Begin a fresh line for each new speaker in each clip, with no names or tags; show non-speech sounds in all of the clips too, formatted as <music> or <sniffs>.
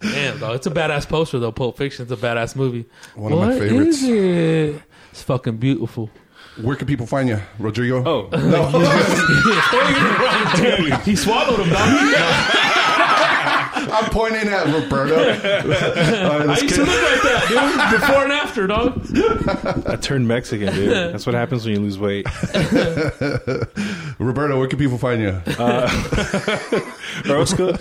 Damn, dog. It's a badass poster, though. Pulp Fiction's a badass movie.
One of my favorites.
is it? It's fucking beautiful.
Where can people find you, Rodrigo?
<laughs>
Oh no!
He swallowed him, dog.
I'm pointing at
<laughs>
Roberto. All right,
I
let's
used
get-
to look like that, dude. Before and after, dog.
I turned Mexican,
<laughs>
dude. That's what happens when you lose weight.
Roberto, where can people find you?
Orozco,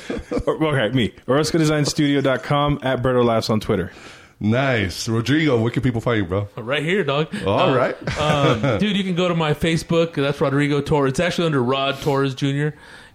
or, okay, me. OrozcoDesignStudio.com at Berto Laughs on Twitter.
nice, Rodrigo. Where can people find you, bro?
Right here, dog.
All
All right,
right. <laughs>
um, dude, you can go to my Facebook. That's Rodrigo Torres. It's actually under Rod Torres Jr.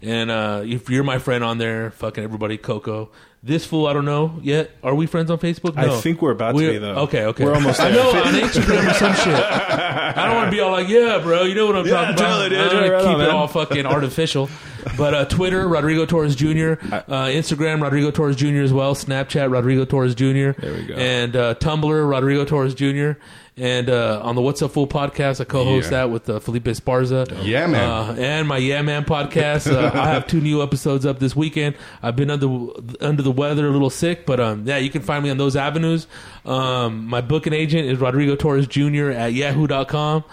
And uh, if you're my friend on there, fucking everybody, Coco. This fool, I don't know yet. Are we friends on Facebook?
I
No.
think we're about to be, though.
Okay, okay.
We're almost
I
there.
know on Instagram or some shit. I don't want to be all like, yeah, bro, you know what I'm
Yeah,
talking about.
totally, dude.
I'm gonna
Right
keep
on,
it
man.
all fucking artificial. But uh, Twitter, Rodrigo Torres Jr., uh, Instagram, Rodrigo Torres Jr. as well, Snapchat, Rodrigo Torres Jr. There
we go.
And uh, Tumblr, Rodrigo Torres Jr. And uh, on the What's Up Fool podcast, I co-host
Yeah.
that with uh, Felipe Esparza.
Yeah, man.
Uh, and my Yeah Man podcast. Uh, I have two new episodes up this weekend. I've been under under the weather, a little sick, but um, yeah, you can find me on those avenues. Um, my booking agent is Rodrigo Torres Jr. at <laughs> yahoo.com.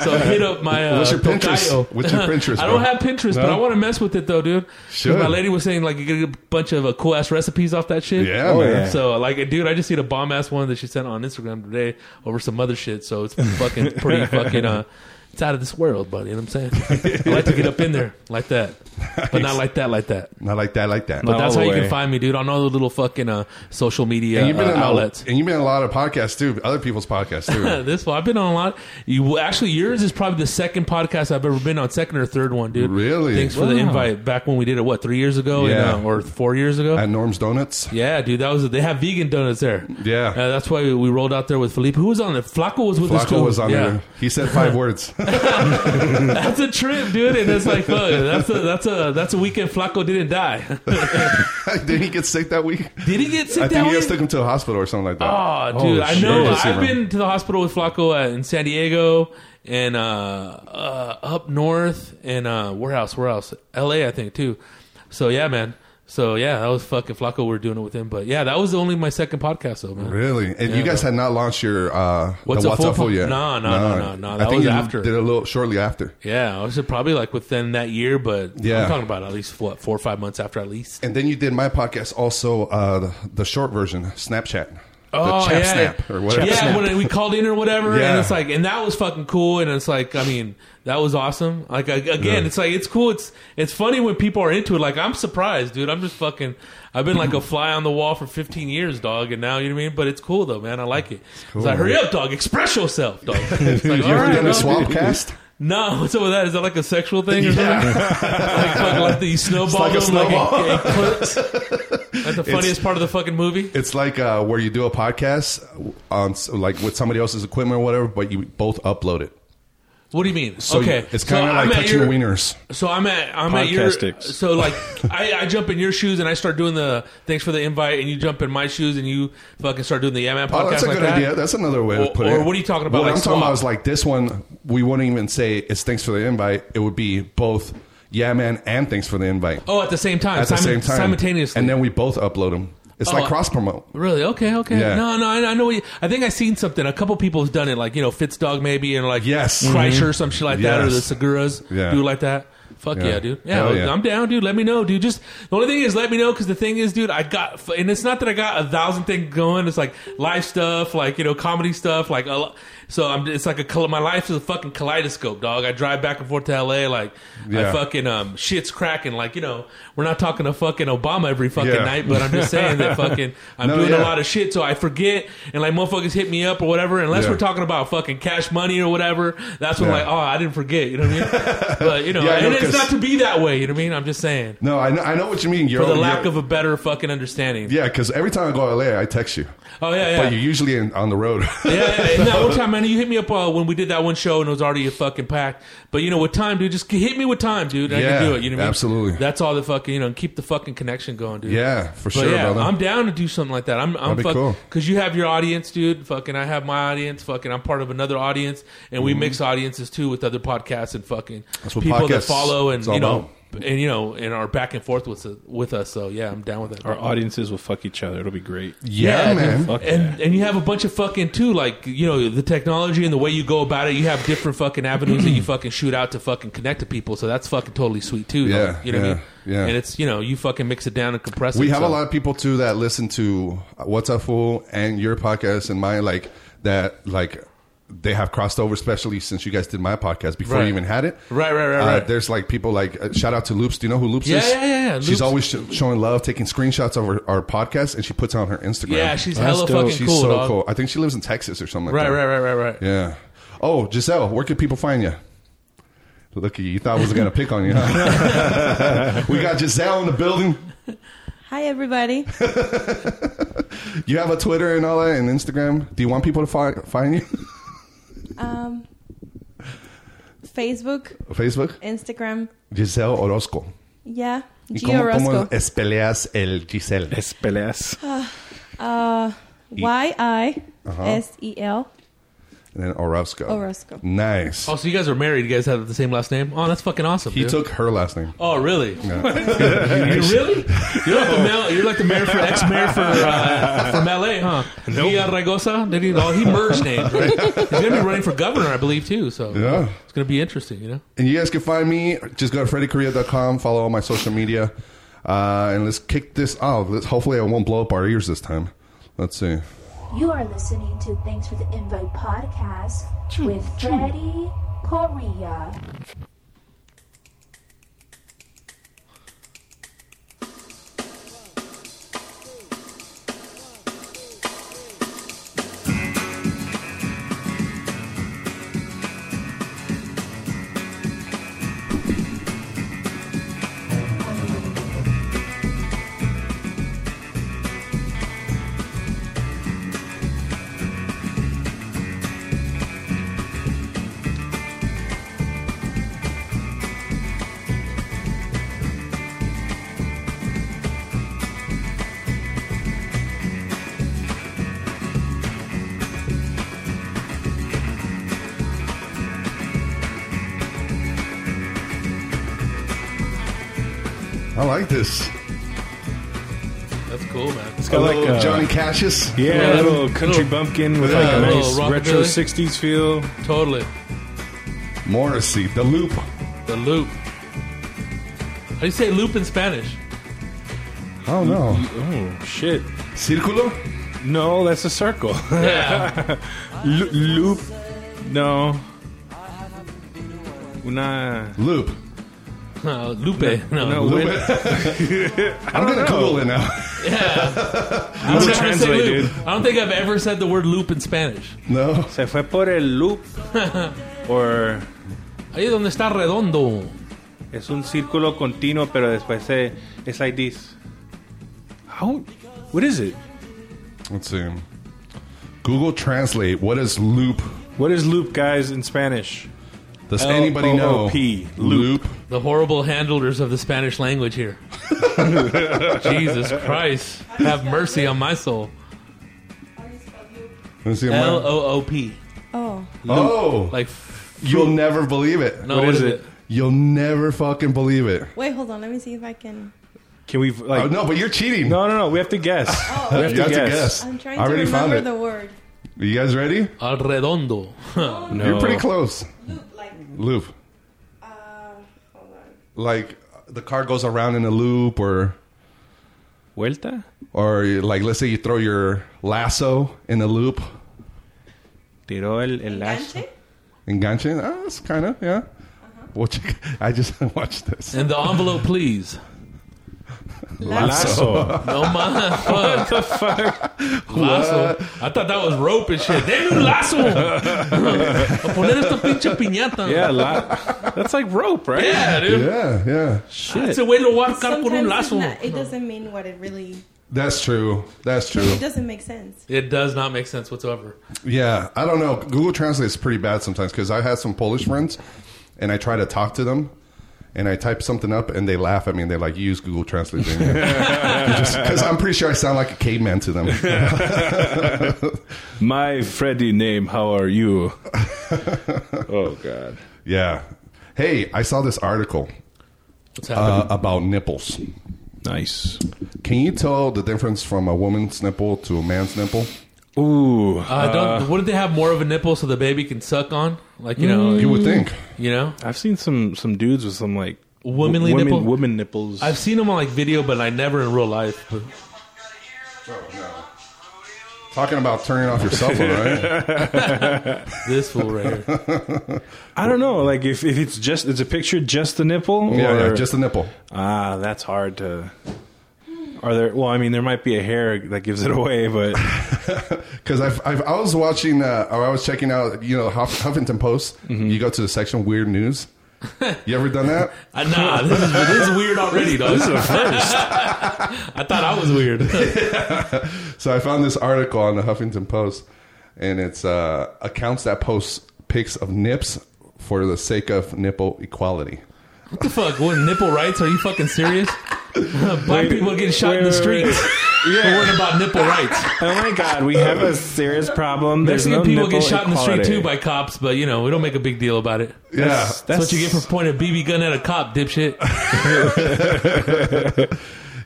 so hit up my uh,
What's your Pinterest?
tocayo.
What's your
<laughs>
Pinterest,
I don't
bro?
have Pinterest, but I
No?
want to mess with it though, dude. 'Cause
Sure.
My lady was saying like you get a bunch of uh, cool ass recipes off that shit.
Yeah, Oh, man.
yeah.
So like, dude, I just seen a bomb ass one that she sent on Instagram today over some other shit. So it's
<laughs>
fucking pretty fucking. Uh, it's out of this world, buddy. You know what I'm saying? I like to get up in there like that, but not like that, like that.
Not like that, like that.
But
Not
that's
all
how
the
you
way.
can find me, dude. On all the little fucking uh, social media
and you've been
uh,
in
outlets.
a, and you've been in a lot of podcasts too, other people's
<laughs>
podcasts
Yeah,
too.
this one I've been on a lot. You actually yours is probably the second podcast I've ever been on, second or third one, dude.
Really?
Thanks for the
Wow.
invite. Back when we did it, what three years ago?
Yeah.
And, uh, or four years ago?
At Norm's Donuts.
yeah, dude, that was they have vegan donuts there.
Yeah.
Uh, that's why we, we rolled out there with Felipe. Who was on it? Flacco was with us too.
Flacco was on
yeah.
there. He said five words.
<laughs>
<laughs>
That's a trip, dude, and it's like fuck. That's a that's a that's a weekend Flacco didn't die.
Did he get sick that week?
Did he get sick
I
that
think you guys
week?
took him to the hospital or something like that.
Oh, dude, I know.
shit.
I've been to the hospital with Flacco uh, in San Diego and uh, uh, up north and uh, where else? Where else? L.A. I think too. So yeah, man. So yeah, that was fucking Flacco. We were doing it with him, but yeah, that was only my second podcast though, man.
Really? And you guys had not launched your uh,
What's
the
a
What's
full
Up Fool
po-
yet?
No, no, no, no, no. That
I think
was
you
after.
Did a little shortly after.
Yeah, I was probably like within that year, but
Yeah.
I'm talking about at least what four or five months after at least.
And then you did my podcast also, uh, the, the short version, Snapchat. the
Oh,
Chap
yeah.
Snap or whatever.
yeah, when we called in or whatever,
Yeah.
and it's like, and that was fucking cool, and it's like, I mean, that was awesome. Like I- again, it's like it's cool. It's it's funny when people are into it. Like I'm surprised, dude. I'm just fucking. I've been like a fly on the wall for 15 years, dog, and now you know what I mean. But it's cool though, man. I like it. It's, like, hurry up, dog. Express yourself,
<laughs>
dog. It's like, oh,
You
all
ever
right,
done a
dog.
swap cast?
No, <laughs> what's up with that? Is that like a sexual thing or
<laughs>
something? like, fucking, like the snowball,
like a
them, like,
snowball.
it- it
<laughs>
clips. That's the funniest part of the fucking movie.
It's like uh, where you do a podcast on s- like with somebody else's equipment or whatever, but you both upload it.
What do you mean?
So
okay,
you- it's kind of
I'm
like
at
touching
your-
wieners.
So I'm at I'm at
Podcast
your
sticks.
so like I, I jump in your shoes and I start doing the thanks for the invite and you jump in my shoes and you fucking start doing the yeah man podcast
Oh, that's a
like
good
that.
idea. That's another way
Or-
of putting
or
it.
what are you talking about,
What
like
I'm talking
swap?
about is like this one. We wouldn't even say it's thanks for the invite. It would be both, yeah, man, and thanks for the invite
Oh, at the same time,
at the
simu-
same time
simultaneously.
and then we both upload them. It's like
Oh,
cross promote.
Really? Okay, okay.
Yeah.
No, no, I, I know. What you, I think I seen something. A couple people have done it, like you know, Fitzdog maybe, and like
Yes.
Kreischer or some shit like that, or the
Yes.
Seguras
Yeah.
do it like that. Fuck yeah,
Yeah.
dude. Yeah,
Hell yeah.
I'm down, dude. Let me know, dude. Just the only thing is, let me know because the thing is, dude, I got, f- and it's not that I got a thousand things going. It's like life stuff, like you know, comedy stuff, like a, lo- so. I'm. It's like a col- my life is a fucking kaleidoscope, dog. I drive back and forth to L.A. Like I
Yeah.
fucking um shit's cracking. Like you know, we're not talking to fucking Obama every fucking
Yeah.
night, but I'm just saying
<laughs>
that fucking I'm
No,
doing
yeah.
a lot of shit, so I forget, and like motherfuckers hit me up or whatever. Unless
Yeah.
we're talking about fucking cash money or whatever, that's when
Yeah.
like, oh, I didn't forget. You know what I
<laughs>
mean? but you know,
Yeah, I know,
and it's
'cause-
not to be that way. You know what I mean? I'm just saying
No, I know, I know what Oh, you mean. You're
for the
you're-
lack of a better fucking understanding.
yeah, because every time I go to LA, I text you,
Oh yeah, yeah.
but you're usually in, on the road.
<laughs> yeah, yeah. Now, one time, man, you hit me up uh, when we did that one show and it was already a fucking packed. But you know, with time, dude, just hit me with time, dude. and I
Yeah,
can do it. You know what I mean?
absolutely.
That's all the fucking you know. and Keep the fucking connection going, dude.
<laughs> Yeah, for
But
sure,
yeah,
brother.
I'm down to do something like that. I'm, I'm
be
fucking
cool.
because you have your audience, dude. Fucking, I have my audience. Fucking, I'm part of another audience, and we mix audiences too with other podcasts and fucking
Mm-hmm. That's what
people that
podcasts
follow and
is all
you know
about.
and you know, and are back and forth with with us. So yeah, I'm down with that.
Our audiences will fuck each other. It'll be great.
Yeah,
dude.
man.
Fuck
and and you have a bunch of fucking too, like you know the technology and the way you go about it. You have different fucking avenues that
<clears throat>
you fucking shoot out to fucking connect to people. So that's fucking totally sweet too.
Yeah,
dog. you know what I mean.
yeah, yeah.
And it's you know you fucking mix it down and compress.
we
it,
have
so-
a lot of people too that listen to what's up fool and your podcast and mine like that like they have crossed over especially since you guys did my podcast before
Right.
you even had it Uh,
Right, right, right, right.
there's like people like uh, shout out to loops do you know who loops
Yeah,
is
yeah, yeah, yeah. Loops.
she's always sh- showing love taking screenshots of her, our podcast and she puts it on her instagram
Yeah, she's
That's
hella
dope.
fucking
she's
cool,
so
dog.
cool i think she lives in texas or something like
Right,
that
right, right, right, right.
yeah oh giselle where can people find you Look, you thought I was gonna pick on you. Huh? <laughs> we got Giselle in the building.
Hi, everybody.
You have a Twitter and all that and Instagram. Do you want people to find find you? <laughs>
Um, Facebook,
Facebook?
Instagram,
Giselle Orozco.
yeah,
¿Y
Gio Rosco.
espeleas el Giselle?
Las peleas.
Uh, Y I S E L
And then Orozco.
Orozco.
Nice.
Oh, so you guys are married? You guys have the same last name? Oh, that's fucking awesome.
he
dude.
took her last name.
Oh, really? <laughs> you really? You're like the mayor. You're like the mayor for ex mayor for uh, from LA, huh? Nope. Regosa. Did he? Oh, he merged names. Right? He's gonna be running for governor, I believe, too. So
Yeah.
it's gonna be interesting. You know.
And you guys can find me. Just go to freddykorea.com. Follow all my social media. Uh, and let's kick this off. Let's, hopefully, I won't blow up our ears this time. Let's see.
You are listening to Thanks for the Invite podcast with Freddie Correa.
I like this.
That's cool, man.
It's got like
Hello,
uh,
Johnny Cassius.
Yeah, a
Yeah,
little country
little-
bumpkin with
Yeah,
like
a
a
little
nice
rockabilly.
retro '60s feel.
Totally.
Morrissey. The Loop.
The loop. How do you say loop in Spanish?
Oh, no.
Oh shit!
Circulo?
No, that's a circle.
Yeah.
Lu- loop. No. Nah.
Loop.
<laughs> Uh, Lupe. No.
No.
Loop.
wait.
<laughs> I'm going to Google it now. <laughs>
I, was
Google
trying to say
Translate,
loop. I don't think I've ever said the word loop in Spanish.
No.
Se fue por el <laughs> loop. or
Ahí es donde está redondo.
es un círculo continuo, pero después se it's like this. How? What is it?
Let's see. Google Translate. What is loop?
What is loop, guys, in Spanish?
Does anybody know?
L-O-O-P,
Loop.
The horrible handlers of the Spanish language here. Jesus Christ. Have mercy on my soul.
Let's see.
L O O P.
Oh,
oh,
Like,
you'll never believe it.
no,
What
what
is
is
it?
it?
You'll never fucking believe it.
wait, hold on. Let me see if I can.
Can we like?
Oh, no, but you're cheating.
no, no, no. We have to
<laughs>
guess. we have
You
to
have to
guess.
guess.
I'm trying
I
to
already found
remember
it.
the word.
You guys ready?
Al redondo. <laughs>
No.
You're pretty close.
Loop, like,
Loop.
uh, hold on.
Like the car goes around in a loop, or
Vuelta.
or like let's say you throw your lasso in a loop.
Tiró el, el lazo.
Enganche?
Enganche. Ah, that's kind of yeah. What you- <laughs> I just watched this.
and the envelope, please.
Lazo. <laughs>
No, my. What the fuck? Lazo. I thought that was rope and shit. They knew lazo. A poner esta pinche piñata.
yeah, la- that's like rope, right?
Yeah, dude.
Yeah, yeah.
Ese güey lo voy a arcar con un
Sometimes it's
lazo.
not, it doesn't mean what it really.
That's true. That's true.
It doesn't make sense.
It does not make sense whatsoever.
Yeah, I don't know. Google Translate is pretty bad sometimes because I had some Polish friends, and I try to talk to them, and I type something up, and they laugh at me. and They're like, "Use Google Translate," because I'm pretty sure I sound like a caveman to them.
My Freddy name. How are
<laughs>
you? oh God.
yeah. Hey, I saw this article.
What's
uh,
happening?
about nipples.
Nice.
Can you tell the difference from a woman's nipple to a man's nipple?
Ooh.
Uh, don't, wouldn't they have more of a nipple so the baby can suck on? Like you know,
You would think.
you know.
I've seen some some dudes with some like
Womanly
women,
nipple?
woman nipples.
I've seen them on like video, but I never in real life. But
Talking about turning off your cell phone, right?
this fool right <laughs> here.
I don't know, like if, if it's just it's a picture just the nipple.
yeah,
or,
yeah, just the nipple.
ah, that's hard to. Are there? Well, I mean, there might be a hair that gives it away, but <laughs> oh
Because I've, I've, I was watching, uh, or I was checking out, you know, Huff, Huffington Post. You go to the section Weird News. You ever done that?
Uh, nah, this is, this is weird already, dog. This is a first. <laughs> I thought I was weird. <laughs>
So I found this article on the Huffington Post, and it's uh, accounts that post pics of nips for the sake of nipple equality.
What the fuck? What nipple rights? Are you fucking serious? <laughs> Black people are getting shot in the
wait, wait,
<laughs>
wait.
streets. We're worried about nipple rights.
oh my god, we have a serious problem. There's
Mexican
no
people
nipple
get shot in the
equality.
street too by cops, but you know we don't make a big deal about it.
Yeah,
That's what you get for pointing a BB gun at a cop, dipshit.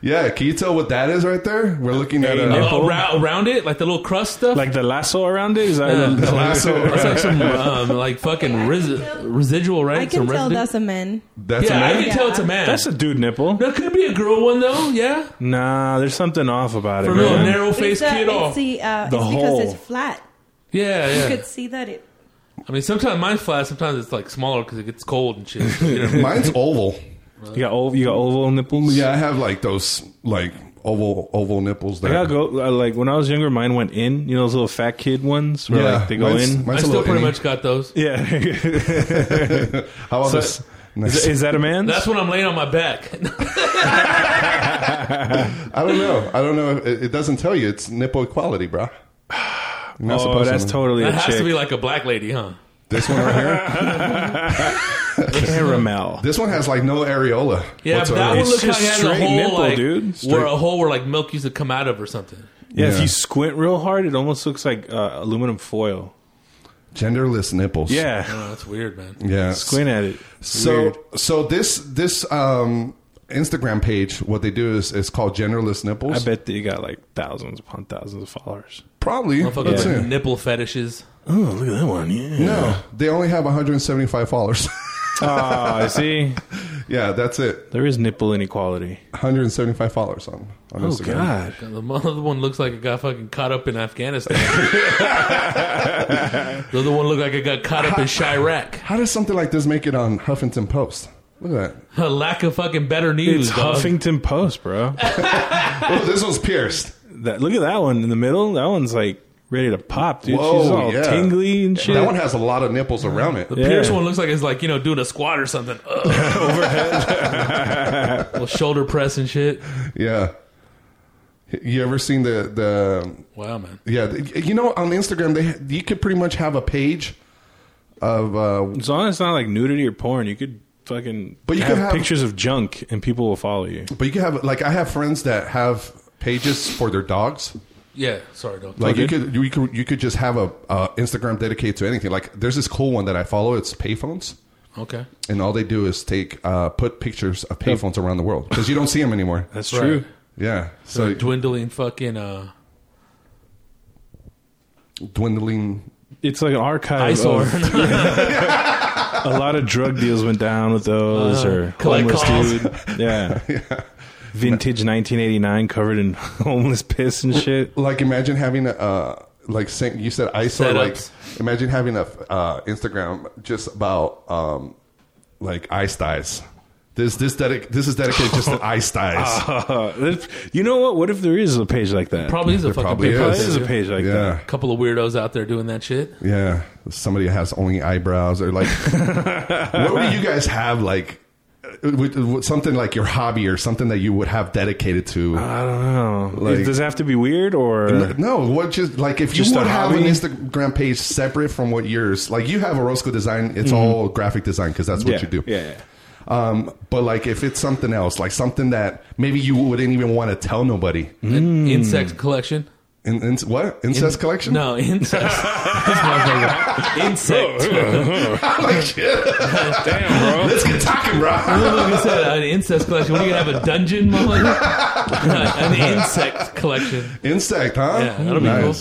yeah. Can you tell what that is right there? We're looking at
nipple.
a
Oh, around, around it, like the little crust stuff.
like the lasso around it. Is that
Uh,
<laughs>
a lasso.
that's like some um, like fucking res- residual, right?
I can
some
tell
residue.
that's a man.
That's
yeah,
a
I
man.
can tell it's a man.
that's a dude nipple?
that could be a girl one though. Yeah,
Nah, there's something off about
for a
it.
little
man.
narrow
It's,
faced
a,
kid.
it's,
Off.
the, uh,
The
it's
hole.
because it's flat.
Yeah,
You
yeah.
could see that it.
I mean, sometimes mine's flat. Sometimes it's like smaller because it gets cold and
<laughs>
shit. You know?
Mine's oval.
You got oval, you got oval nipples.
Yeah, I have like those like oval oval nipples.
I
There.
gotta go. uh, Like when I was younger, mine went in. You know those little fat kid ones where like they go
mine's-
I
in.
mine's a
still
little
pretty
innie.
much got those.
Yeah, <laughs>
How about
So-
this?
is,
Nice.
is that a man?
That's when I'm laying on my back. <laughs>
I don't know. I don't know. It, it doesn't tell you. It's nipple equality, bro. You're not
oh,
supposed to
that's
know.
totally
that
a
has
chick.
to be like a black lady, huh?
This one right here.
Caramel.
This one has like no areola.
Yeah, but
whatsoever.
that one
It's
looked like
just
it had a
straight
hole,
nipple,
like,
dude.
where
Straight-
a hole where like milk used to come out of or something.
yeah, if
Yeah.
you squint real hard, it almost looks like uh, aluminum foil.
genderless nipples.
Yeah,
Oh, that's weird, man.
yeah.
squint at it.
So
Weird.
so this this um, Instagram page, what they do is it's called genderless
I
nipples.
bet that you got like thousands upon thousands of followers.
Probably.
Motherfuckers
That's
like
it.
nipple fetishes.
Oh, look at that one. Yeah.
No, they only have 175 followers. <laughs>
Ah, I see.
yeah, that's it.
There is nipple inequality.
175 followers on on
Oh
Instagram.
God.
The other one looks like it got fucking caught up in
<laughs>
Afghanistan. the other one looked like it got caught up in Chirac.
How does something like this make it on Huffington Post? Look at that.
A lack of fucking better news,
It's
dog.
Huffington Post, bro.
Oh, this one's pierced.
That look at that one in the middle. That one's like ready to pop, dude.
Whoa,
She's all
yeah.
tingly and shit.
That one has a lot of nipples around it.
The Pierce
Yeah.
one looks like it's like you know doing a squat or
<laughs>
something. Overhead, <laughs> little shoulder press and shit.
Yeah. You ever seen the the
Wow, man.
yeah? the- You know, on Instagram, they you could pretty much have a page of uh,
as long as it's not like nudity or porn, you could fucking
But you
have,
could have-
pictures of junk and people will follow you.
but you could have like I have friends that have pages for their dogs.
Yeah, sorry, dog.
Like you
Okay.
could you could you could just have a uh, Instagram dedicated to anything. Like there's this cool one that I follow. It's payphones.
okay.
And all they do is take uh, put pictures of payphones around the world because you don't see them anymore.
Oh. That's
Right.
true. Oh,
Yeah, so
So dwindling fucking uh,
dwindling.
It's like an archive.
eyesore. <laughs>
Of, a lot of drug deals went down with those
Uh,
or
collect
homeless
calls.
dude. Yeah. Vintage 1989 covered in <laughs> homeless piss
<laughs>
and shit. <laughs>
Like imagine having a uh, like saying you said ISO.
Setups.
Like imagine having a uh, Instagram just about um, like ice dyes. This this dedic- this is dedicated just to ice
Ah,
dyes.
you know what? What if there is a page like that?
Probably is a fucking
probably
big
is.
Probably
place.
is a page like that.
yeah,
A couple of weirdos out there doing that shit.
yeah. Somebody has only eyebrows or like. what would you guys have like? uh, With, with something like your hobby or something that you would have dedicated to.
I don't know.
Like-
Uh, Does it have to be weird or
No, what just like if
Just
you
a
would have an
hobby?
Instagram page separate from what yours, like you have a Roscoe design,
Mm-hmm.
it's all graphic design because that's what
yeah.
you do.
Yeah, yeah.
Um, but like if it's
Mm-hmm.
Hmm.
something else, like something that maybe you wouldn't even want to tell nobody.
An insect collection.
In, in, what incest collection? <laughs>
No, incest. <laughs> This motherfucker. Insect. <laughs>
like shit. <laughs>
Damn, bro.
Let's get talking, bro. <laughs>
Look, it said an incest collection. What are you gonna have a dungeon, motherfucker? <laughs> an insect collection.
Insect, huh?
Yeah, that'll be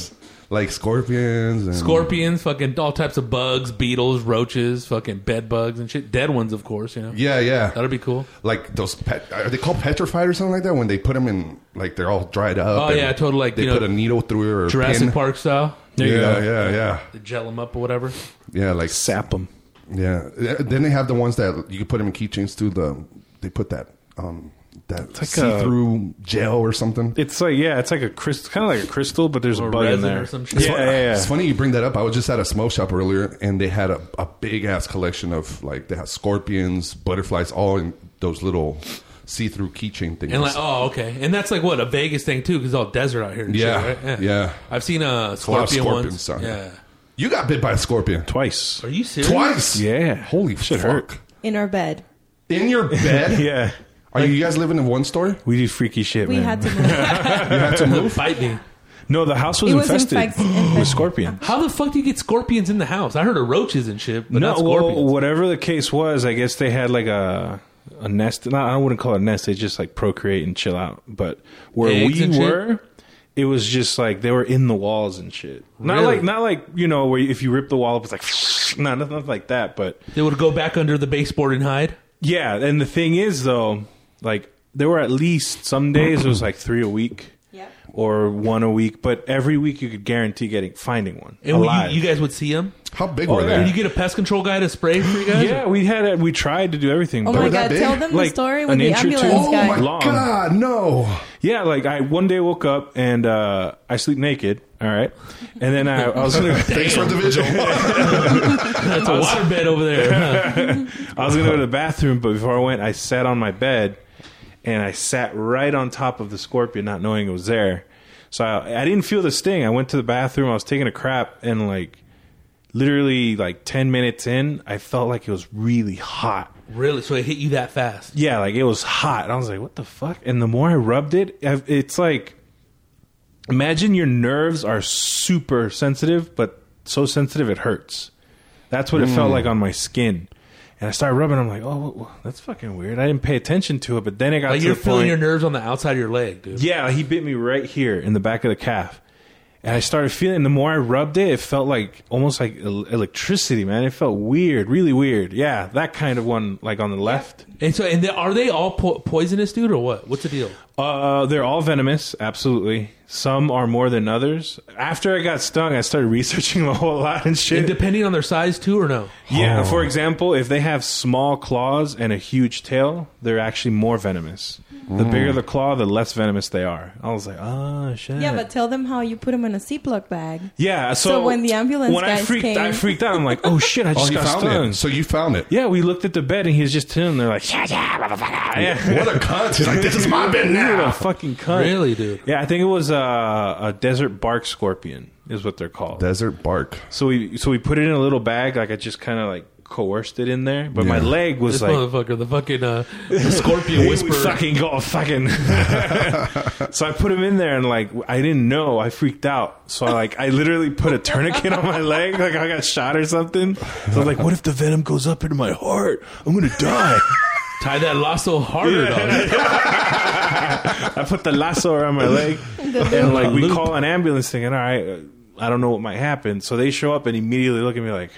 Like scorpions and
Scorpions, fucking all types of bugs, beetles, roaches, fucking bed bugs and shit. Dead ones, of course. You know.
Yeah, yeah.
That'd be cool.
like those pet are they called petrified or something like that when they put them in like they're all dried up
Oh,
and
yeah, totally, like,
they
you know,
put a needle through it or a
Jurassic
pin.
Park style.
yeah,
you go.
yeah yeah
They gel them up or whatever.
yeah like
Sap them.
yeah Uh, then they have the ones that you can put them in keychains too the they put that um that
like
see-through gel or something
It's like yeah, it's like a crystal, kind of like a crystal, but there's
Or
a bug in
resin
there.
or some shit.
Yeah, yeah, yeah.
It's funny you bring that up. I was just at a smoke shop earlier, and they had a, a big ass collection of like they had scorpions, butterflies, all in those little see through keychain things.
And like, oh, okay. And that's like what a Vegas thing too, because all desert out here. And
Yeah,
shit, right?
yeah.
I've seen uh,
a lot of
scorpion ones.
scorpions out here.
Yeah.
you got bit by a scorpion
Twice.
Are you serious?
twice.
Yeah.
holy
Shit
fuck!
hurt.
in our bed.
In
<laughs>
your bed?
Yeah,
Are you guys living in one story?
we do freaky shit,
We
man.
had to move. Oh
Bite me.
no, the house was,
It was
infested
infect- infected.
with scorpion.
How the fuck do you get scorpions in the house? I heard of roaches and shit, but
no,
not scorpions.
well, whatever the case was, I guess they had like a a nest. No, I wouldn't call it a nest. They just like procreate and chill out. But where
Eggs and
we
shit?
were, it was just like they were in the walls and shit. Not
Really?
like not like you know where if you rip the wall up, it's like <sniffs> no, nothing like that. But
they would go back under the baseboard and hide.
yeah, and the thing is though, like there were at least some days it was like three a week.
Yep.
Or one a week, but every week you could guarantee getting finding one
And you,
alive.
you guys would see them.
How big
Oh,
were
yeah.
they?
Did you get a pest control guy to spray for you guys?
yeah, we had it. We tried to do everything.
Oh
but
my
were that
god! Tell
big?
them
Like,
the story
an
with the
inch or two?
ambulance
Oh
guy.
my
Long.
god, no!
Yeah, like I one day woke up and uh, I sleep naked. All right, and then I, I was gonna
Thanks for the vigil.
<laughs>
That's a waterbed over there. huh?
I was gonna go to the bathroom, but before I went, I sat on my bed and I sat right on top of the scorpion, not knowing it was there. So I, I didn't feel the sting. I went to the bathroom. I was taking a crap and like literally like ten minutes in, I felt like it was really hot.
Really? So it hit you that fast?
Yeah, like it was hot. And I was like, what the fuck? And the more I rubbed it, I- it's like imagine your nerves are super sensitive, but so sensitive it hurts. That's what it
Mm.
felt like on my skin. And I started rubbing. I'm like, oh, wh- wh- that's fucking weird. I didn't pay attention to it, but then it got
Like
to
you're
the
feeling
point-
your nerves on the outside of your leg, dude.
yeah, he bit me right here in the back of the calf. And I started feeling, the more I rubbed it, it felt like almost like el- electricity, man. It felt weird, really weird. Yeah, that kind of one, like on the left.
And so, and they, are they all po- poisonous, dude, or what? What's the deal?
Uh, they're all venomous, absolutely. Some are more than others. After I got stung, I started <laughs> researching a whole lot and shit.
And depending on their size, too, or no?
Oh.
yeah, for example, if they have small claws and a huge tail, they're actually more venomous. The bigger the claw, the less venomous they are. I was like, oh shit.
Yeah, but tell them how you put him in a Ziploc bag.
yeah. So,
So when the ambulance
when I
guys
freaked, I
came-
freaked out. I'm like, oh shit, I
<laughs> oh,
just
you
got
found
stung.
it. So you found it.
yeah, we looked at the bed and he was just chilling. They're like, yeah, yeah, motherfucker. Yeah.
What a cunt! He's like, this is
<laughs>
my bed
You're a
now.
fucking cunt.
Really, dude?
Yeah, I think it was uh, a desert bark scorpion is what they're called.
Desert bark.
So we so we put it in a little bag, like I just kind of like coerced it in there. But my
Yeah.
leg was
This
like,
motherfucker, the fucking
<laughs>
uh, the scorpion
"Hey,
whisperer.
we fucking got a fucking. <laughs> so I put him in there, and like I didn't know, I freaked out. So I like I literally put a tourniquet on my leg, like I got shot or something. So I was like, what if the venom goes up into my heart? I'm gonna die.
Tie that lasso harder, dog.
I put the lasso around my leg, and like we
Loop.
call an ambulance, thinking, "All right, uh, I don't know what might happen." So they show up and immediately look at me like,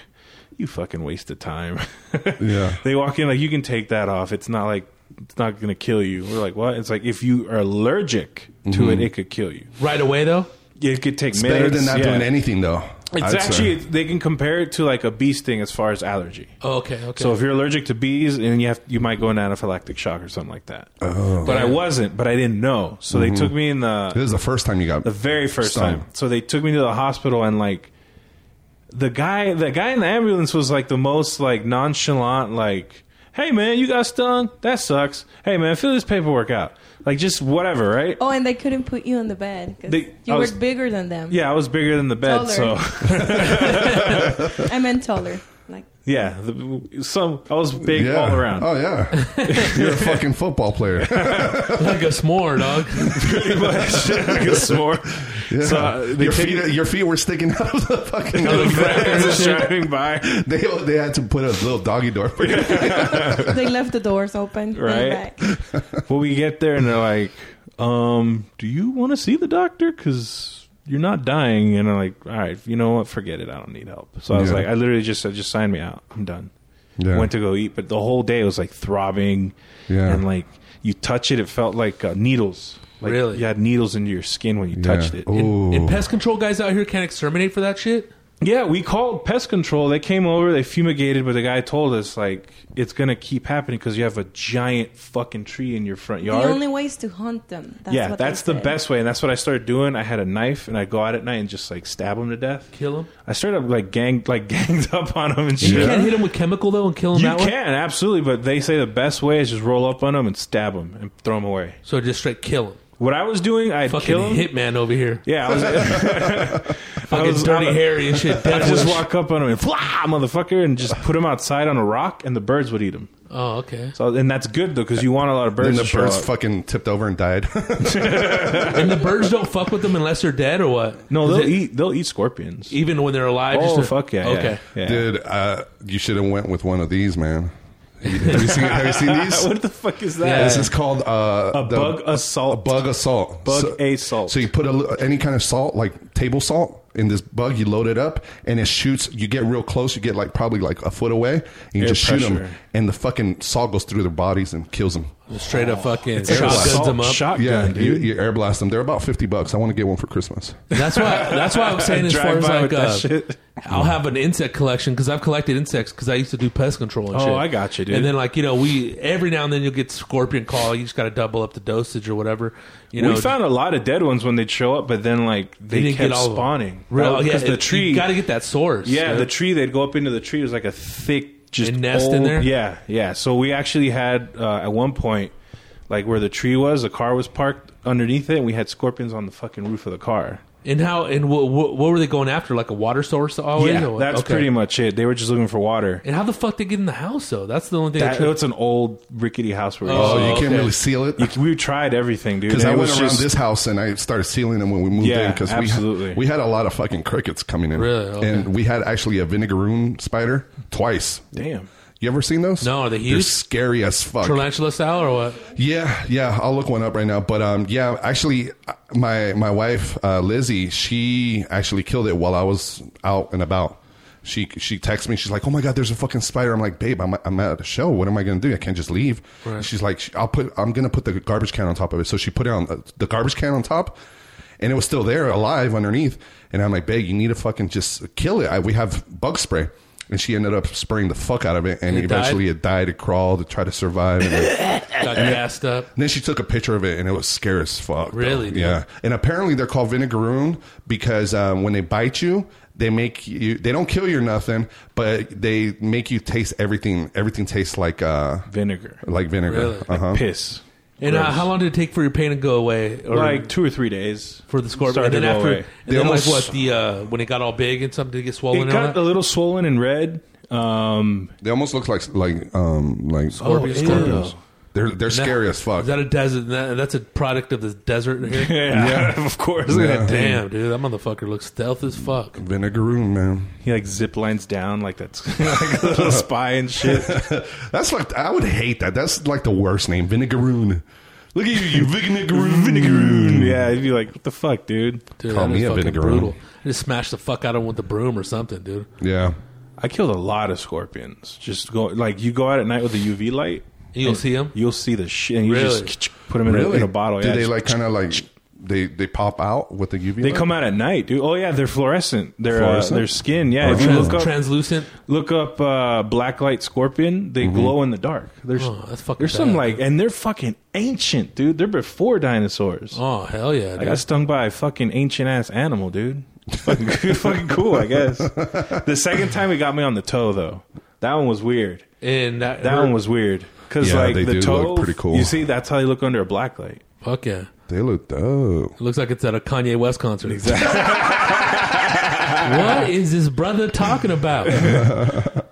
"You fucking waste of time." <laughs>
Yeah.
they walk in like, "You can take that off. It's not like it's not gonna kill you." We're like, "What?" It's like if you are allergic to it, it could kill you.
Right away, though.
It could
Mm-hmm.
take
It's
minutes.
better than not
yeah.
doing anything though.
It's
I'd
actually
say.
they can compare it to like a bee sting as far as allergy.
Oh, okay, okay.
So if you're allergic to bees and you have you might go into anaphylactic shock or something like that.
Oh.
But I wasn't, but I didn't know. So they took me in the
This is the first time you got
the very first
stung.
time. So they took me to the hospital and like the guy the guy in the ambulance was like the most like nonchalant like hey man you got stung that sucks hey man fill this paperwork out like just whatever right
Oh, and they couldn't put you in the bed because
They-
you
I
were
was-
bigger than them.
yeah I was bigger than the bed
Taller.
so
I meant taller. Like
<laughs> Yeah, the, some I was big
yeah.
all
<laughs>
around. <laughs>
Oh yeah, you're a fucking football player.
<laughs>
like a s'more, dog.
Pretty much like a s'more.
Yeah.
So, uh, they
your
take-
<laughs> feet, your feet were sticking out of the
<laughs>
fucking.
The van
<laughs>
was <laughs> driving by,
they they had to put a little doggy door for you.
they left the doors open. in the
Right.
back.
Well, we get there and they're like, um, "Do you want to see the doctor? Because you're not dying." And I'm like, "All right, you know what? Forget it. I don't need help." So I was
Yeah.
like, "I literally just said, just sign me out. I'm done."
Yeah.
Went to go eat, but the whole day was like throbbing,
Yeah.
and like you touch it, it felt like uh, needles. Like
Really?
you had needles into your skin when you touched it.
Oh.
And, and
Ooh.
pest control guys out here can't exterminate for that shit.
Yeah, we called pest control. They came over, they fumigated, but the guy told us like it's gonna keep happening because you have a giant fucking tree in your front
The
yard.
only way is to hunt them. That's
yeah,
what they
that's the
said.
best way, and that's what I started doing. I had a knife, and I would go out at night and just like stab them to death.
Kill them.
I started like gang, like <laughs> ganged up on them and shit.
You can't hit them with chemical though and kill them
You
that way.
can, absolutely, but they say the best way is just roll up on them and stab them and throw them away.
So just straight kill them.
What I was doing, I'd
Fucking
kill them.
hitman over here.
Yeah, I was. <laughs>
Fucking
was-
dirty,
<laughs> I-
hairy and shit.
I'd just
devilish.
walk up on them and flah, motherfucker, and just put them outside on a rock, and the birds would eat them.
Oh,
<laughs>
okay.
So, and that's good though, because you want a lot of birds.
And the
to show
birds
up.
fucking tipped over and died. <laughs>
And the birds don't fuck with them unless they're dead or what? Is
no, they'll
it-
eat. They'll eat scorpions.
even when they're alive.
oh
just to-
fuck yeah!
Okay.
yeah, yeah.
Dude, uh, you should have went with one of these, man. Have you seen, have
<laughs>
you seen these?
<laughs> what the fuck is that?
Yeah.
This is called uh,
A bug assault.
A bug assault.
Bug assault.
So you put a, li- any kind of salt, like table salt, in this bug. You load it up, and it shoots. You get real close. You get like probably like a foot away, and you
Air
just shoot
pressure.
them, and the fucking salt goes through their bodies and kills them.
Straight up
Oh,
fucking
Air
shotguns
assault
them up.
Shotgun,
Yeah, you,
dude.
you air blast them. They're about fifty bucks. I want to get one for Christmas.
That's why. That's
<laughs>
why I was saying as
Drive
far as
by
like
with that
uh,
shit.
I'll have an insect collection because I've collected insects because I used to do pest control and
Oh,
shit.
I got you, dude.
And then like you know we every now and then you'll get scorpion call. You just got to double up the dosage or whatever. You know.
we found a lot of dead ones when they'd show up, but then like they,
didn't
kept
get all of them.
spawning.
Real,
That-
yeah,
the
it-
tree.
You got to get that source.
yeah,
right?
the tree. They'd go up into the tree. It was like a thick, just
A nest in
old-
there?
Yeah, yeah. So we actually had uh, at one point, like where the tree was, a car was parked underneath it, and we had scorpions on the fucking roof of the car.
and how and what, what, what were they going after? Like a water source always.
yeah,
or Oh, what?
that's
Okay.
pretty much it. They were just looking for water.
And how the fuck they get in the house though? That's the only thing. I
That,
tri-
it's an old rickety house where we
Oh,
Oh, you
okay.
can't really seal it.
used to- we tried everything, dude.
Because
and
I
it
went
was
around
just-
this house and I started sealing them when we moved
Yeah,
in. Because
absolutely.
we, we had a lot of fucking crickets coming in.
Really? Okay.
And we had actually a vinegaroon spider twice.
Damn.
You ever seen those?
No, are they
They're
huge?
scary as fuck.
tarantula style or what?
Yeah, yeah. I'll look one up right now. But um, yeah, actually, uh, my my wife uh, Lizzie, she actually killed it while I was out and about. She she texts me. She's like, "Oh my god, there's a fucking spider." I'm like, "Babe, I'm I'm at a show. What am I gonna do? I can't just leave." She's like, "I'll put I'm gonna put the garbage can on top of it." So she put it on uh, the, the garbage can on top. And it was still there, alive underneath. And I'm like, "Babe, you need to fucking just kill it. I, we have bug spray." And she ended up spraying the fuck out of it, and
It died?
eventually it died. It crawled, it tried to survive. And then-
Got gassed up.
and then she took a picture of it, and it was scary as fuck. though.
Really, dude?
Yeah. And apparently, they're called vinegaroon because um, when they bite you, they make you. They don't kill you or nothing, but they make you taste everything. Everything tastes like uh,
Vinegar.
like vinegar.
Really? Like
Uh-huh.
Piss.
And uh, how long did it take for your pain to go away? Or
like two or three days
for the scorpion? And
Started
then
to go
after,
away.
and
They
then
almost-
like what the uh, when it got all big and something to get swollen.
It
and all
got
that?
a little swollen and red. Um, <laughs>
They almost look like like um like
Scorpions.
Oh, scorpions. They're they're scary as fuck.
Is that a desert? that- that's a product of the desert
<laughs>
here.
yeah, of course. Look at that
Yeah.
Damn,
damn.
dude, that motherfucker looks stealth as fuck.
vinegaroon, man.
He like zip lines down like that's <laughs> like a little spy and shit.
That's like I would hate that. That's like the worst name, vinegaroon. Look at you,
<laughs>
you vinegaroon, vinegaroon.
yeah, he'd be like, "What the fuck, dude?
Dude,
Call
that
me
is
a
fucking
vinegar
brutal.
room.
I just smashed the fuck out of him with a broom or something, dude.
Yeah.
I killed a lot of scorpions. Just go like you go out at night with a UV light,
You'll see him.
you'll see the shit, and you
Really?
just put them in, a, in a bottle.
Do
yeah,
they
just-
like kind of like they they pop out with the UV?
They
light?
come out at night, dude. Oh yeah, they're fluorescent. They're
Fluorescent? Oh,
Uh, their skin. Yeah, if you
Trans-
look up
translucent.
look up uh, black light scorpion,
Mm-hmm.
they glow in the dark. There's
Oh, that's fucking
there's some
bad.
like, and they're fucking ancient, dude. They're before dinosaurs.
Oh hell yeah,
I
dude.
got stung by a fucking ancient ass animal, dude. fucking, <laughs> fucking cool,
<laughs>
I guess. The second time it got me on the toe, though. That one was weird.
and that,
That one was weird because
Yeah,
like
they
the
do
toe,
look pretty cool.
You see, that's how they look under a black light.
fuck yeah.
They look dope.
It looks like it's at a Kanye West concert. Exactly. <laughs> what is this brother talking
<laughs>
about?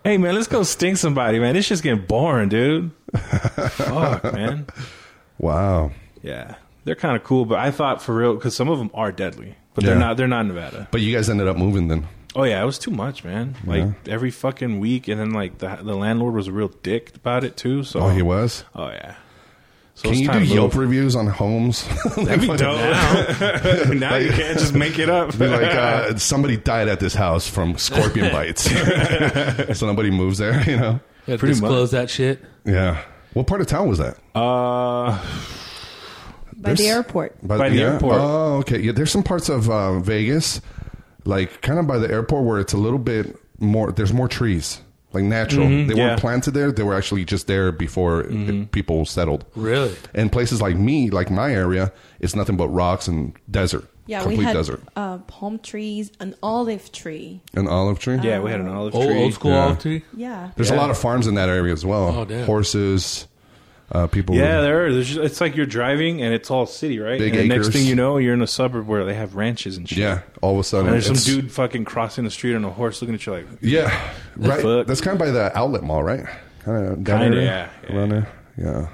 Hey man, let's go sting somebody, man. This shit's getting
<laughs>
boring, dude. Fuck, man.
Wow.
Yeah, they're kind of cool, but I thought for real because some of them are deadly, but they're
Yeah.
not. They're not in Nevada.
But you guys ended up moving then.
Oh yeah, it was too much, man. Like every fucking week, and then like the the landlord was a real dick about it too. So
Oh, he was.
Oh yeah. So
Can
it's
you
time
do
to
Yelp
<laughs> move.
reviews on homes? <laughs>
That'd be dope. Now, <laughs> now you can't just make it up.
Be like, uh, somebody died at this house from
<laughs>
scorpion bites. <laughs> so nobody moves there, <laughs> you know?
Gotta
Pretty
disclose that shit.
Yeah. What part of town was that?
<laughs> uh,
by the
There's-
airport.
By the
yeah.
airport.
Oh, okay. Yeah, there's some parts of uh, Vegas, like kind of by the airport, where it's a little bit more. There's more trees, like natural. they
Mm-hmm. yeah. Mm-hmm.
weren't planted there. They were actually just there before it- people settled.
Really?
And places like me, like my area, it's nothing but rocks and desert.
Yeah,
complete
we had
desert.
Uh, palm trees, an olive tree.
An olive tree.
yeah, we had an olive
Old,
tree.
old school
yeah.
olive tree?
<laughs>
Yeah.
There's a lot of farms in that area as well.
Oh, damn.
Horses, uh, people.
Yeah, there are. There's just, it's like you're driving and it's all city, right?
Big
and the next
acres.
thing you know, you're in a suburb where they have ranches and shit.
Yeah. All of a sudden,
And there's some
it's-
dude fucking crossing the street on a horse looking at you like,
Yeah, right.
fuck?
That's kind of by the outlet mall, right? Kind of.
Kinda, yeah,
Around there. Yeah.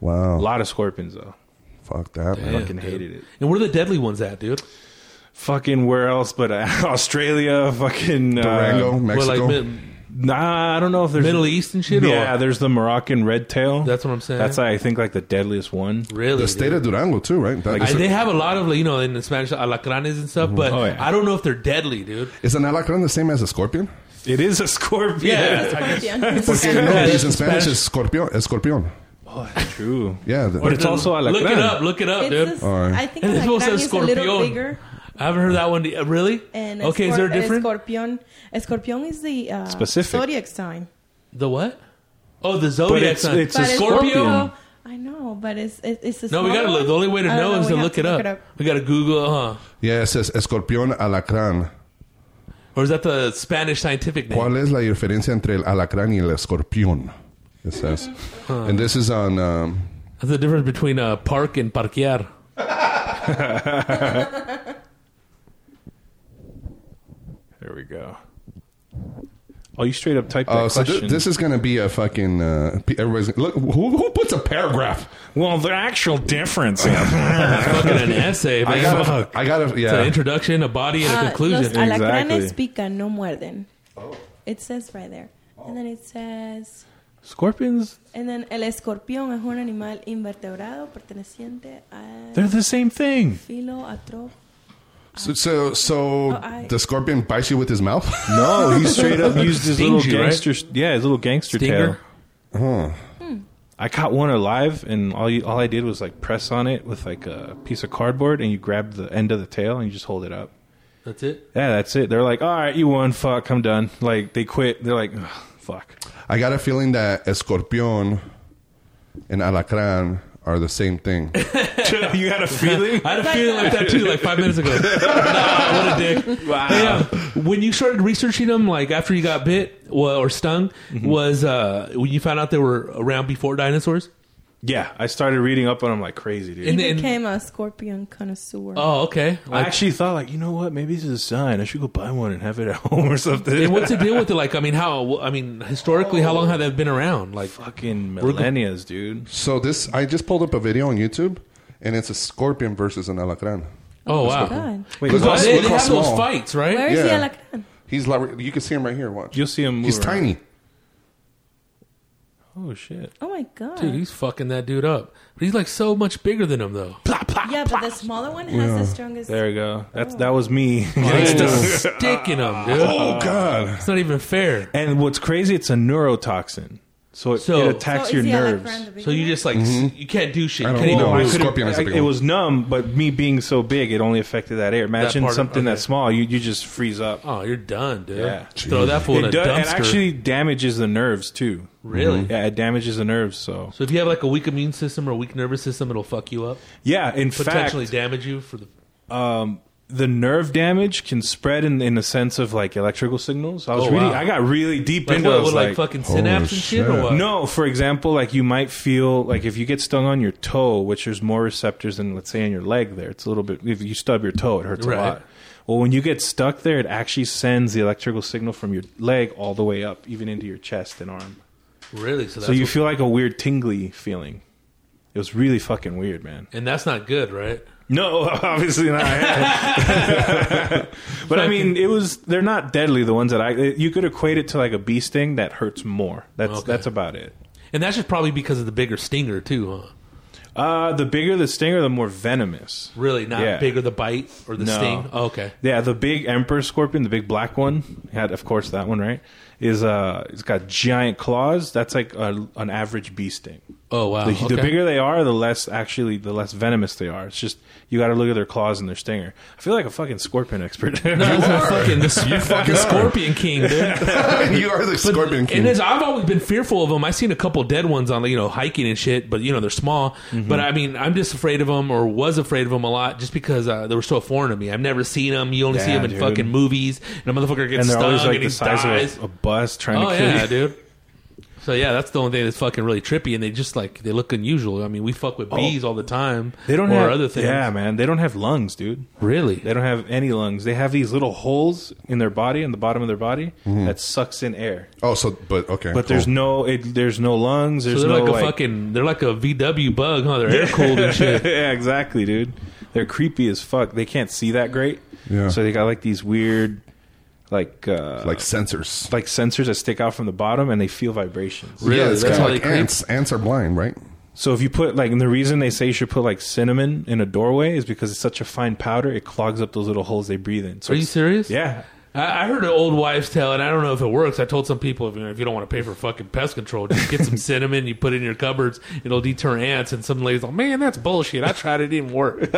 Wow.
a lot of scorpions though.
Fuck that, man.
Fucking hated it.
And where are the deadly ones at, dude?
Fucking where else but uh, <laughs> Australia, fucking uh,
Durango,
Where,
Mexico.
like mid,
Nah, I don't know if there's
Middle East and shit?
Yeah,
Or?
there's the Moroccan red tail.
That's what I'm saying.
That's I think like the deadliest one.
Really?
the state
dude.
of Durango too, right? That,
I-
is
they
it,
have a lot of, like, you know, in the Spanish, alacranes and
Mm-hmm.
stuff, but
Oh, yeah.
I don't know if they're deadly, dude.
is an alacrán the same as a scorpion?
It is a scorpion.
Yeah. <laughs>
Porque no,
Yeah,
it
that's
is in
the
Spanish
Spanish.
is scorpion. Escorpión.
Oh, that's <laughs> true.
Yeah. the-
But it's also alacrán.
Look it up. Look it up,
It's
dude.
a-
Alright.
I think
And it's supposed to
alacrán
say
is a little
scorpion.
bigger.
I haven't heard that one. uh, Really?
And
okay, is there a
escor-
different?
Escorpión, escorpión is the uh,
Specific.
zodiac sign.
The what? Oh, the zodiac
it's-
sign.
it's a But it's
Scorpio.
scorpion.
I know, but it's it, it's a
No, we
small
gotta look.
one.
The only way to
I don't
know is
we
to
have
look it, up. We gotta Google, uh huh?
Yeah, it says escorpión alacrán.
Or is that the Spanish scientific name?
¿Cuál es la diferencia entre el alacrán y el escorpión? It says, and this is on. Um,
That's the difference between uh, park and parquear.
There we go. Oh, you straight up typed that
uh, so
question.
th- this is going to be a fucking. Uh, pe- everybody's look. Who, who puts a paragraph?
well, the actual difference. yeah.
That's fucking an essay.
I
man.
got.
Fuck.
I got.
It's an
Yeah.
introduction, a body, and a
Uh,
conclusion.
Los alacranes
Exactly. Oh.
pican, no muerden. It says right there. And then it says,
<laughs> Scorpions,
and then el escorpión es un animal invertebrado perteneciente al
they're the same thing.
filo atrop.
So so, so
Oh, I-
the scorpion bites you with his mouth. <laughs>
No, he straight <laughs> up used his
Stings
little
you, right?
gangster. Yeah, his little gangster
Stinger?
tail. I caught one alive, and all you, all I did was like press on it with like a piece of cardboard, and you grab the end of the tail and you just hold it up.
That's it.
Yeah, that's it. They're like, all right, you won. Fuck, I'm done. Like they quit. They're like, "Ugh, fuck.
I got a feeling that escorpión and alacrán are the
<laughs>
same thing.
<laughs> you had a feeling.
I had a feeling like that too, like five minutes
<laughs>
ago. nah, what a dick!
Wow.
Yeah. When you started researching them, like after you got bit well, or stung,
Mm-hmm.
was uh, when you found out they were around before dinosaurs?
<laughs> Yeah, I started reading up on them like crazy, dude.
He
And then-
became a scorpion connoisseur.
Oh, okay.
I
Like,
actually thought like, you know what? Maybe this is a sign. I should go buy one and have it at <laughs> home or something.
and
<laughs>
what's the deal with it? Like, I mean, how? I mean, historically, how
Oh.
long have they been around? Like,
Fucking
We're go-
millennias, dude.
So this, I just pulled up a video on YouTube, and it's a scorpion versus an alacrán.
oh
my
wow.
God.
Wait,
Look
Well,
how-
they,
look
they
how
have those
small.
fights, right?
Where is the
Yeah.
alacrán?
He's like, you can see him right here. Watch.
you'll see him. Move
He's
around.
tiny.
Oh shit!
Oh my god.
Dude, he's fucking that dude up. But he's like so much bigger than him, though.
yeah, but the smaller one has the strongest.
There we go. That's that was <laughs> me.
It's just sticking him, dude.
<laughs> Oh
<laughs>
God!
It's not even fair.
and what's crazy? It's a neurotoxin, so it,
So-
it attacks
is
your
the
nerves.
alacrán the big
So you
one?
just like s- you can't do shit.
I
You
don't
can't
know.
even
I
move.
couldn't- Scorpion is a
I,
big
it
one.
was numb, but me being so big, it only affected that area. Imagine
part of-
something
okay.
that's small, you you just freeze up.
Oh, you're done, dude.
Yeah.
Throw that fool in
it
a
does,
dumpster.
it actually damages the nerves too. Mm-hmm.
Really?
Yeah, it damages the nerves. So
so if you have like a weak immune system or a weak nervous system, it'll fuck you up,
yeah, in fact,
potentially damage you for the.
um, the nerve damage can spread in, in the sense of like electrical signals. I was
Oh,
really,
wow.
I got really deep
Like,
into
what,
it.
what, like,
like,
fucking
holy
synapse and shit, or
shit.
what?
no, for example, like you might feel like if you get stung on your toe, which there's more receptors than let's say on your leg. There, it's a little bit. If you stub your toe, it hurts
Right.
a lot. Well, when you get stuck there, it actually sends the electrical signal from your leg all the way up, even into your chest and arm.
Really? So, that's
so you
what-
feel like a weird tingly feeling. It was really fucking weird, man.
and that's not good, right? <laughs>
No, obviously not. <laughs> but I mean, it was they're not deadly. The ones that I you could equate it to like a bee sting that hurts more. That's
Okay.
that's about it.
And that's just probably because of the bigger stinger too, huh?
Uh, the bigger the stinger, the more venomous.
Really, not
Yeah.
bigger the bite or the
No.
sting. Oh, okay,
Yeah, the big emperor scorpion, the big black one, had of course that one right. Is uh, it's got giant claws. That's like a, an average bee sting.
Oh, wow.
The, the
Okay.
bigger they are, the less actually, the less venomous they are. It's just you got to look at their claws and their stinger. I feel like a fucking
<laughs>
scorpion expert. <laughs>
that's a fucking you fucking scorpion king, dude.
you are the
But
scorpion king.
It is. I've always been fearful of them. I've seen a couple dead ones on, you know, hiking and shit, but, you know, they're small.
Mm-hmm.
But, I mean, I'm just afraid of them or was afraid of them a lot just because uh, they were so foreign to me. I've never seen them. You only see
Yeah,
them in
dude.
fucking movies, and a motherfucker gets
and they're
stung
always like
and
the
he
size
dies.
of a, a bus trying
oh,
to kill
yeah,
you.
dude. So, yeah, that's the only thing that's fucking really trippy, and they just, like, they look unusual. I mean, we fuck with bees all the time.
Oh. They don't
or
have
other things.
Yeah, man, they don't have lungs, dude.
Really?
They don't have any lungs. They have these little holes in their body, in the bottom of their body, that sucks in air.
oh, so but okay,
But there's
Mm-hmm. cool.
no, it, there's no lungs.
so
There's
they're
no
like a
like-
fucking, they're like a VW bug, huh? They're air cooled and
<laughs>
shit.
yeah, exactly, dude. They're creepy as fuck. They can't see that great.
Yeah.
So they got like these weird, like, uh,
like sensors.
like sensors that stick out from the bottom, and they feel vibrations.
Really?
Yeah, it's
That's
kind of
how
like
they creep?
ants. Ants are blind, right?
So if you put like, and the reason they say you should put like cinnamon in a doorway is because it's such a fine powder, it clogs up those little holes they breathe in. So
Are you
it's-
serious?
Yeah.
I I heard an old wives' tale, and I don't know if it works. I told some people, if you, know, if you don't want to pay for fucking pest control, just get some cinnamon. You put it in your cupboards; it'll deter ants. And some ladies, like, man, that's bullshit. I tried it, it didn't work.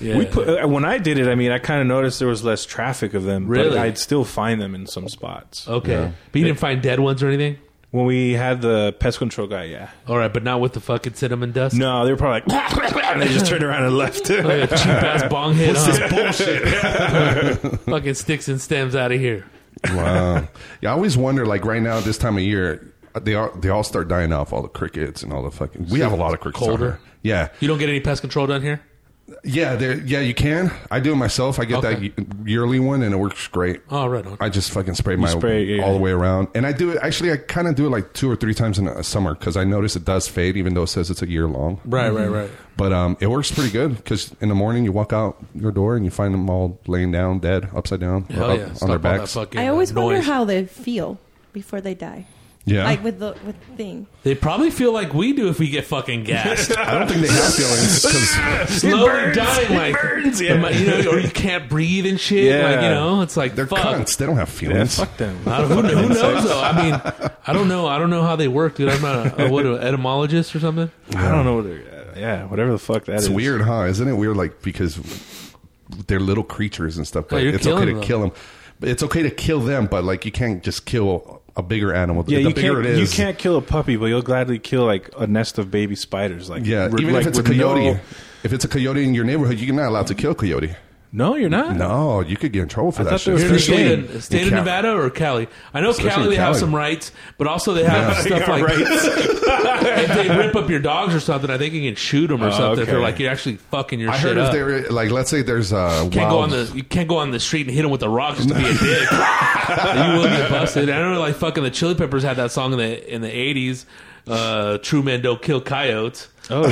yeah,
We put uh, when I did it. I mean, I kind of noticed there was less traffic of them.
Really?
but I'd still find them in some spots.
Oh.
okay, but you didn't find dead ones or anything.
When we had the pest control guy, yeah,
All right, but not with the fucking cinnamon dust.
no, they were probably like, <laughs> and they just turned around and left. <laughs>
Oh, yeah, <laughs> cheap ass bong hit. huh? <laughs>
bullshit.
fucking sticks and stems out of here. <laughs>
Wow. Yeah, I always wonder, like right now, this time of year, they all they all start dying off. All the crickets and all the fucking. We have a lot of crickets. out
Colder.
here. Yeah,
You don't get any pest control done here.
yeah, there. Yeah, you can. I do it myself. I get
Okay.
that y- yearly one, and it works great.
Oh, right on.
I just fucking spray my
spray it, yeah.
all the way around, and I do it. Actually, I kind of do it like two or three times in a summer because I notice it does fade, even though it says it's a year long.
right, right, right.
But um, it works pretty good because in the morning you walk out your door and you find them all laying down, dead, upside down, or
Hell
up
yeah!
Oh, on
Stop
their
all that
backs.
fucking
I always wonder
noise.
how they feel before they die.
yeah,
Like with the with the thing.
they probably feel like we do if we get fucking gassed.
I don't think they have feelings
<laughs>
'cause-
slower dying like
burns, yeah.
am I- you know or you can't breathe and shit like you
Yeah.
know it's like
They're
fuck.
cunts. They don't have feelings.
Fuck them.
I don't, who, who knows though I mean I don't know I don't know how they work dude I'm not a, a what an etymologist or something
I don't know. What they're, uh, yeah, whatever the fuck that is.
It's weird, huh? Isn't it weird? Like because they're little creatures and stuff. But
Oh, you're
it's okay
killing
to
them.
kill them. But it's okay to kill them. But like you can't just kill a bigger animal. The,
Yeah,
the
you
bigger it
can't,
is,
you can't kill a puppy, but you'll gladly kill like a nest of baby spiders. Like
Yeah,
re-
even
like,
if it's a
with no-
coyote. If it's a coyote in your neighborhood, you're not allowed to kill coyote.
No, you're not.
No, you could get in trouble for that
thought they
shit.
were
here in the
Especially
state, of- state of
Cal-
Nevada or Cali I know
Especially
Cali they
in
have
Cali.
some rights but also they have
<laughs>
<laughs>
stuff like if they rip up your dogs or something I think you can shoot them
Oh,
or something if
okay.
they're like you're actually fucking your
I
shit
heard
up
if they're like, let's say there's a
can't go on
wild.
the you can't go on the street and hit them with a rock just to be a dick.
<laughs>
you will get busted. I know, like fucking the Chili Peppers had that song in the in the eighties. Uh, true men don't kill coyotes. Oh,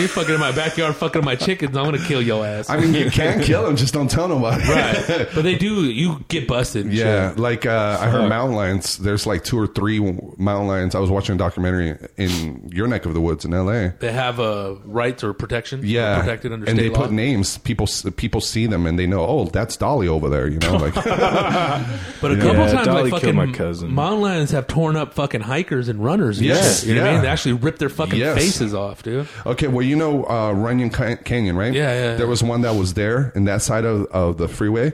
you fucking in my backyard, fucking my chickens. I'm gonna kill your ass.
I mean, you can kill them, just don't tell nobody.
right, but they do. You get busted. and
Yeah,
shit.
like uh, I heard mountain lions. There's like two or three mountain lions. I was watching a documentary in your neck of the woods in L.A.
they have uh, rights or protection. They're
Yeah,
protected under
and
state
they
law.
put names. People people see them and they know. Oh, that's Dolly over there. You know, like
but a couple
Yeah,
times,
Dolly
like
killed
fucking
my cousin.
mountain lions have torn up fucking hikers and runners. and
Yes,
shit. you know what I
yeah.
mean. They actually rip their fucking
Yes.
faces off, dude.
okay. Well, you know uh, Runyon Ca- Canyon, right?
Yeah, yeah, yeah.
There was one that was there in that side of, of the freeway.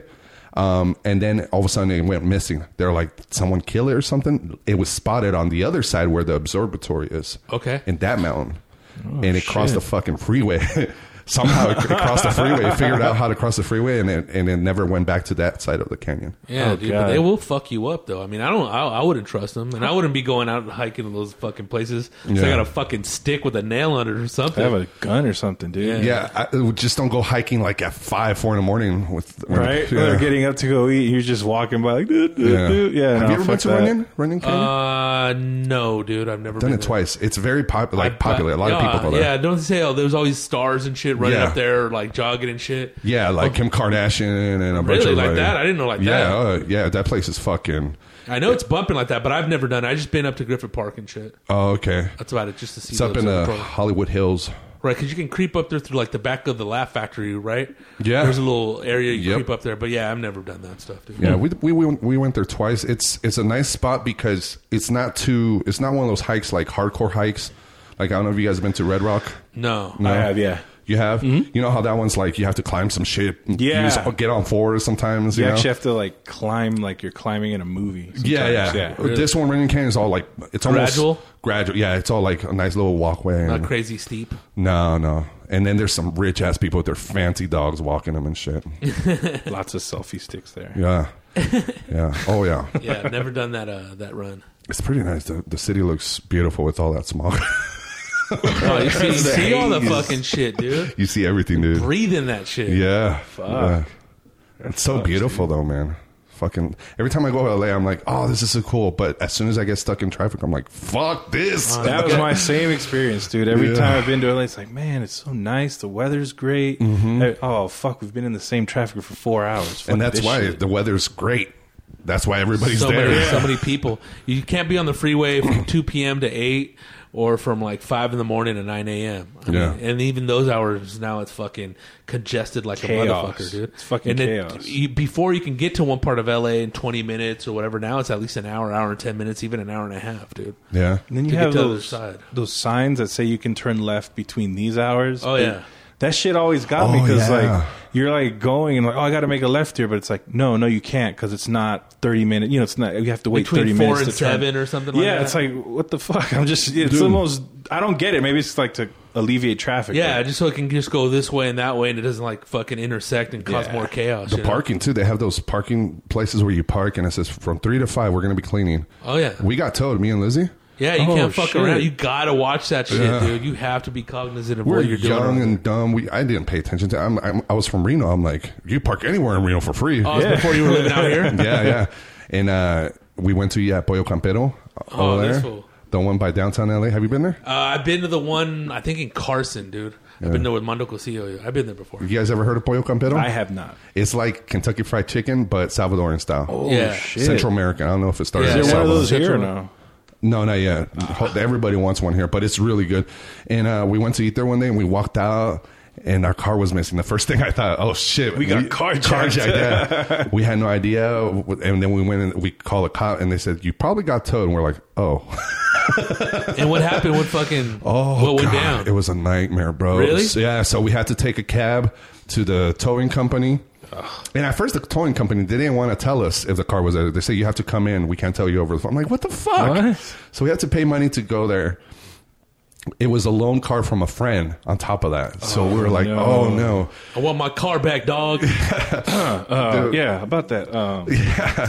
Um, and then all of a sudden it went missing. They're like, "Did someone kill it or something. It was spotted on the other side where the observatory is.
Okay. Oh,
in that mountain, and it crossed the fucking freeway. <laughs> somehow it crossed the freeway, figured out how to cross the freeway, and it, and it never went back to that side of the canyon.
Yeah,
Oh,
dude, but
God.
they will fuck you up though. I mean, I don't, I, I wouldn't trust them, and I wouldn't be going out and hiking to those fucking places. So I
Yeah.
got a fucking stick with a nail on it or
I have
something.
a gun or something, dude.
Yeah, I, just don't go hiking like at five, four in the morning with
Right? When
Yeah.
They're getting up to go eat. You're just walking by like, dude, dude,
Yeah.
dude. Yeah.
Have
no,
you ever been
fuck
to
that.
Runyon? Runyon Canyon?
uh, no, dude, I've never
Done
been
it
there.
twice. It's very pop-
I-
like popular. A lot of
yeah,
people go there.
Yeah, don't say oh, there's always stars and shit running
Yeah.
up there, like jogging and shit.
Yeah, like Kim Kardashian and a bunch
Oh. Really?
of
Like that? I didn't know like
yeah,
that.
uh, yeah, that place is fucking.
I know it's bumping like that, but I've never done. it. I just been up to Griffith Park and shit.
Oh, okay.
That's about it, just to see.
It's up
those
in uh, the
other parks.
Hollywood Hills.
Right, because you can creep up there through like the back of the Laugh Factory, right?
Yeah.
there's a little area you
Yep.
creep up there, but yeah, I've never done that stuff, dude.
Yeah, we, we we we went there twice. It's it's a nice spot because it's not too. It's not one of those hikes like hardcore hikes. Like I don't know if you guys have been to Red Rock.
No,
I have, yeah.
You have.
Hmm?
You know how that one's like you have to climb some shit.
Yeah.
use- get on fours sometimes.
You
You know?
actually have to like climb like you're climbing in a movie.
Yeah, yeah.
sometimes.
This one, Running Canyon, is all like it's almost
Gradual?
Gradual, yeah. It's all like a nice little walkway.
not
and-
crazy steep.
No, no. And then there's some rich ass people with their fancy dogs walking them and shit.
Lots of selfie sticks there.
Yeah. Yeah. Oh, yeah.
Yeah, I've never done that uh, that run.
It's pretty nice. The, the city looks beautiful with all that smog. <laughs>
Oh, you see, you
The
<laughs> see all the
haze.
fucking shit, dude.
you see everything, dude.
Breathe in that shit.
Yeah. Yeah. It's so beautiful, though, man. Fucking every time I go to LA, I'm like, oh, this is so cool. But as soon as I get stuck in traffic, I'm like, fuck this.
Oh, That was my same experience, dude. Every
Yeah.
time I've been to LA, it's like, man, it's so nice. The weather's great. Hey, Oh fuck, we've been in the same traffic for four hours. Fuck
Mm-hmm. and that's
this
why
shit.
the weather's great. That's why everybody's
so
there.
many, so many people. You can't be on the freeway from 2 p.m. to 8 or from like 5 in the morning to 9 a.m. I
Yeah.
mean, and even those hours now it's fucking congested like
Chaos.
a motherfucker, dude.
It's fucking
and it-
chaos.
you, before you can get to one part of LA in 20 minutes or whatever, now it's at least an hour, hour and 10 minutes, even an hour and a half, dude.
Yeah.
And then you
to get
have
to the other
those
side.
those signs that say you can turn left between these hours.
Oh,
Dude,
yeah.
that shit always got me
Oh,
because
yeah.
like you're like going and like oh I got to make a left here, but it's like no no you can't because it's not thirty minutes. You know it's not you have to wait
Between
thirty
four
minutes
and
to turn.
seven or something like
Yeah,
that.
it's like what the fuck? <laughs> I'm just it's
Dude.
almost I don't get it. Maybe it's like to alleviate traffic.
Yeah,
but-
just so it can just go this way and that way and it doesn't like fucking intersect and cause
Yeah.
more chaos.
The
you know?
parking too. They have those parking places where you park, and it says from three to five, we're going to be cleaning.
Oh, yeah.
we got towed. Me and Lizzie.
Yeah, you
Oh,
can't fuck
shit.
around. You gotta watch that shit,
Yeah.
dude. You have to be cognizant of
We're
what you're doing.
young and dumb. We I didn't pay attention to. I'm, I'm I was from Reno. I'm like, you park anywhere in Reno for free.
Oh, it's before you were living out
<laughs>
here?
yeah, yeah. And uh, we went to yeah, Pollo Campero.
Oh,
over
that's
there.
cool.
The one by downtown LA. Have you been there?
Uh, I've been to the one I think in Carson, dude. I've been there with Mondo Cosillo. I've been there before.
You guys ever heard of Pollo Campero?
I have not.
It's like Kentucky Fried Chicken, but Salvadoran style.
Oh, yeah.
Central American. I don't know if it started.
Yeah.
in
Is
Is there one of
Salvador.
those here or
Central-
no?
No, not yet. Ho- Everybody wants one here, but it's really good. And uh, we went to eat there one day, and we walked out, and our car was missing. The first thing I thought, oh shit, we
got carjacked. <laughs>
yeah. we had no idea, and then we went and we called a cop, and they said you probably got towed. And we're like, oh,
And what happened? What fucking?
<laughs> oh,
what went
God.
down?
It was a nightmare, bro.
Really?
So- yeah. So we had to take a cab to the towing company. And at first, the towing company they didn't want to tell us if the car was there. They say you have to come in. We can't tell you over the phone. I'm like, what the fuck?
What?
So we had to pay money to go there. It was a loan car from a friend. On top of that, so we were like,
no.
oh no.
I want my car back, dog.
Uh, yeah, about that.
<laughs>
Um,
it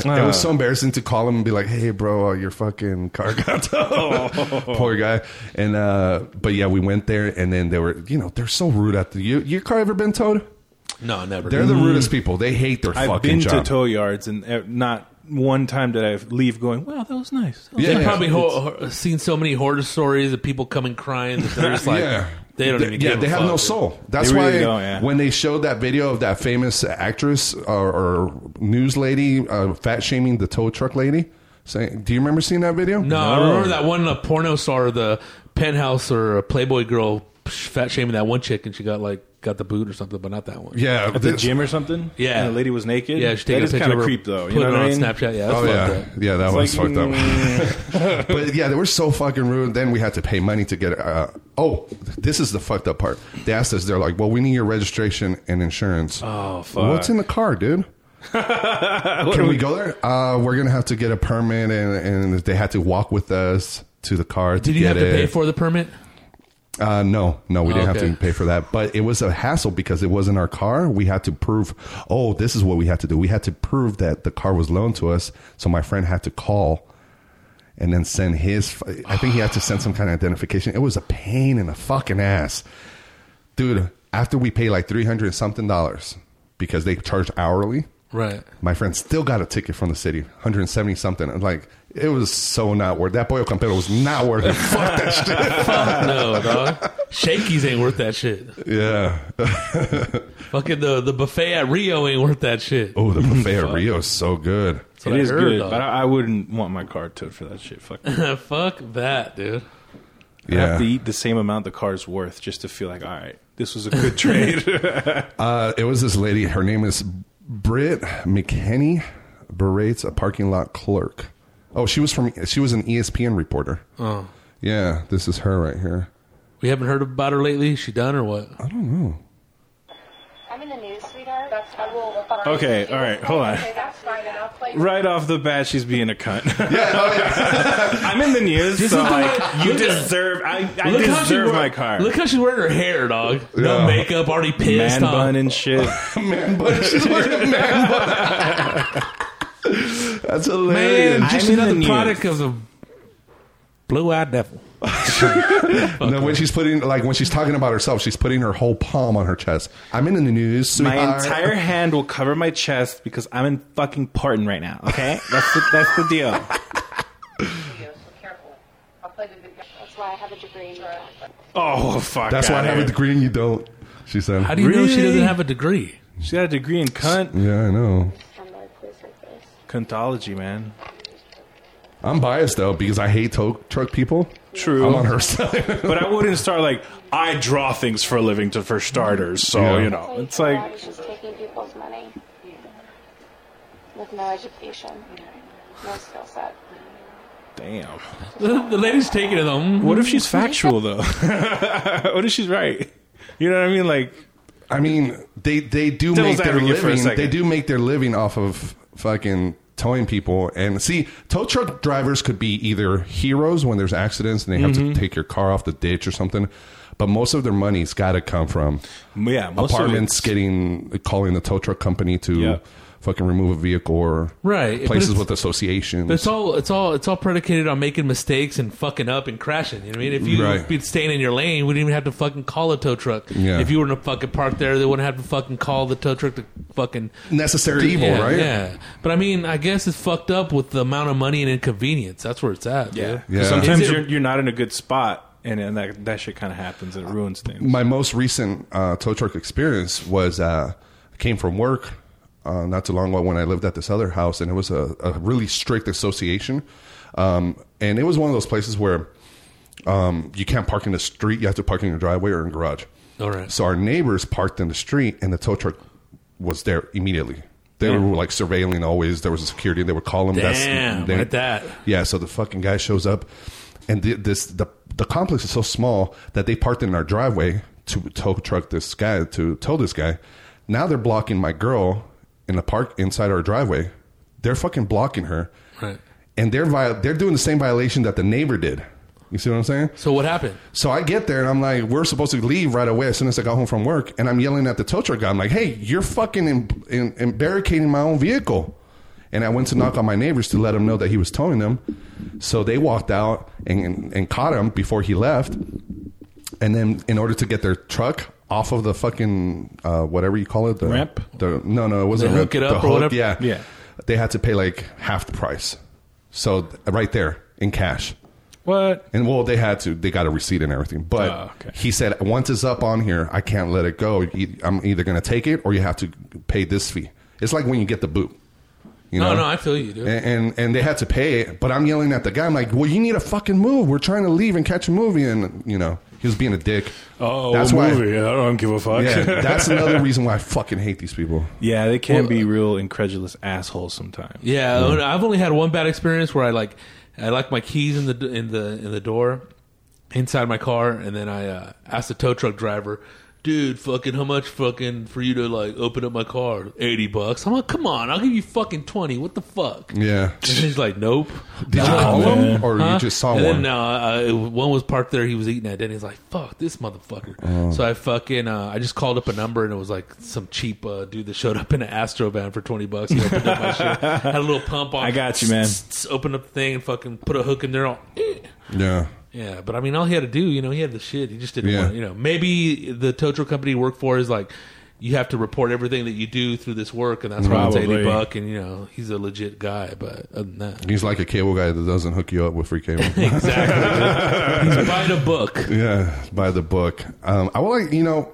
Ah.
was so embarrassing to call him and be like, "Hey, bro, uh, your fucking car <laughs> got towed."
Oh.
Poor guy. And uh, but yeah, we went there, and then they were, you know, they're so rude at the. You, your car ever been towed?
no, never. Mm.
They're the rudest people. They hate their
I've
fucking
been
job.
to tow yards and uh, not one time did I leave going, wow, that was nice. That was
Yeah,
They
yeah.
probably ho- ho- seen so many horror stories of people coming crying that they're just like
<laughs> yeah.
they don't
They-
even.
yeah,
give a
they have
fuck,
no
dude.
soul. That's
They
why
really don't, yeah.
when they showed that video of that famous actress or, or news lady uh, fat shaming the tow truck lady, saying, "Do you remember seeing that video?"
No, I remember that one uh, porno star, the penthouse or a Playboy girl, psh, fat shaming that one chick, and she got like got the boot or something, but not that one.
Yeah,
At the
this-
gym or something?
Yeah.
And the lady was naked?
yeah. She taking
That
a
is
picture
kinda
of her,
creep, though. You
putting
know
it
what
on
I mean?
Snapchat. Yeah, that's
Oh
fucked
yeah,
up.
yeah, that one's
like, mm,
fucked up. <laughs> but yeah, they were so fucking rude. Then we had to pay money to get. Uh, oh, this is the fucked up part. They asked us. They're like, "Well, we need your registration and insurance." Oh
fuck.
What's in the car, dude?
<laughs>
Can we go there? Uh, we're gonna have to get a permit, and, and they had to walk with us to the car to
Did you
get
have to
it.
pay for the permit?
Uh, no, no, we didn't
Okay.
have to pay for that. But it was a hassle because it was in our car. We had to prove, oh, this is what we had to do. We had to prove that the car was loaned to us. So my friend had to call and then send his, I think he had to send some kind of identification. It was a pain in the fucking ass. Dude, after we paid like 300 and something dollars because they charged hourly,
Right.
my friend still got a ticket from the city, 170 something. I'm like, it was so not worth That Pollo Campero was not
<laughs>
worth it. Fuck that shit.
No, dog. Shakey's ain't worth that shit.
Yeah.
Fucking the the buffet at Rio ain't worth that shit.
Oh, the
<laughs>
buffet at Rio is so good.
That's what
It
I
is
heard,
good,
dog. <laughs>
but I, I wouldn't want my car towed for that shit. Fuck. that.
Fuck that, dude.
I have to
Yeah.
eat the same amount the car's worth just to feel like, all right, this was a good <laughs> trade.
Uh, it was this lady. Her name is Britt McKenney. Berates a parking lot clerk. Oh, she was from. She was an E ESPN reporter.
Oh.
Yeah, this is her right
<laughs>
here.
We haven't heard about her lately. Is she done or what?
I don't know.
I'm in the news, sweetheart. That's I will work on it.
okay, all right, hold on.
Okay, that's fine, and I'll play.
Right off the bat, she's being a <laughs> cunt. <laughs> I'm in the news, so
is the
like,
way-
you
look at-
deserve. I, I
Look how she
deserve
wear-
my car.
Look how she's wearing her hair, dog.
Yeah.
No makeup, already pissed
Man
off.
bun
<laughs>
and shit.
Man, but she's wearing a man. bun. <laughs> That's hilarious.
Man,
I'm
just
in the
another
news.
product of the blue-eyed devil.
No, when she's putting, like when she's talking about herself, she's putting her whole palm on her chest. I'm in the news.
My
sweetheart.
entire hand will cover my chest because I'm in fucking Parton right now. Okay, that's the, that's the deal.
Video, so careful. I'll play the video. That's why I have a degree. in Right.
Oh fuck!
That's why I
outta
have a
here.
degree and you don't. She said.
How do you know she
Really?
doesn't have a degree?
She got a degree in cunt
yeah, I know.
I'm not a police like this.
cuntology, man.
I'm biased though because I hate tow truck people.
True.
I'm on her <laughs> side.
but I wouldn't start like I draw things for a living to for starters. So
Yeah.
you know, it's
I
like
was just taking people's money with no education, no skill set.
damn.
The, the lady's taking it on.
What if she's factual though? <laughs> what if she's right? You know what I mean? Like
I mean, they they do
Devil's
make their
advocate for a
living.
second.
They do make their living off of fucking towing people. And see, tow truck drivers could be either heroes when there's accidents and they have
Mm-hmm.
to take your car off the ditch or something. But most of their money's got to come from
yeah, most of
apartments
it's-
getting calling the tow truck company to
Yeah.
fucking remove a vehicle or
Right, but
places
it's-
with associations.
It's all it's all it's all predicated on making mistakes and fucking up and crashing. You know what I mean? If you
Right.
be staying in your lane, we didn't even have to fucking call a tow truck.
Yeah.
If you were to fucking park there, they wouldn't have to fucking call the tow truck to fucking
necessary evil,
yeah,
right?
Yeah. But I mean, I guess it's fucked up with the amount of money and inconvenience. That's where it's at.
Yeah.
Yeah.
Yeah.
Sometimes
Is it-
you're, you're not in a good spot, and, and that that shit kind of happens, and it ruins things.
my most recent uh, tow truck experience was uh, I came from work uh, not too long ago when I lived at this other house, and it was a, a really strict association. Um, and it was one of those places where um, you can't park in the street; you have to park in your driveway or in the garage.
All right.
So our neighbors parked in the street, and the tow truck was there immediately. They were like surveilling always. There was a security. They would call them.
Damn,
they-
at that.
yeah, so the fucking guy shows up, and the, this the the complex is so small that they parked in our driveway to tow truck this guy to tow this guy. Now they're blocking my girl in the park inside our driveway. They're fucking blocking her,
Right.
and they're viol- they're doing the same violation that the neighbor did. You see what I'm saying?
So what happened?
So I get there and I'm like, we're supposed to leave right away as soon as I got home from work. And I'm yelling at the tow truck guy. I'm like, hey, you're fucking in, in, in barricading my own vehicle. And I went to knock on my neighbors to let them know that he was towing them. So they walked out and, and, and caught him before he left. And then in order to get their truck off of the fucking uh, whatever you call it, the
Ramp?
The, no, no, it wasn't
They
ramp.
hook it
The
up or
hook,
whatever?
Yeah,
Yeah.
They had to pay like half the price. So th- right there in cash.
What?
And well, they had to. They got a receipt and everything. But
Ah,
Oh, okay.
he said, once it's up on here, I can't let it go. E- I'm either going to take it or you have to pay this fee. It's like when you get the boot. You know?
No, no, I feel you, dude.
and, and and they had to pay it, but I'm yelling at the guy. I'm like, "Well, you need to fucking move. We're trying to leave and catch a movie." And you know, he was being a dick.
Oh,
that's why.
I don't give a fuck. <laughs>
Yeah,
<laughs>
Yeah,
that's another reason why I fucking hate these people.
they can be real incredulous assholes sometimes.
Yeah, I've only had one bad experience where I like I like my keys in the in the in the door inside my car, and then I uh, asked the tow truck driver dude, fucking, how much fucking for you to like open up my car? 80 bucks. I'm like, come on, I'll give you fucking 20. What the fuck?
Yeah.
And <laughs> he's like, nope.
Did you call him or
Huh?
you just saw
and
one?
Then, no, I- I- one was parked there. He was eating at Denny's. Like fuck this motherfucker.
Oh.
So I fucking uh, I just called up a number and it was like some cheap uh, dude that showed up in an Astro van for twenty bucks. He opened up my shit,
<laughs>
had a little pump on.
I got you, man.
Opened up the thing and fucking put a hook in there. All, eh.
Yeah.
yeah, but I mean, all he had to do, you know, he had the shit. He just didn't
Yeah.
want, you know. Maybe the tow truck company he worked for is like. You have to report everything that you do through this work, and that's why it's eighty
Probably.
buck. And you know he's a legit guy, but other than that,
He's like a cable guy that doesn't hook you up with free cable.
exactly, he's buying a book.
yeah, by the book. Um, I would like, you know,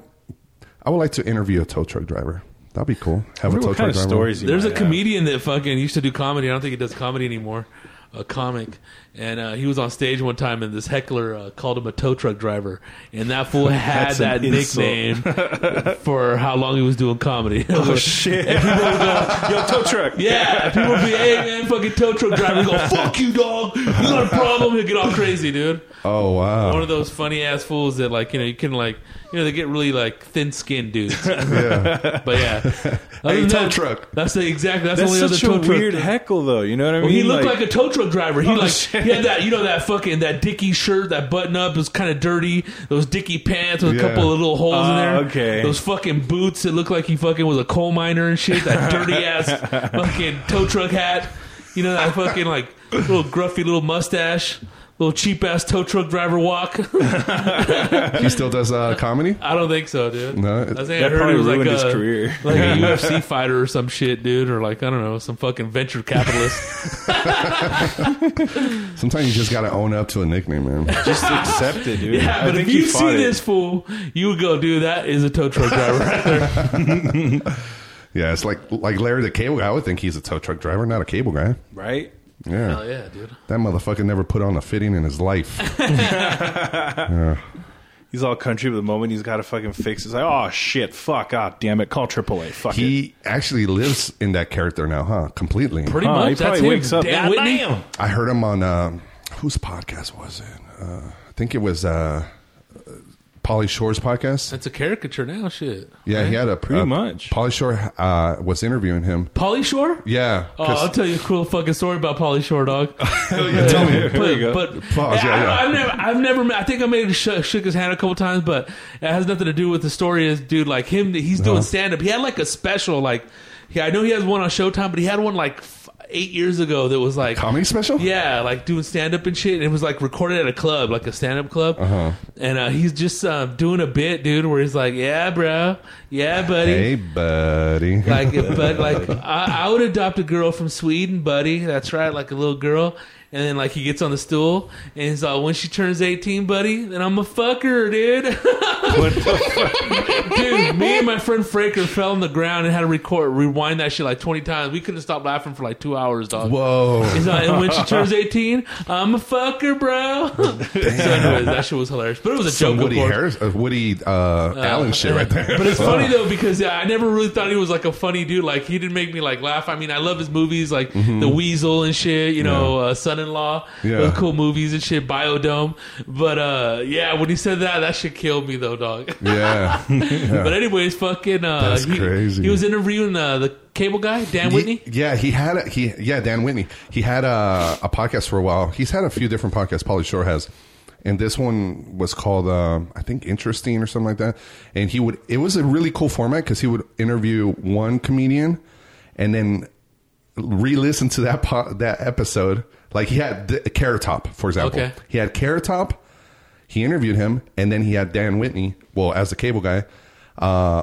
I would like to interview a tow truck driver. That'd be cool. Have a tow truck
What kind of
driver.
stories? you
There's a
might have.
comedian that fucking used to do comedy. I don't think he does comedy anymore. A comic, and uh, he was on stage one time, and this heckler uh, called him a tow truck driver, and that
<laughs>
fool had
That's an
that
insult.
nickname
<laughs>
for how long he was doing comedy. <laughs> Oh
shit. <laughs>
And people would go,
Yo, tow truck.
<laughs> yeah, and people would be, hey man, fucking tow truck driver, go fuck you, dog. You got a problem? He'll get all crazy, dude.
Oh wow.
One of those funny ass fools that like you know you can like you know they get really like thin skinned
<laughs>
dudes. But yeah, Other
Hey,
than
tow
that,
truck.
That's the exactly. That's,
That's
the only
such
other
a
tow truck.
weird heckle, though. You know what I mean?
Well, he looked like, a tow truck driver. He
Oh,
like
shit.
he had that you know that fucking that dicky shirt, that button up was kind of dirty. Those dicky pants with a
Yeah.
couple of little holes in
Oh,
there.
okay.
Those fucking boots that looked like he fucking was a coal miner and shit. That
<laughs>
dirty ass fucking tow truck hat. You know that fucking like little gruffy little mustache. Little cheap ass tow truck driver walk. <laughs>
He still does uh, comedy.
I don't think so, dude.
No,
I think I
that
heard
probably
it was
ruined
like
his
a,
career.
like
<laughs>
a UFC fighter or some shit, dude, or like I don't know, some fucking venture capitalist.
<laughs>
Sometimes you just got to own up to a nickname,
<laughs>
man.
Just accept it, dude.
<laughs> Yeah,
I
but
think
if
he
you see
fought it.
this fool, you would go, dude, that is a tow truck driver right
<laughs>
there.
Yeah, it's like like Larry the Cable Guy. I would think he's a tow truck driver, not a cable guy.
right?
Yeah,
Hell yeah, dude.
that motherfucker never put on a fitting in
<laughs>
his life.
He's all country, but the moment he's got to fucking fix, it's like, oh shit, fuck, ah, damn it, call AAA, fuck it.
he actually lives in that character now, huh? Completely.
Pretty
Huh,
much.
he
that's
probably
him.
wakes up.
Dan
"God
Whitney.
damn."
I heard him on um whose podcast was it? Uh, I think it was uh, Polly Shore's podcast.
That's a caricature now, shit.
Yeah, he had a
Pretty
uh,
much.
Polly Shore uh, was interviewing him.
Polly Shore?
Yeah,
Oh,
'cause-
I'll tell you a cool fucking story about Polly Shore,
<laughs>
dog.
tell me.
But,
There you go.
but
Pause, yeah,
I,
yeah.
have never, I've never met. I think I made shook, shook his hand a couple times, but it has nothing to do with the story. Is dude like him? He's doing stand up. He had like a special, like yeah, I know he has one on Showtime, but he had one like f- eight years ago that was like
comedy special.
Yeah, like doing stand up and shit. And it was like recorded at a club, like a stand up club.
Uh-huh.
And uh, he's just uh, doing a bit, dude, where he's like, "Yeah, bro, yeah, buddy."
Hey, buddy.
Like, but like, I, I would adopt a girl from Sweden, buddy. That's right, like a little girl. And then like he gets on the stool and he's like, "When she turns eighteen, buddy, then I'm a fucker, dude." dude, me and my friend Fraker fell on the ground and had to record, rewind that shit like twenty times. We couldn't stop laughing for like two hours, dog.
<laughs> Whoa.
<laughs> He's like, and when she turns 18, I'm a fucker, bro. <laughs> so, anyways, that shit was hilarious. But it was a
Some
joke,
Woody
of course.
Harris, uh, Woody uh, Allen shit right there.
But it's funny though because yeah, I never really thought he was like a funny dude. Like he didn't make me like laugh. I mean, I love his movies like The Weasel and shit. You know, uh, Son-in-Law,
Mm-hmm. Yeah.
those cool movies and shit. Biodome. But uh, yeah, when he said that, that shit killed me though, dog.
<laughs> Yeah.
<laughs>
Yeah.
But anyways, fucking. Uh,
That's
he,
crazy.
He was interviewing uh, the cable guy, Dan Whitney.
He- yeah, he had a, he yeah Dan Whitney. He had a, a podcast for a while. He's had a few different podcasts. Polly Shore has, and this one was called um, I think Interesting or something like that. And he would it was a really cool format because he would interview one comedian, and then re-listen to that po- that episode. Like he had the, Carrot Top, for example.
Okay.
He had Carrot Top. He interviewed him, and then he had Dan Whitney, well, as the cable guy, uh,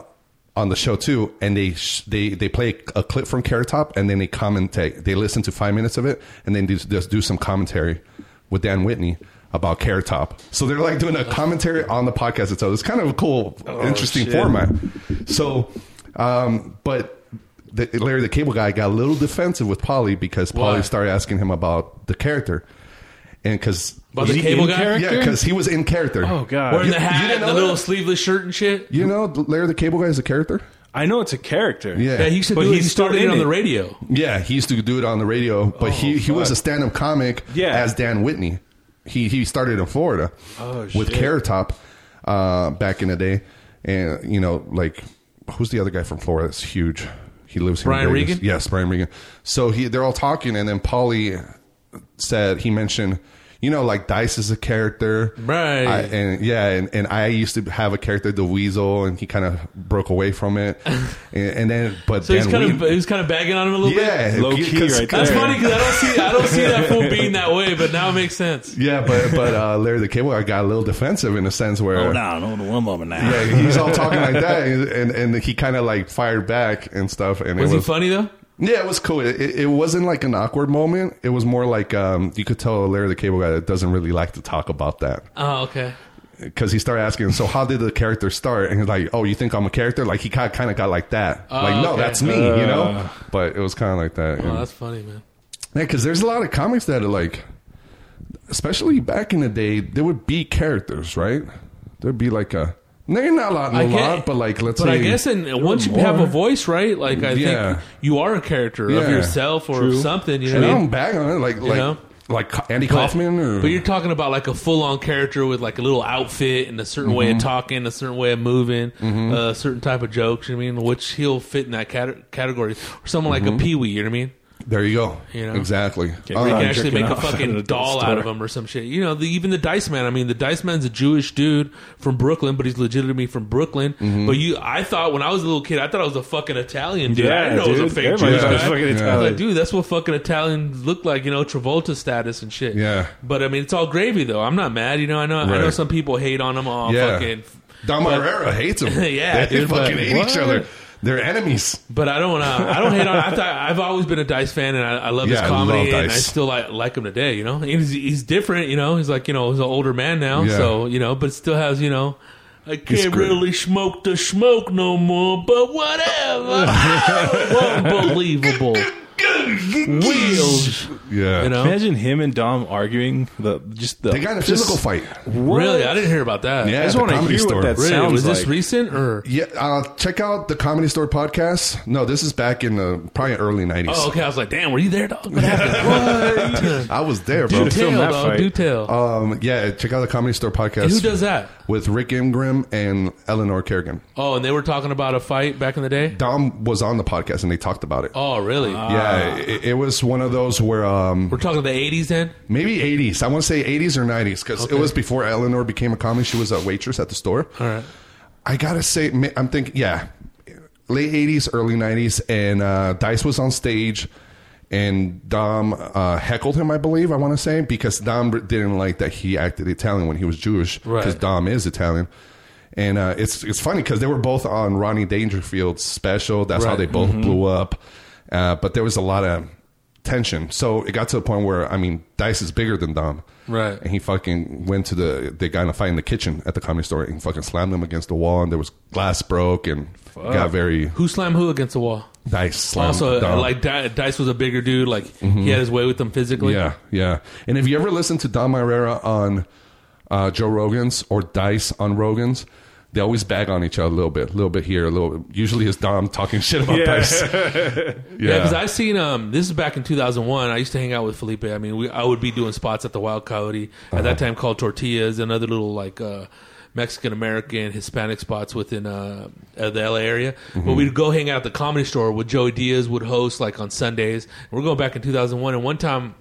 on the show too. And they sh- they they play a clip from Carrot Top, and then they commentate. They listen to five minutes of it, and then do, just do some commentary with Dan Whitney about Carrot Top. So they're like doing a commentary on the podcast itself. It's kind of a cool, interesting
shit.
format. So, um, but the, Larry the Cable Guy got a little defensive with Polly because Polly
Why?
started asking him about the character, and because
About the cable guy?
yeah, because he was in character.
Oh god,
Wearing the
you
hat, and
didn't
the
know
little
that?
sleeveless shirt and shit.
You know, Larry the Cable Guy is a character.
I know it's a character.
Yeah.
Yeah, he used to
But
do it.
he's
He started it
still in
on the
it.
radio.
Yeah, he used to do it on the radio, but
Oh,
he, he was
fuck.
a stand up comic
Yeah.
as Dan Whitney. He he started in Florida
Oh,
with
shit.
Carrot Top uh, back in the day. and you know, like who's the other guy from Florida? That's huge. He lives here. in
Brian
Vegas.
Regan?
Yes, Brian Regan. So he, they're all talking, and then Polly said he mentioned, you know, like Dice is a character,
Right.
I, and yeah, and, and I used to have a character, the Weasel, and he kind of broke away
<laughs>
from it, and, and then but
So
then
he's kind
we-
of he's kind of bagging on him a little bit.
yeah,
Low key
'cause-
right
That's
there.
funny because I don't see I don't see that fool being that way, but now it makes sense.
Yeah, but but uh, Larry the Cable Guy got a little defensive in a sense where
Oh,
down, hold on one moment now.
yeah, he's all talking
<laughs>
like that, and and, and he kind of like fired back and stuff. And
Was
it
he
was
funny though?
yeah, it was cool. It, it it wasn't like an awkward moment. It was more like um, you could tell Larry the Cable Guy that doesn't really like to talk about that
Oh, okay.
because he started asking, so how did the character start? And he's like, oh, you think I'm a character? Like he kind of got like that. like no,
Oh, okay. Uh.
that's me, you know. But it was kind of like that.
Oh,
and-
that's funny, man.
yeah, because there's a lot of comics that are like, especially back in the day, there would be characters, right? There'd be like a, maybe not a lot, a
I can't-
lot, but like let's
But
say,
I guess in, once you
were
have a
more.
voice, right? Like I
Yeah.
think you are a character of
Yeah.
yourself or of
True.
something. You know
and
what
I
I mean?
don't bag on it, like like
know?
like Co- Andy
But-
Kaufman, or,
But you're talking about like a full on character with like a little outfit and a certain way
Mm-hmm.
of talking, a certain way of moving, a certain type of jokes. You know what I mean, which he'll fit in that cate- category, or someone like
Mm-hmm.
a Pee Wee. You know what I mean?
there you go,
You know?
exactly.
All
They can
right,
Uh,
actually
jerking
make a
off at an
fucking
adult
doll out
store.
of him or some shit. You know, the, even the Dice Man. I mean, the Dice Man's a Jewish dude from Brooklyn, but he's legitimately from Brooklyn.
Mm-hmm.
But you, I thought when I was a little kid, I thought I was a fucking Italian dude. I
Yeah,
didn't know it was a
dude.
fake
Everybody
Jewish
thought it was
guy.
fucking
I was
Italian.
like, dude, that's what fucking Italians look like. You know, Travolta status and shit.
Yeah.
But I mean, it's all gravy though. I'm not mad. You know, I know. I know
Right.
some people hate on him. All
yeah,
fucking.
Don
but-
Herrera hates him.
<laughs> Yeah,
they
dude,
fucking
but
hate each
what?
other. They're enemies.
But I don't. Uh, I don't hate on. I thought, I've always been a Dice fan, and I, I love
Yeah, I
his
love
comedy, and I
Dice.
still like like him today. You know, he's he's different. You know, he's like you know he's an older man now,
Yeah.
so you know, but still has you know. I can't
great.
really smoke the smoke no more, but
<laughs>
whatever. Unbelievable wheels.
Yeah,
You know,
Imagine him and Dom arguing the just the
they got in a
just-
physical fight.
What?
really, I didn't hear about that.
Yeah,
I just
at the
want to
comedy
hear
store.
what that
really,
sounds
was this
like.
recent or?
Yeah, uh, check out the Comedy Store podcast. No, this is back in the probably early nineties.
Oh, okay. I was like, damn, were you there, dog? What
<laughs>
happened?
I was there, bro.
do tell,
Film that
dog.
fight.
Do tell.
Um, yeah, check out the Comedy Store podcast.
And who does that?
With Rick Ingram and Eleanor Kerrigan.
Oh, and they were talking about a fight back in the day.
Dom was on the podcast and they talked about it.
Oh, really?
yeah, it, it was one of those where um,
We're talking the '80s then.
maybe 80s. I want to say 80s or 90s because
Okay.
it was before Eleanor became a comic. She was a waitress at the store.
All right.
I gotta say, ma- I'm thinking, yeah, late '80s, early '90s, and uh, Dice was on stage, and Dom uh, heckled him, I believe, I want to say, because Dom didn't like that he acted Italian when he was Jewish,
Right.
because Dom is Italian. And uh, it's it's funny because they were both on Ronnie Dangerfield's special. That's how
Right. Mm-hmm.
they both blew up. Uh, but there was a lot of tension, so it got to the point where I mean, Dice is bigger than Dom,
Right.
and he fucking went to the they got in a fight in the kitchen at the comedy store and fucking slammed them against the wall and there was glass broke and got very
Who slammed who against the wall?
dice slammed.
Also, uh,
down.
like Di- Dice was a bigger dude. Like he had his way with them physically.
yeah, yeah. And if you ever listen to Don Herrera on uh, Joe Rogan's or Dice on Rogan's, they always bag on each other a little bit, a little bit here, a little. Usually, it's Dom talking <laughs> shit about Dice.
<laughs> Yeah, because I've seen um. This is back in 2001. I used to hang out with Felipe. I mean, we I would be doing spots at the Wild Coyote at that time called Tortillas, another little like uh, Mexican American Hispanic spots within uh, uh, the LA area. But we'd go hang out at the Comedy Store with Joey Diaz would host like on Sundays. We're going back in 2001, and one time.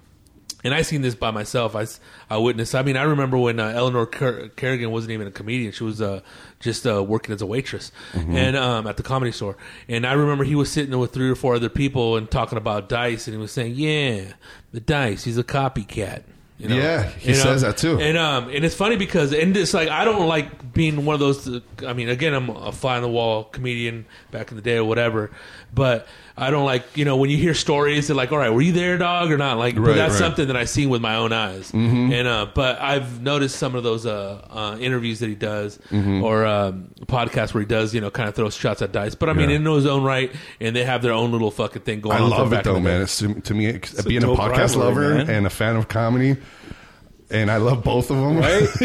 And I seen this by myself. I, s- I witnessed. I mean, I remember when uh, Eleanor Ker- Kerrigan wasn't even a comedian; she was uh, just uh, working as a waitress,
Mm-hmm.
and um, at the comedy store. And I remember he was sitting there with three or four other people and talking about Dice, and he was saying, "Yeah, the Dice, he's a copycat." You
Yeah, he says that too.
And um, and it's funny because and it's like I don't like being one of those. I mean, again, I'm a fly on the wall comedian back in the day or whatever, but I don't like you know when you hear stories. They're like, all right, were you there, dog, or not? Like, but
Right, Mm-hmm.
that's
right.
something that I seen with my own eyes. And uh, but I've noticed some of those uh, uh, interviews that he does
Mm-hmm.
or um, podcasts where he does, you know, kind of throws shots at dice. But I mean,
Yeah.
in his own right, and they have their own little fucking thing going.
I
on from
love it
back in
though,
the day.
man. It's, to, to me, it's- being a
dope
podcast
rivalry,
lover
man.
and a fan of comedy, and I love both of them.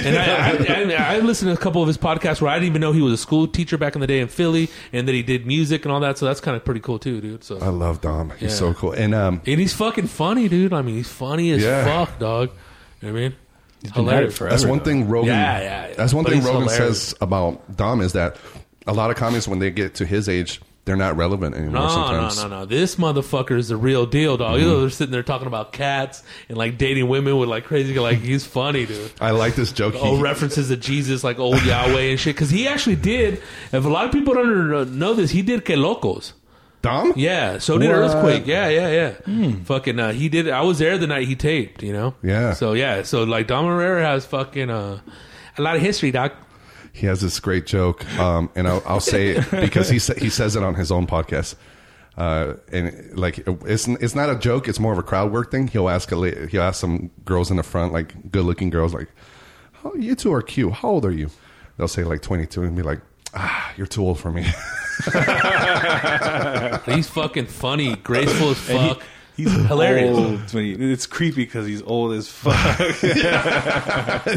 And I, I, I, I listened to a couple of his podcasts where I didn't even know he was a school teacher back in the day in Philly, and that he did music and all that. So that's kind of pretty cool too, dude. So
<laughs> I love Dom. He's
Yeah.
so cool. And um,
and he's fucking funny, dude. I mean, he's funny as
Yeah.
fuck, dog. You know what I mean, he's
been at it forever.
That's one thing Rogan.
Yeah, yeah, yeah.
That's one
But
thing
he's
Rogan
hilarious.
says about Dom is that a lot of comedians when they get to his age, they're not relevant anymore.
No,
sometimes
no, no, no. This motherfucker is the real deal, dog. You know, they're sitting there talking about cats and like dating women with like crazy, like he's funny, dude.
I like this joke. <laughs>
Oh,
he,
references to Jesus, like old Yahweh and shit. Because he actually did. If a lot of people don't uh, know this, he did Que Locos.
Dom.
Yeah, so did
What?
Earthquake. Yeah, yeah, yeah. Fucking, uh, he did. I was there the night he taped. You know.
Yeah.
So yeah, so like Dom Herrera has fucking uh, a lot of history, doc.
he has this great joke, um, and I'll, I'll say it because he sa- he says it on his own podcast. Uh, and like it's it's not a joke; it's more of a crowd work thing. He'll ask a la- he'll ask some girls in the front, like good looking girls, like, "Oh, you two are cute. How old are you?" They'll say like twenty two, and be like, "Ah, you're too old for me." <laughs>
He's fucking funny, graceful
<laughs>
as
And he-
fuck.
he's
<laughs> Hilarious.
old when he- it's creepy because he's old as fuck.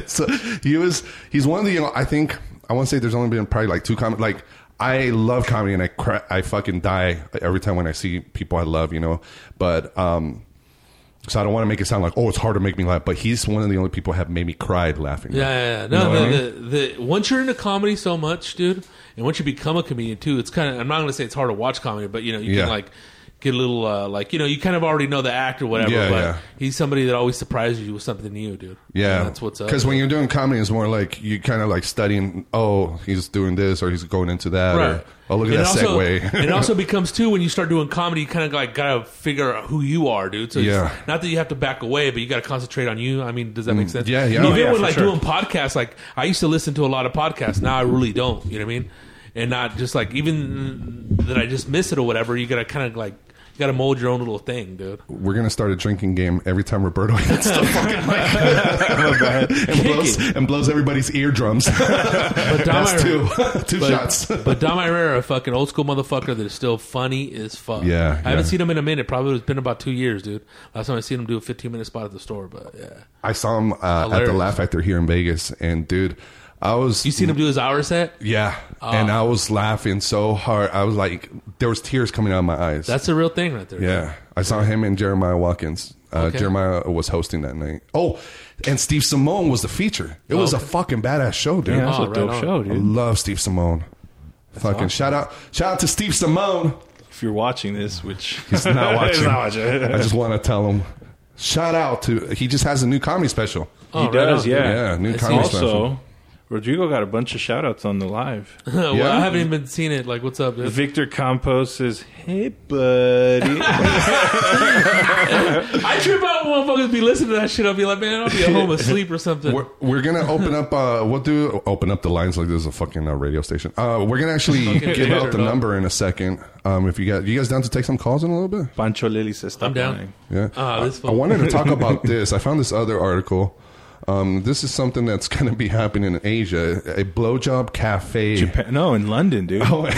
<laughs> so he was he's one of the you know, I think I want to say there's only been probably like two com like I love comedy and I cra- I fucking die every time when I see people I love you know but um so I don't want to make it sound like oh it's hard to make me laugh but he's one of the only people who have made me cry laughing
Yeah, yeah, yeah.
You know
No,
what I
the, the, the once you're into comedy so much, dude, and once you become a comedian too, it's kind of. I'm not going to say it's hard to watch comedy, but you know, you
Yeah.
can like get a little uh, like you know, you kind of already know the act or whatever.
Yeah,
but
yeah.
he's somebody that always surprises you with something new, dude.
yeah
And that's what's up.
because when you're doing comedy it's more like you kind of like studying oh he's doing this or he's going into that or oh look at
And
that
also-
segue <laughs>
it also becomes too when you start doing comedy, you kind of like gotta figure out who you are, dude. So
Yeah.
it's, not that you have to back away, but you gotta concentrate on you. I mean, does that make sense?
yeah, yeah.
Even
Oh, yeah,
with
for
like
sure.
doing podcasts, like I used to listen to a lot of podcasts. Now I really don't. You know what I mean? And not just like even that I just miss it or whatever. You gotta kind of like you gotta mold your own little thing, dude.
we're gonna start a drinking game every time Roberto <laughs> hits the fucking
<laughs> Oh,
mic <laughs> and, blows, and blows everybody's eardrums.
But Dom
<laughs> That's two, <laughs> two
but, <laughs>
shots.
but Dom Irera, a fucking old school motherfucker that is still funny as fuck.
Yeah,
I haven't
yeah.
seen him in a minute. Probably it's been about two years, dude. Last time I seen him do a 15 minute spot at the store, but yeah.
I saw him uh, at the
Hilarious.
Laugh Factor here in Vegas, and dude, I was
You seen him Ah. do his hour set?
yeah, and I was laughing so hard. I was like, there was tears coming out of my eyes.
That's a real thing right there.
yeah, I saw him and Jeremiah Watkins. Uh,
Okay.
Jeremiah was hosting that night. Oh, and Steve Simone was the feature. It was
Oh, okay.
a fucking badass show, dude.
Yeah.
That's
Oh,
a
right
dope
on.
show,
I
dude.
love Steve Simone. Fucking shout out, shout out to Steve Simone.
If you're watching this, which
<laughs> He's not watching.
<laughs> He's not
<laughs>
watching.
I just want to tell him. Shout out to he just has a new comedy special.
Oh,
he does,
on,
yeah.
dude.
Yeah, new
It's
comedy special.
Also, Rodrigo got a bunch of shout outs on
<laughs>
the live.
<laughs> well,
Yeah.
I haven't even seen it. Like, what's up, dude?
Victor Campos says,
<laughs>
Hey, buddy.
I trip out when motherfuckers be listening to that shit. I'll be like, man, I'll be at home asleep or something.
We're, we're gonna open up. Uh, we'll do open up the lines like this is a fucking uh, radio station. Uh, we're gonna actually
Fucking
give out
weird,
the
dog.
number in a second. Um, if you got you guys down to take some calls in a little bit,
Pancho Lily says, Stop
I'm down.
lying."
yeah.
Ah, this
I, I
fuck.
wanted to
<laughs>
talk about this. I found this other article. Um, this is something that's gonna be happening in Asia. A blowjob cafe.
Japan- No, in London, dude. <laughs> Fuck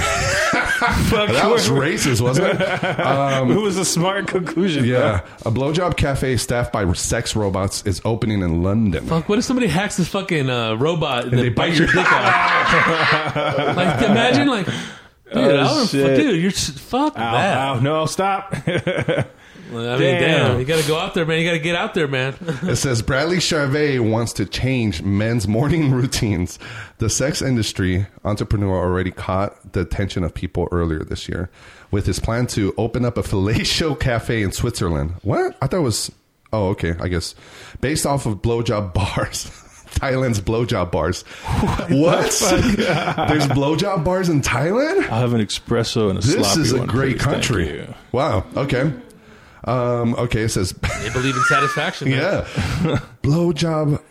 Oh. <laughs> That
you. <laughs>
was racist, wasn't it?
it was a smart conclusion.
Yeah, a blowjob cafe staffed by sex robots is opening in London.
Fuck, what if somebody hacks this fucking uh, robot and,
they
then bites
bite
your dick off?
<laughs>
like, imagine, like, dude, I don't,
Oh, shit.
dude you're just, fuck
Ow,
that.
ow, no,
<laughs>
stop.
I mean, damn.
Damn.
you got to go out there, man. You got to get out there, man.
It says Bradley Charvet wants to change men's morning <laughs> routines. The sex industry entrepreneur already caught the attention of people earlier this year with his plan to open up a fellatio <laughs> cafe in Switzerland. What? I thought it was. Oh, okay. I guess based off of blowjob <laughs> bars. Thailand's blowjob bars. What? <laughs> There's blowjob bars in Thailand?
I'll have an espresso and a
This
sloppy
is a
one,
great
please. Thank
country.
you.
Wow. Okay. Um, okay. It says, <laughs>
they believe in satisfaction. man.
<laughs>
yeah, blowjob.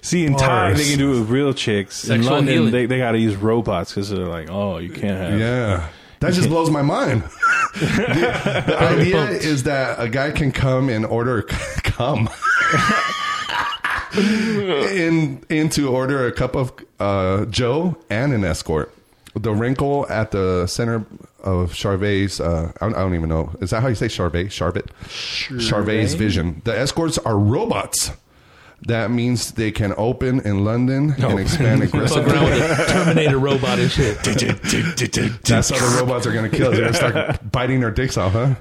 See, in Thai,
Bars.
they can do it with real chicks. In
Sexual
London,
healing.
they, they got to use robots because they're like, oh, you can't have.
Yeah, that just blows my mind. the, the idea
pumped.
is that a guy can come and order <laughs> come in in to order a cup of uh, Joe and an escort. The wrinkle at the center of Charvet's, uh, I, don't, I don't even know. Is that how you say Charvet? Charbet? Charvet's vision. The escorts are robots. That means they can open in London and expand
Fuck
aggressively.
around with a Terminator robot and
<laughs>
shit.
That's how the robots are going to kill us. They're going to
<laughs>
start biting their dicks off, huh?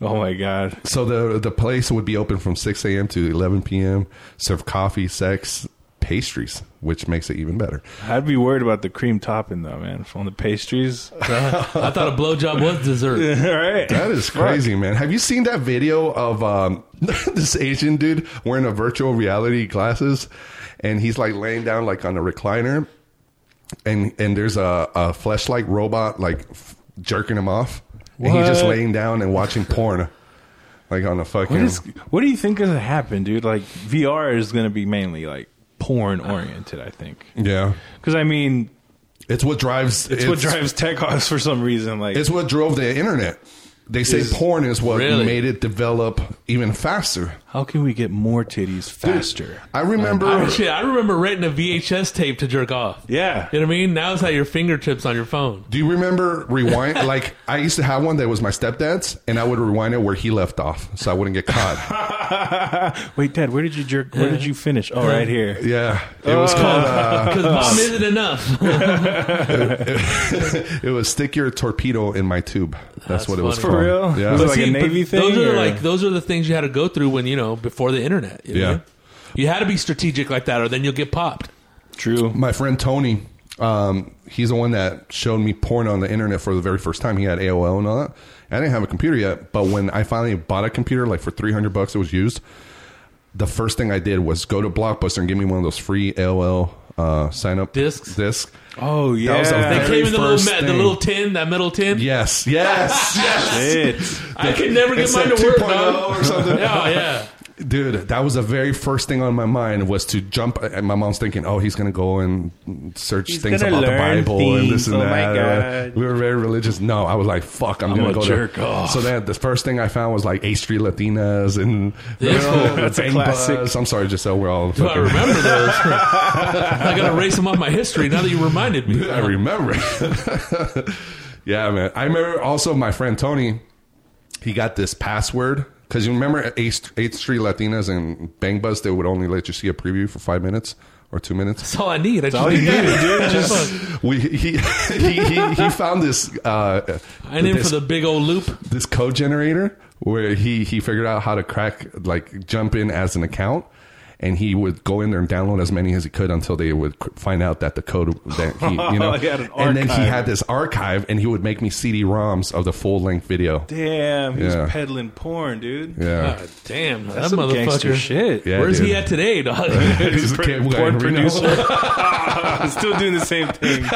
Oh my god.
So the the place would be open from 6 a.m. to 11 p.m. Serve coffee, sex, pastries, which makes it even better.
I'd be worried about the cream topping though, man. From the pastries, <laughs> all
I thought a blowjob was dessert.
right.
That is crazy, man. Have you seen that video of um, <laughs> this Asian dude wearing a virtual reality glasses, and he's like laying down like on a recliner, and and there's a, a fleshlight robot like f- jerking him off, and he's just
What?
laying down and watching porn, like on a fucking.
What is? What do you think is gonna happen, dude? Like VR is gonna be mainly like porn oriented, I think.
yeah,
Because I mean,
it's what drives.
it's, what drives tech ops for some reason. Like,
It's what drove the internet. They say
Is-
porn is what
Really?
made it develop even faster.
how can we get more titties faster?
I remember.
I, <laughs> shit, I remember renting a VHS tape to jerk off.
Yeah.
You know what I mean? Now it's at your fingertips on your
<laughs>
phone.
Do you remember rewind? like I used to have one that was my stepdad's, and I would rewind it where he left off, so I wouldn't get caught.
<laughs> Wait, Dad, where did you jerk? Where did you finish? Oh, right here.
yeah, it was called. Uh,
Because mom isn't enough. <laughs>
<laughs> it was stick your torpedo in my tube. That's,
That's
what it was
funny.
called.
For
real?
Yeah,
Was it
But
like a
but
Navy thing,
Those are
or-
like those are the things you had to go through when you know before the internet. you know
Yeah.
what I mean? you had to be strategic like that, or then you'll get popped.
True.
my friend Tony. Um, he's the one that showed me porn on the internet for the very first time. He had AOL and all that. I didn't have a computer yet, but when I finally bought a computer, like for three hundred bucks, it was used. The first thing I did was go to Blockbuster and give me one of those free AOL uh, sign up
Discs?
Disc.
Oh yeah.
was a
They
Very
came in the
first
little ma- the
thing.
little tin, that metal tin. <laughs>
Yes, yes, yes.
<laughs> Shit.
I could never get
It's
mine
like
to work.
2.0
dog. <laughs>
or something.
Yeah, yeah.
Dude, that was the very first thing on my mind was to jump. And my mom's thinking, "Oh, he's gonna go and search
He's
things
gonna
about the
learn
Bible and this
things.
and
Oh my
that." uh,
God.
We were very religious. No, I was like, "Fuck, I'm, gonna
a
go
jerk
to."
off.
So then the first thing I found was like A Street Latinas and <laughs> that's
a classic.
I'm sorry, Giselle, we're all.
Do I
fucking-
remember those? <laughs> I gotta erase them off my history now that you reminded me.
I remember. <laughs> it. yeah, man. I remember also my friend Tony. He got this password because you remember at Eighth Eighth Street Latinas and Bang Bus. They would only let you see a preview for five minutes or two minutes.
That's all I need. I just
all you
need that.
needed,
<laughs>
dude.
Just-
We he <laughs> he, he, he found this uh,
I in
this,
for the big old loop.
this code generator where he he figured out how to crack like jump in as an account. And he would go in there and download as many as he could until they would c- find out that the code that
<laughs>
he, you know.
He had an
and then he
archive.
had this archive, and he would make me CD-ROMs of the full-length
<laughs>
video.
Damn, he's
Yeah.
peddling porn, dude.
Yeah,
God damn,
That's
that
some gangster
motherfucker.
shit.
Yeah,
Where's he
dude.
at today, dog?
He's a cable guy in
porn
Reno.
producer. <laughs> Still doing the same thing.
<laughs>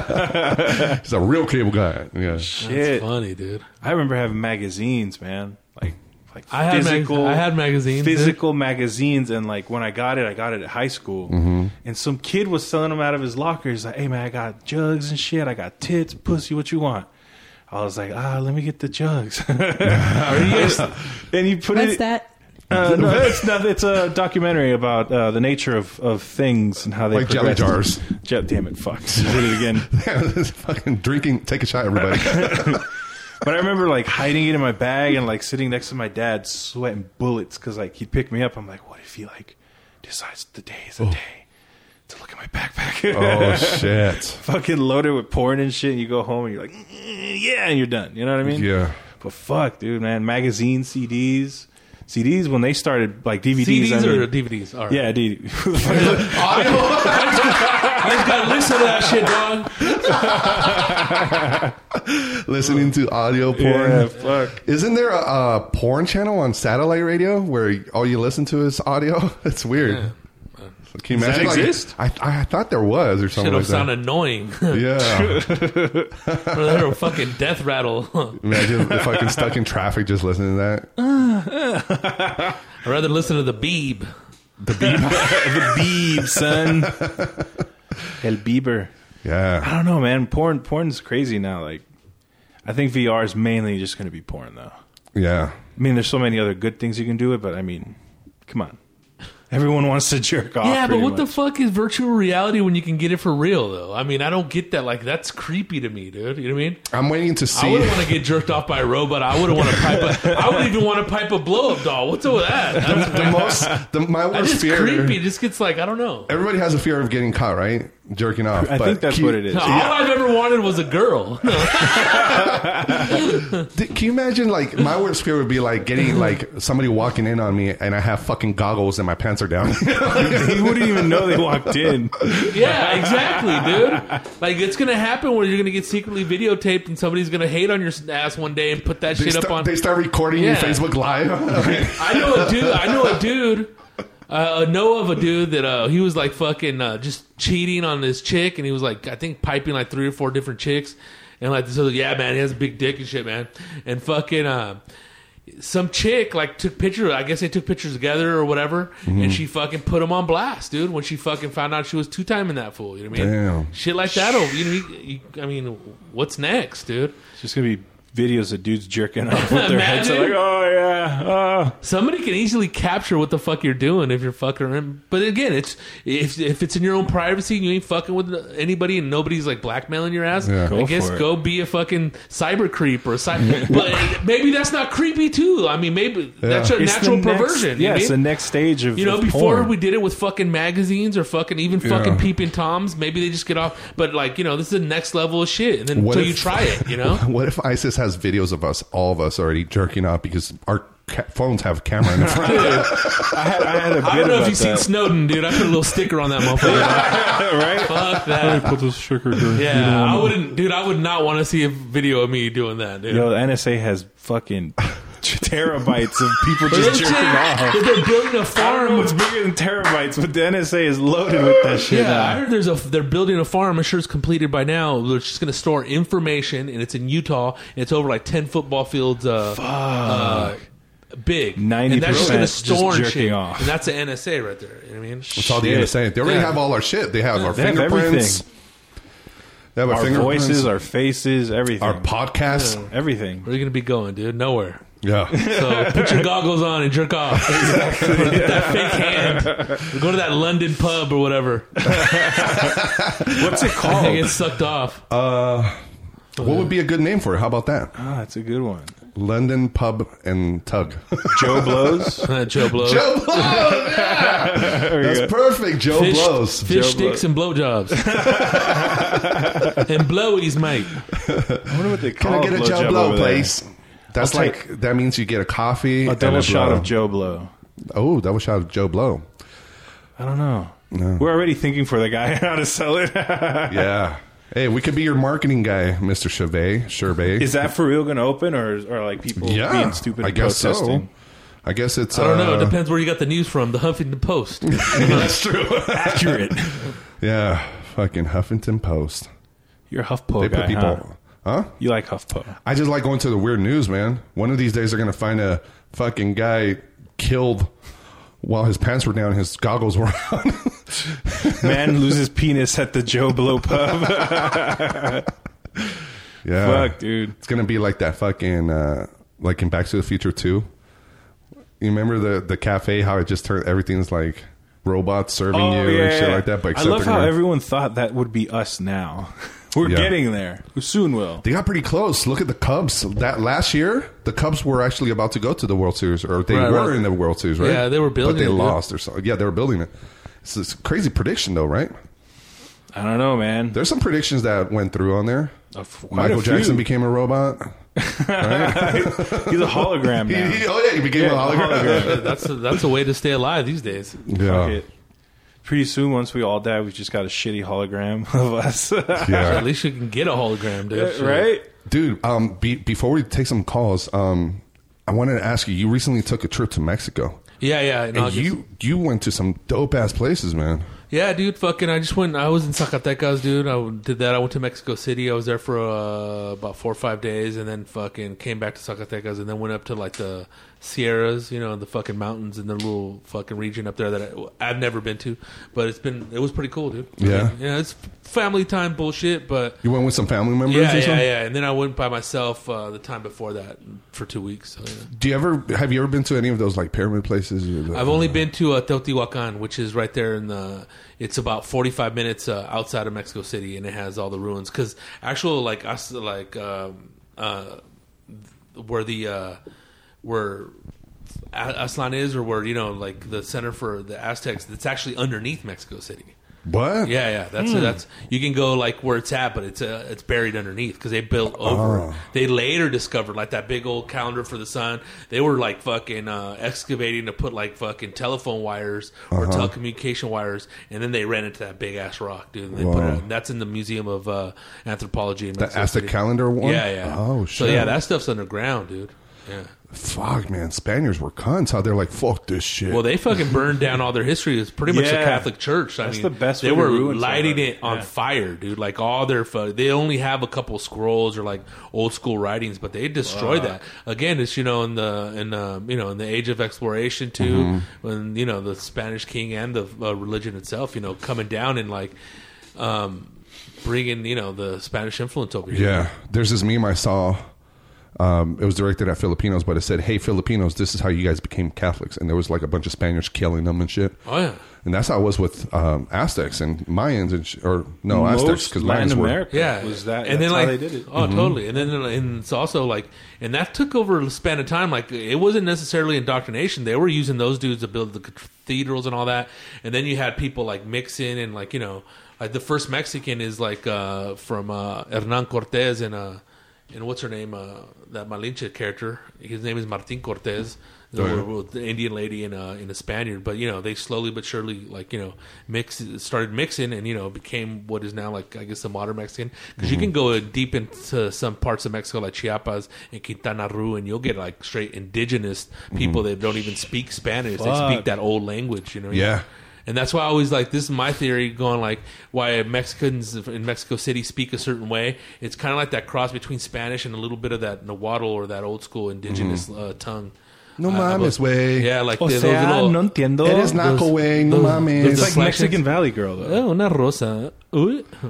He's a real cable guy. Yeah, <laughs>
Shit.
Funny, dude.
I remember having magazines, man. Like like
I had, mag-
physical
I had magazines. dude.
physical magazines and like when I got it, I got it at high school.
Mm-hmm.
And some kid was selling them out of his locker. He's like, "Hey man, I got jugs and shit. I got tits, pussy, what you want?" I was like, "Ah, let me get
<laughs>
the jugs." <laughs> and he put
What's
it
that?
<laughs>
Uh, no, it's not. It's a documentary about uh, the nature of, of things and how they
Like jelly
progress.
jars.
Je- damn it, fuck! <laughs> Did it again.
This fucking drinking. Take a shot, everybody.
<laughs> But I remember like hiding it in my bag and like sitting next to my dad, sweating bullets because like he'd pick me up. I'm like, what if he like decides today is the day to look at my backpack?
oh shit!
<laughs> Fucking loaded with porn and shit. And you go home and you're like, "Mm, yeah, and you're done. You know what I mean?
Yeah.
But fuck, dude, man, magazine CDs, CDs when they started like DVDs. I
CDs
mean-
or DVDs? All right. <laughs>
yeah, <laughs> dude.
I just gotta listen to that shit, dog.
Listening to audio porn.
Yeah, fuck.
Isn't there a, a porn channel on satellite radio where all you listen to is audio? <laughs> It's weird. Can you
Does that
imagine, like,
exist?
I, I thought there was or
Shit
something
will
like
sound
that.
annoying. <laughs>
Yeah,
Or they're a fucking death rattle. <laughs>
imagine if I can stuck in traffic just listening to that.
I'd rather listen to the Beeb.
the Beeb, son. El Bieber. I
Yeah,
don't know, man. Porn, porn's crazy now. Like, I think VR is mainly just going to be porn, though.
yeah.
I mean, there's so many other good things you can do it, but I mean, come on. Everyone wants to jerk off.
Yeah, but
pretty
what the
much.
fuck is virtual reality when you can get it for real, though? I mean, I don't get that. Like, that's creepy to me, dude. You know what I mean?
I'm waiting to
I
see.
wouldn't want to get jerked off by a robot. I wouldn't want to pipe a. I wouldn't even want to pipe a blow up doll. What's up with
<laughs>
that? That's,
the most, the, my
that's
worst
just
fear.
creepy. It just gets like, I don't know.
Everybody has a fear of getting caught, right? Jerking off.
I
but
<laughs> think that's
keep-
what it is.
No, All I've ever wanted was a girl.
Th- Can you imagine, like, my worst fear would be like getting like somebody walking in on me, and I have fucking goggles and my pants are down. <laughs>
you wouldn't even know they walked in.
<laughs> Yeah, exactly, dude. Like it's gonna happen where you're gonna get secretly videotaped and somebody's gonna hate on your ass one day and put that
they,
shit
sta-
up on.
they start recording you
Yeah.
Facebook Live. <laughs>
I know a dude. I know a dude. Uh, I know of a dude that uh, he was like fucking uh, just cheating on this chick, and he was like, I think piping like three or four different chicks, and like this other yeah, man, he has a big dick and shit, man, and fucking. Uh, some chick like took pictures. I guess they took pictures together or whatever, and she fucking put him on blast, dude. When she fucking found out she was two time in that fool, you know what I mean?
Damn.
Shit like that. oh, You know, you- you- I mean, what's next, dude?
It's just gonna be videos of dudes jerking off with their heads
Imagine.
like, oh yeah, oh.
Somebody can easily capture what the fuck you're doing if you're fucking around. But again, it's if if it's in your own privacy and you ain't fucking with anybody and nobody's like blackmailing your ass.
Yeah.
I
Go
guess
for it.
go be a fucking cyber creep or a cyber. <laughs> but maybe that's not creepy too. I mean, maybe that's a
It's the
natural
next-
perversion.
yeah,
you know what I
it's the
mean?
next stage of
You know,
of
before
porn.
we did it with fucking magazines or fucking even fucking
Yeah.
peeping toms. Maybe they just get off. But like you know, this is the next level of shit. And then
What
until you
if-
try it, you
<laughs>
know.
what if ISIS has videos of us, all of us, already jerking off because our ca- phones have a camera in the front?
I had, I had a bit
I don't know if
about
you've seen
that.
Snowden, dude. I put a little sticker on that motherfucker.
<laughs> right?
Fuck that.
Put this sugar dude.
Yeah, I wouldn't, dude. I would not want to see a video of me doing that, dude.
Yo, the NSA has fucking terabytes of people
But
just
that
jerking
shit-
off.
They're building a
I don't know what's
farm.
bigger than terabytes, but the NSA is loaded with that shit. Uh,
Yeah, I
now.
heard there's a they're building a farm. I'm sure it's completed by now. Which is going to store information, and it's in Utah. And it's over like ten football fields. Uh, uh, big, and that's just
90%
gonna
just
store and
jerking
shit.
off.
And that's the NSA right there. You know what I mean?
It's all the
Shit.
NSA. They already
Yeah.
have all our shit. They have our
They have
fingerprints.
everything.
they have our,
Our
fingerprints,
voices, our faces, everything.
our podcasts.
everything.
Where are you going to be going, dude? Nowhere.
yeah.
So put your goggles on and jerk
<laughs>
off. Get that fake hand. Go to that London pub or whatever.
What's it <laughs>
I think
called?
it's sucked off.
What would be a good name for it? How about that?
Ah, that's a good one.
London Pub and Tug. <laughs>
<laughs> Joe blows.
Joe Blow.
Joe Blows! Yeah! That's perfect. Joe
fish,
Blows.
fish
Joe
sticks and blowjobs. and blowies, mate.
I wonder what they
Can
call
I get a Joe
blowjob
Blow,
over there.
please? That's
I'll
like,
take-
that means you get a coffee.
A double
and
shot
blow.
of Joe Blow.
Oh, double shot of Joe
<laughs>
Blow.
I don't know. We're already thinking for the guy <laughs> how to sell it.
Yeah. Hey, we could be your marketing guy, Mr. Chevet. Sherbet.
Is that for real going to open, or or like people
yeah.
being stupid?
I
and
guess
protesting?
so. I guess it's.
I don't know. It
uh,
depends where you got the news from. The Huffington Post.
That's true.
Accurate.
yeah. Fucking Huffington Post.
<laughs> You're a HuffPo
They
guy,
put people.
huh?
huh?
You like HuffPo?
I just like going to the weird news, man. One of these days, they're gonna find a fucking guy killed while his pants were down, and his goggles were <laughs> on.
Man loses penis at the Joe
<laughs>
Blow pub.
yeah,
Fuck, dude.
it's gonna be like that fucking uh, like in Back to the Future Two. You remember the the cafe? How it just turned everything's like robots serving
Oh,
you and shit like that. But
Oh, I
except
love
they're
how
gonna-
everyone thought that would be us now. <laughs> We're
Yeah.
getting there. We soon will.
They got pretty close. Look at the Cubs. That last year, the Cubs were actually about to go to the World Series, or they
Right,
were
right.
in the World Series, right?
Yeah, they were building
but they
it, yeah.
lost or something. Yeah, they were building it. It's this crazy prediction, though, right?
I don't
<laughs>
know, man. <laughs>
There's some predictions that went through on there. Michael Jackson became a robot.
He's a hologram
He-
now.
he- oh <laughs> yeah, he became a hologram.
that's a, that's a way to stay alive these days.
Fuck
Yeah,
it. Pretty soon, once we all die, we just got a shitty hologram <laughs> of
<laughs>
us,
At
yeah.
least you can get a hologram, dude. Shit.
<laughs> right?
dude. Um, be, before we take some calls, um, I wanted to ask you. You recently took a trip to Mexico,
Yeah, yeah. in
and
August.
you you went to some dope ass places, man.
Yeah, dude. Fucking, I just went. I was in Zacatecas, dude. I did that. I went to Mexico City. I was there for uh, about four or five days, and then fucking came back to Zacatecas, and then went up to like the Sierras, you know, the fucking mountains in the little fucking region up there that I, I've never been to, but it's been it was pretty cool, dude.
Yeah.
yeah. It's family time bullshit, but
You went with some family members.
yeah,
or
yeah,
something?
yeah. And then I went by myself uh, the time before that for two weeks. So, yeah.
Do you ever have you ever been to any of those like pyramid places? Or the-
I've only been to uh, Teotihuacan, which is right there in the. It's about forty five minutes uh, outside of Mexico City, and it has all the ruins. Because actual like us like um, uh, where the uh, where A- Aslan is, or where you know like the center for the Aztecs, that's actually underneath Mexico City.
What?
Yeah, yeah. That's
Hmm.
that's you can go like where it's at, but it's uh, it's buried underneath because they built
Oh.
over. it. They later discovered like that big old calendar for the sun. They were like fucking uh, excavating to put like fucking telephone wires
Uh-huh.
or telecommunication wires, and then they ran into that big ass rock, dude. And they put it.
Wow.
And that's in the Museum of uh, Anthropology. In
The
Mexico
Aztec
City.
calendar one?
Yeah, yeah.
Oh,
So
shit.
yeah, that stuff's underground, dude. Yeah.
Fuck, man. Spaniards were cunts. How they're like, fuck this shit.
Well, they fucking burned down all their history. It's pretty much the
Yeah.
Catholic Church. I
That's
mean,
the best
They
way to
were
ruin
lighting
something.
it on
Yeah.
fire, dude. Like all their, pho- they only have a couple scrolls or like old school writings, but they destroyed that. Again, it's you know in the in um, you know in the age of exploration too,
Mm-hmm.
when you know the Spanish king and the uh, religion itself, you know, coming down and like. um Bringing you know the Spanish influence over here.
Yeah, there's this meme I saw. Um, it was directed at Filipinos, but it said, "Hey Filipinos, this is how you guys became Catholics." And there was like a bunch of Spaniards killing them and shit.
Oh yeah.
And that's how it was with um, Aztecs and Mayans and sh- or no Oh, Aztecs
Most
because
Latin
Mayans were.
America
yeah,
was that,
and
that's
then like
how they did it.
oh, totally, and then and it's also like, and that took over a span of time. Like it wasn't necessarily indoctrination; they were using those dudes to build the cathedrals and all that. And then you had people like mixing and like you know, like the first Mexican is like uh, from uh, Hernan Cortez and uh, and what's her name, uh, that Malinche character. His name is Martin Cortez. The,
Oh, yeah.
with the Indian lady and a and a Spaniard, but you know they slowly but surely like you know mix started mixing and you know became what is now like I guess the modern Mexican because
Mm-hmm.
you can go uh, deep into some parts of Mexico like Chiapas and Quintana Roo and you'll get like straight indigenous people
Mm-hmm.
that don't even speak Spanish they speak
Fuck.
that old language you know
Yeah.
and that's why I always like this is my theory going like why Mexicans in Mexico City speak a certain way. It's kind of like that cross between Spanish and a little bit of that Nahuatl or that old school indigenous uh, tongue.
Mm-hmm. No
I- I
mames,
was-
way.
Yeah, like
O
the,
sea,
those little.
no entiendo.
It is not
those-
way. No
those-
mames.
those-
It's like
Reflections.
Mexican Valley Girl, though.
Oh, una rosa. Uy.
<laughs>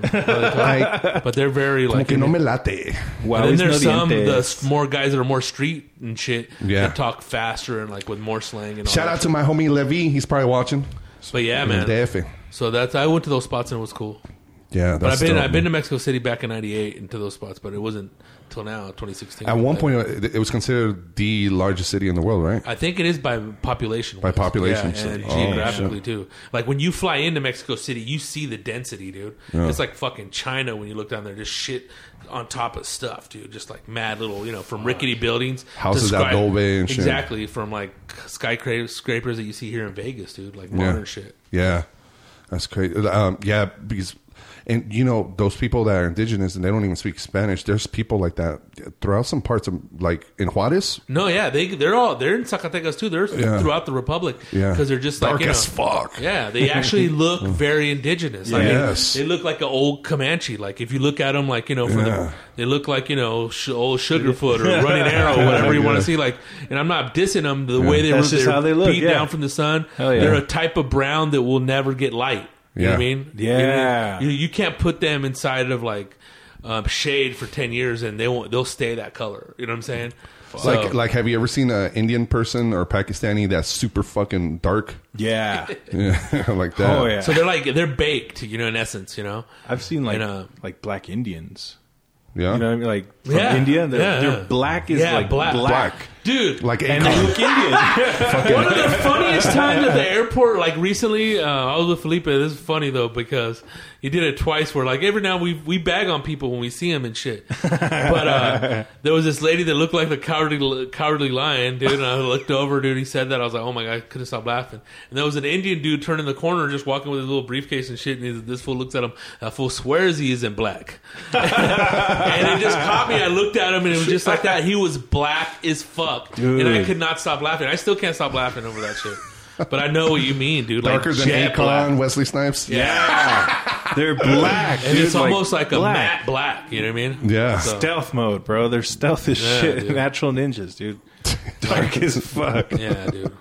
like,
but they're very
como
like.
que no me late.
Wow,
and then
he's
there's
no
some the
dientes.
s- more guys that are more street and shit
Yeah.
that talk faster and like with more slang and all
Shout
that
out to my homie Levy. He's probably watching.
shit. But yeah,
In
man.
DF.
So that's I went to those spots and it was cool.
Yeah, that's
But I've been
dope,
I've been to
man.
Mexico City back in '98 and to those spots, but it wasn't till now 2016.
At one point, it it was considered the largest city in the world, right?
I think it is by population.
By population,
yeah, and
so- oh,
geographically too. Like when you fly into Mexico City, you see the density, dude. It's like fucking China when you look down there. Just shit on top of stuff, dude. Just like mad little, you know, from rickety buildings, to
Houses out
skyscra-
Dolby and shit.
exactly from like skyscrapers that you see here in Vegas, dude. Like modern
yeah.
shit.
Yeah, that's crazy. Um, yeah, because and you know those people that are indigenous and they don't even speak Spanish. There's people like that throughout some parts of like in Juarez.
No, yeah, they they're all they're in Zacatecas too. They're
Yeah.
throughout the republic
Yeah,
because they're just like
dark
you know,
as fuck.
Yeah, they
<laughs>
actually look very indigenous. I mean,
Yes.
they look like an old Comanche. Like if you look at them, like you know, for
Yeah.
the, they look like you know sh- old Sugarfoot
<laughs>
or Running Arrow, whatever you want
Yeah.
to see. Like, and I'm not dissing them. The way they
That's
were,
just
they're
how they look,
beat
yeah.
down from the sun.
Hell yeah.
They're a type of brown that will never get light. You know what I
Yeah.
mean?
Yeah.
You know what I mean? You, you can't put them inside of like. Um, shade for ten years and they won't. They'll stay that color. You know what I'm saying? So-
Like, like, have you ever seen an Indian person or Pakistani that's super fucking dark? <laughs>
<laughs>
Yeah,
Yeah, <laughs> like that.
Oh, yeah.
So they're like they're baked, you know, in essence, you know.
I've seen like
And, uh,
like black Indians.
yeah.
You know what I mean? Like from
Yeah.
India, they're,
Yeah.
they're black is
Yeah,
like
black.
black.
Black.
Dude,
like
and they
Akon.
<laughs>
look Indian.
one of the funniest times at the airport, like recently, uh, I was with Felipe. This is funny though because he did it twice. Where like every now we we bag on people when we see them and shit. But uh, there was this lady that looked like the cowardly cowardly lion, dude. And I looked over, dude. He said that I was like, oh my god, I couldn't stop laughing. And there was an Indian dude turning the corner, just walking with his little briefcase and shit. And he's, this fool looks at him. That fool swears he isn't black. and it just caught me. I looked at him, and it was just like that. He was black as fuck, and I could not stop laughing. I still can't stop laughing over that shit. But I know what you mean, dude.
darker
like
than
jet
Akon,
black.
Wesley Snipes.
<laughs> they're black.
and
dude,
it's almost like a
black.
matte black. You know what I mean?
Yeah.
So,
Stealth mode, bro. They're stealth as
Yeah,
shit.
dude.
Natural ninjas, dude. Dark as fuck.
yeah, dude.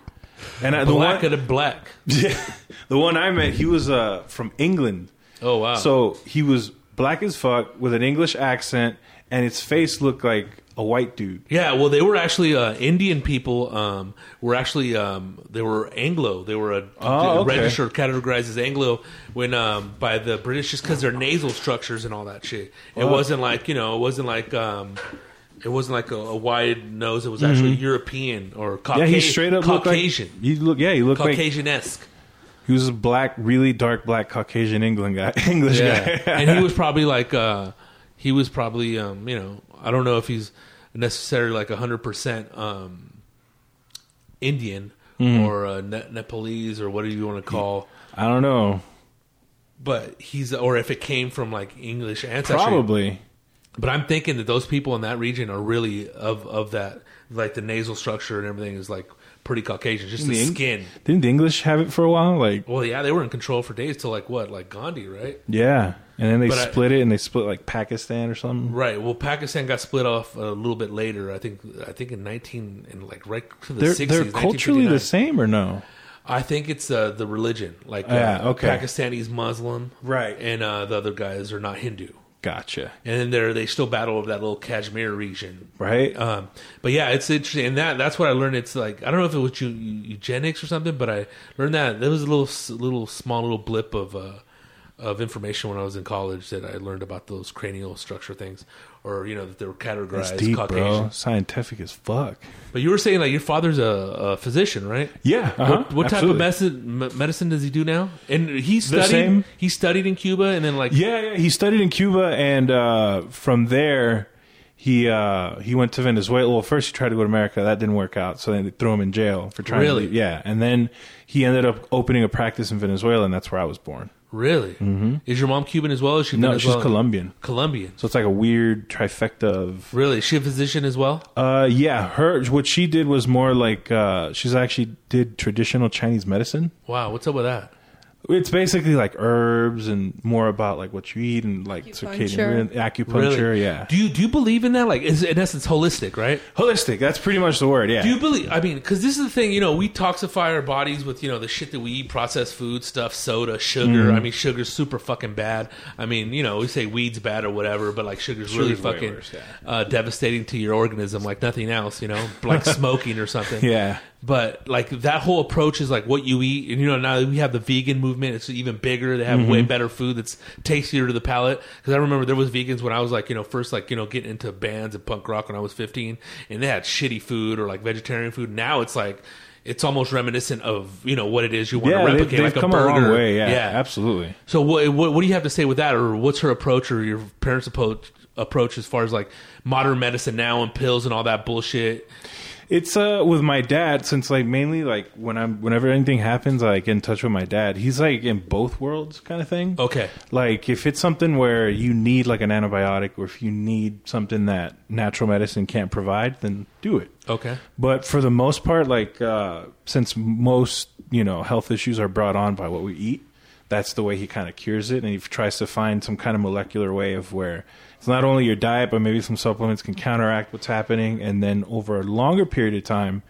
And I, the
Black
one,
of the black.
<laughs> yeah, the one I met, he was uh, from England.
Oh wow.
So he was black as fuck with an English accent, and his face looked like a white dude.
Yeah, well, they were actually uh, Indian people. Um, were actually um, they were Anglo. They were a,
Oh, okay.
registered, categorized as Anglo when um, by the British just because their nasal structures and all that shit.
Oh.
It wasn't like you know, it wasn't like um, it wasn't like a, a wide nose. It was actually European or Caucasian.
Mm-hmm. Yeah, he straight up looked
Caucasian,
Like, he look, yeah, he looked like
Caucasian esque.
He was a black, really dark black Caucasian England guy. <laughs> English
Yeah.
guy.
and he was probably like uh he was probably um, you know, I don't know if he's necessarily like 100% um Indian or uh, Ne- Nepalese or whatever you want to call
I don't know.
but he's or if it came from like English ancestry.
Probably.
But I'm thinking that those people in that region are really of of that like the nasal structure and everything is like pretty Caucasian, just the
The Eng-
skin.
Didn't the English have it for a while? Like,
Well, yeah, they were in control for days till like what, like Gandhi, right?
yeah. And then they
But I-
split it and they split like Pakistan or something.
Right. Well, Pakistan got split off a little bit later. I think I think in 19 and like right to the
They're,
60s.
they're culturally
1959.
the same or no?
I think it's uh, the religion, like
Yeah,
uh,
okay.
Pakistani's Muslim,
Right.
and uh, the other guys are not Hindu.
Gotcha.
And then they're they still battle over that little Kashmir region,
Right?
Um, but yeah, it's interesting, and that that's what I learned. It's like I don't know if it was eu- eugenics or something, but I learned that there was a little s- little small little blip of uh, of information when I was in college that I learned about those cranial structure things, or you know that they were
That's
categorized
deep, bro.
Caucasian.
Scientific as fuck.
But you were saying like your father's a, a physician, right?
Yeah. uh-huh,
What, what type
absolutely.
of medicine, me- medicine does he do now? And he studied.
same.
He studied in Cuba, and then like
Yeah, yeah. He studied in Cuba, and uh, from there, he uh, he went to Venezuela. Well, first he tried to go to America. That didn't work out, so they threw him in jail for trying.
Really?
To, yeah, and then he ended up opening a practice in Venezuela, and that's where I was born.
really, mm-hmm. is your mom Cuban as well? Is she
No, she's
Venezuelan?
Colombian,
Colombian.
so it's like a weird trifecta of
Really, is she a physician as well?
Uh, yeah, her what she did was more like uh, she's actually did traditional Chinese medicine.
Wow, what's up with that?
It's basically like herbs and more about like what you eat and like circadian
Acupuncture.
rhythm- acupuncture.
Really?
Yeah,
Do you do you believe in that? Like, is in essence holistic, right?
holistic. That's pretty much the word. Yeah.
Do you believe? I mean, because this is the thing, you know, we toxify our bodies with you know the shit that we eat, processed food stuff, soda, sugar.
Mm-hmm.
I mean, sugar's super fucking bad. I mean, you know, we say weed's bad or whatever, but like sugar's, really
Sugar's way
fucking
worse,
uh, devastating to your organism, like nothing else. You know, like
<laughs>
smoking or something.
Yeah.
But like that whole approach is like what you eat, and you know now that we have the vegan movement. It's even bigger. They have way
Mm-hmm.
better food that's tastier to the palate. Because I remember there was vegans when I was like you know first like you know getting into bands and punk rock when I was fifteen, and they had shitty food or like vegetarian food. Now it's like it's almost reminiscent of you know what it is you want
yeah,
to
they've,
replicate,
they've
like
come
a burger.
a long way. Yeah, absolutely.
So what, what what do you have to say with that, or what's her approach, or your parents' approach approach as far as like modern medicine now and pills and all that bullshit?
It's uh with my dad since like mainly like when I'm whenever anything happens, I get in touch with my dad. He's like in both worlds kind of thing.
Okay.
Like if it's something where you need like an antibiotic or if you need something that natural medicine can't provide, then do it.
Okay.
But for the most part, like uh, since most you know health issues are brought on by what we eat, that's the way he kind of cures it, and he tries to find some kind of molecular way of where it's not only your diet, but maybe some supplements can counteract what's happening, and then over a longer period of time,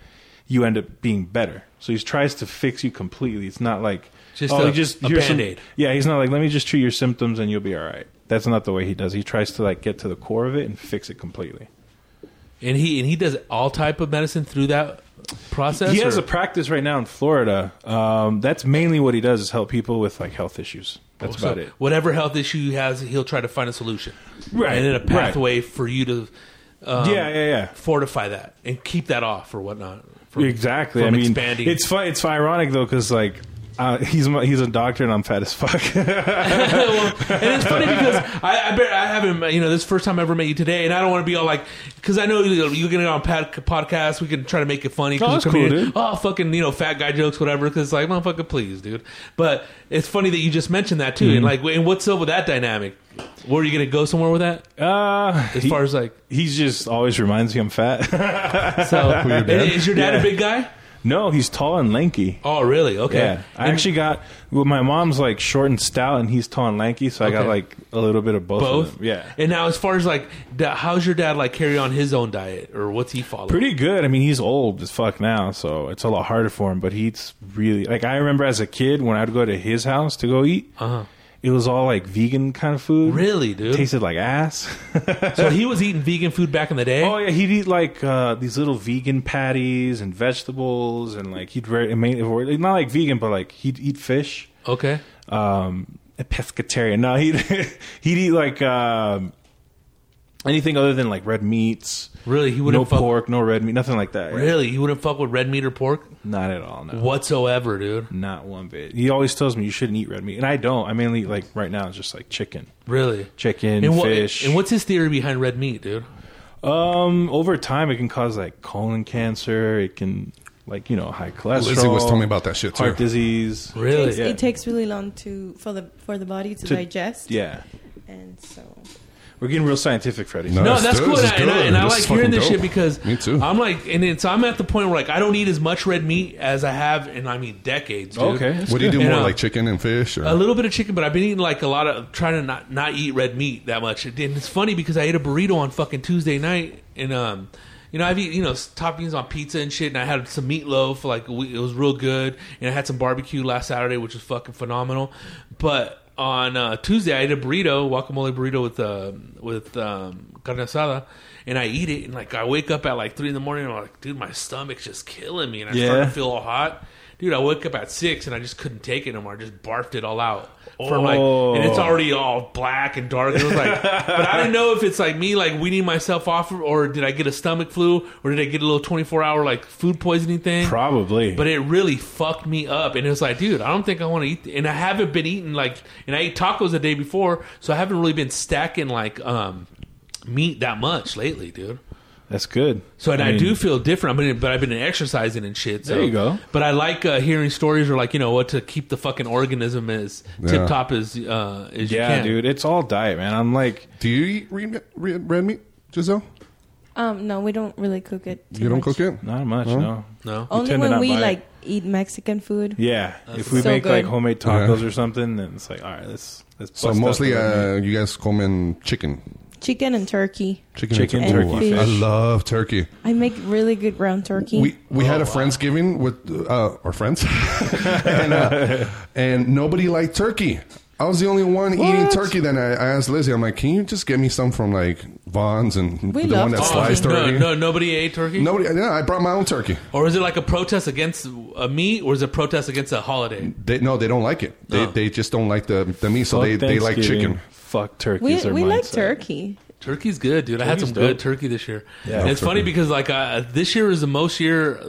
you end up being better. So he tries to fix you completely. It's not like
Just
oh,
a-
he just
a
here's some-
Band-Aid.
yeah, he's not like let me just treat your symptoms and you'll be all right. That's not the way he does. He tries to like get to the core of it and fix it completely.
And he and he does all type of medicine through that process.
he has
or-
a practice right now in Florida. Um, that's mainly what he does is help people with like health issues. That's
so
about it.
Whatever health issue he has, he'll try to find a solution,
Right.
And then a
Right.
pathway for you to um,
yeah, yeah,
fortify that and keep that off or whatnot. From,
yeah. Exactly.
from
I mean,
expanding.
it's fun, it's ironic though because like uh, <laughs> he's my, he's a doctor and I'm fat as fuck. <laughs>
well, and it's funny because I I, bet I haven't met- you know this is the first time I ever met you today, and I don't want to be all like because I know you- you're gonna get on pod, podcast. We can try to make it funny. 'cause
Oh, that's
it's comedian.
cool, dude.
Oh, fucking you know fat guy jokes, whatever. Because like motherfucker, please, dude. But it's funny that you just mentioned that too,
Mm-hmm.
and like and what's up with that dynamic? Where are you gonna go somewhere with that?
uh,
As
he-
far as like
<laughs> he's just always reminds me I'm fat. <laughs>
so,
your dad?
is your dad
Yeah.
a big guy?
no, he's tall and lanky.
Oh, really? Okay.
Yeah, I actually got well, my mom's like short and stout, and he's tall and lanky, so I got
Okay.
like a little bit of both. of
both.
them. yeah.
And now, as far as like, da- how's your dad like carry on his own diet, or what's he following?
pretty good. I mean, he's old as fuck now, so it's a lot harder for him. But he's really like I remember as a kid when I'd go to his house to go eat,
Uh-huh.
it was all like vegan kind of food.
Really, dude.
tasted like ass.
So he was eating vegan food back in the day.
<laughs> oh yeah, he'd eat like uh, these little vegan patties and vegetables, and like he'd very mainly not like vegan, but like he'd eat fish.
Okay.
<laughs> Um, a pescatarian. No, he'd he'd eat like um, anything other than like red meats.
Really, he wouldn't
No
fuck.
pork, no red meat, nothing like that.
Really, he wouldn't fuck with red meat or pork
Not at all. No.
whatsoever, dude.
Not one bit. He always tells me you shouldn't eat red meat, and I don't. I mainly like right now it's just like chicken,
Really,
chicken,
and what-
fish.
And what's his theory behind red meat, dude?
Um, over time it can cause like colon cancer. It can like you know high cholesterol.
Lizzie was telling me about that shit, too.
Heart disease.
Really?
Takes-
yeah.
It takes really long to for the for the body to,
To-
digest.
Yeah,
And so
we're getting real scientific, Freddie.
No.
No,
Let's
that's
do it.
cool, and
Let's
I,
do
and I,
it.
and I
This
like
is fucking
hearing this
dope.
shit because
Me too.
I'm like, and it's I'm at the point where like I don't eat as much red meat as I have, in I mean decades. Dude.
Okay.
What do you do
You
more,
know.
like chicken and fish? Or?
Uh,
A little bit of chicken, but I've been eating like a lot of trying to not not eat red meat that much. And it's funny because I ate a burrito on fucking Tuesday night, and um, you know I've eaten you know s- toppings on pizza and shit, and I had some meatloaf like a week- it was real good, and I had some barbecue last Saturday, which was fucking phenomenal. But on uh, Tuesday I ate a burrito, guacamole burrito with uh, with um, carne asada. And I eat it, and like I wake up at like three in the morning, and I'm like, dude, my stomach's just killing me, and I start
Yeah.
to feel feel all hot. Dude, I woke up at six and I just couldn't take it anymore. I just barfed it all out. From like,
Oh.
and it's already all black and dark. It was like, <laughs> but I didn't know if it's like me, like weaning myself off, or did I get a stomach flu, or did I get a little twenty four hour like food poisoning thing?
Probably.
But it really fucked me up, and it was like, dude, I don't think I want to eat. th- And I haven't been eating like, and I ate tacos the day before, so I haven't really been stacking like um meat that much lately, dude.
that's good.
So and I,
mean,
do feel different. I mean, but I've been exercising and shit. So.
There you go.
But I like uh, hearing stories or like you know what to keep the fucking organism as tip top as uh, as you
Yeah,
can.
dude, it's all diet, man. I'm like,
do you eat re- re- red meat, Giselle?
um no, we don't really cook it. too
You don't
much.
cook it?
not much, no.
No.
Only
tend to
when
not
we
buy it.
like eat Mexican food.
Yeah, if we
so
make like
good.
homemade tacos or something, then it's like, all right, let's let's.
So
bust out
mostly
the red meat.
uh, you guys come in chicken.
Chicken and turkey.
Chicken,
Chicken,
turkey.
turkey,
I
fish.
love turkey.
I make really good ground turkey.
We we had a Friendsgiving with uh, our friends, <laughs> and, uh, and nobody liked turkey. I was the only one eating turkey. Then I, I asked Lizzie, I'm like, can you just get me some from like Vaughn's and
We
the one
love
that
turkey.
sliced
Oh, no,
turkey?
no, nobody ate turkey.
Nobody. Yeah, I brought my own turkey.
Or is it like a protest against a meat, or is it a protest against a holiday?
They, no, they don't like it.
Oh.
They, they just don't like the, the meat, so
Fuck
they, they like
Thanksgiving.
chicken.
Fuck turkey.
we,
is their
we like
mindset.
turkey.
Turkey's good, dude. I had some
Turkey's
good
dope.
turkey this year.
Yeah.
and it's
Turkey.
funny because like uh, this year is the most year,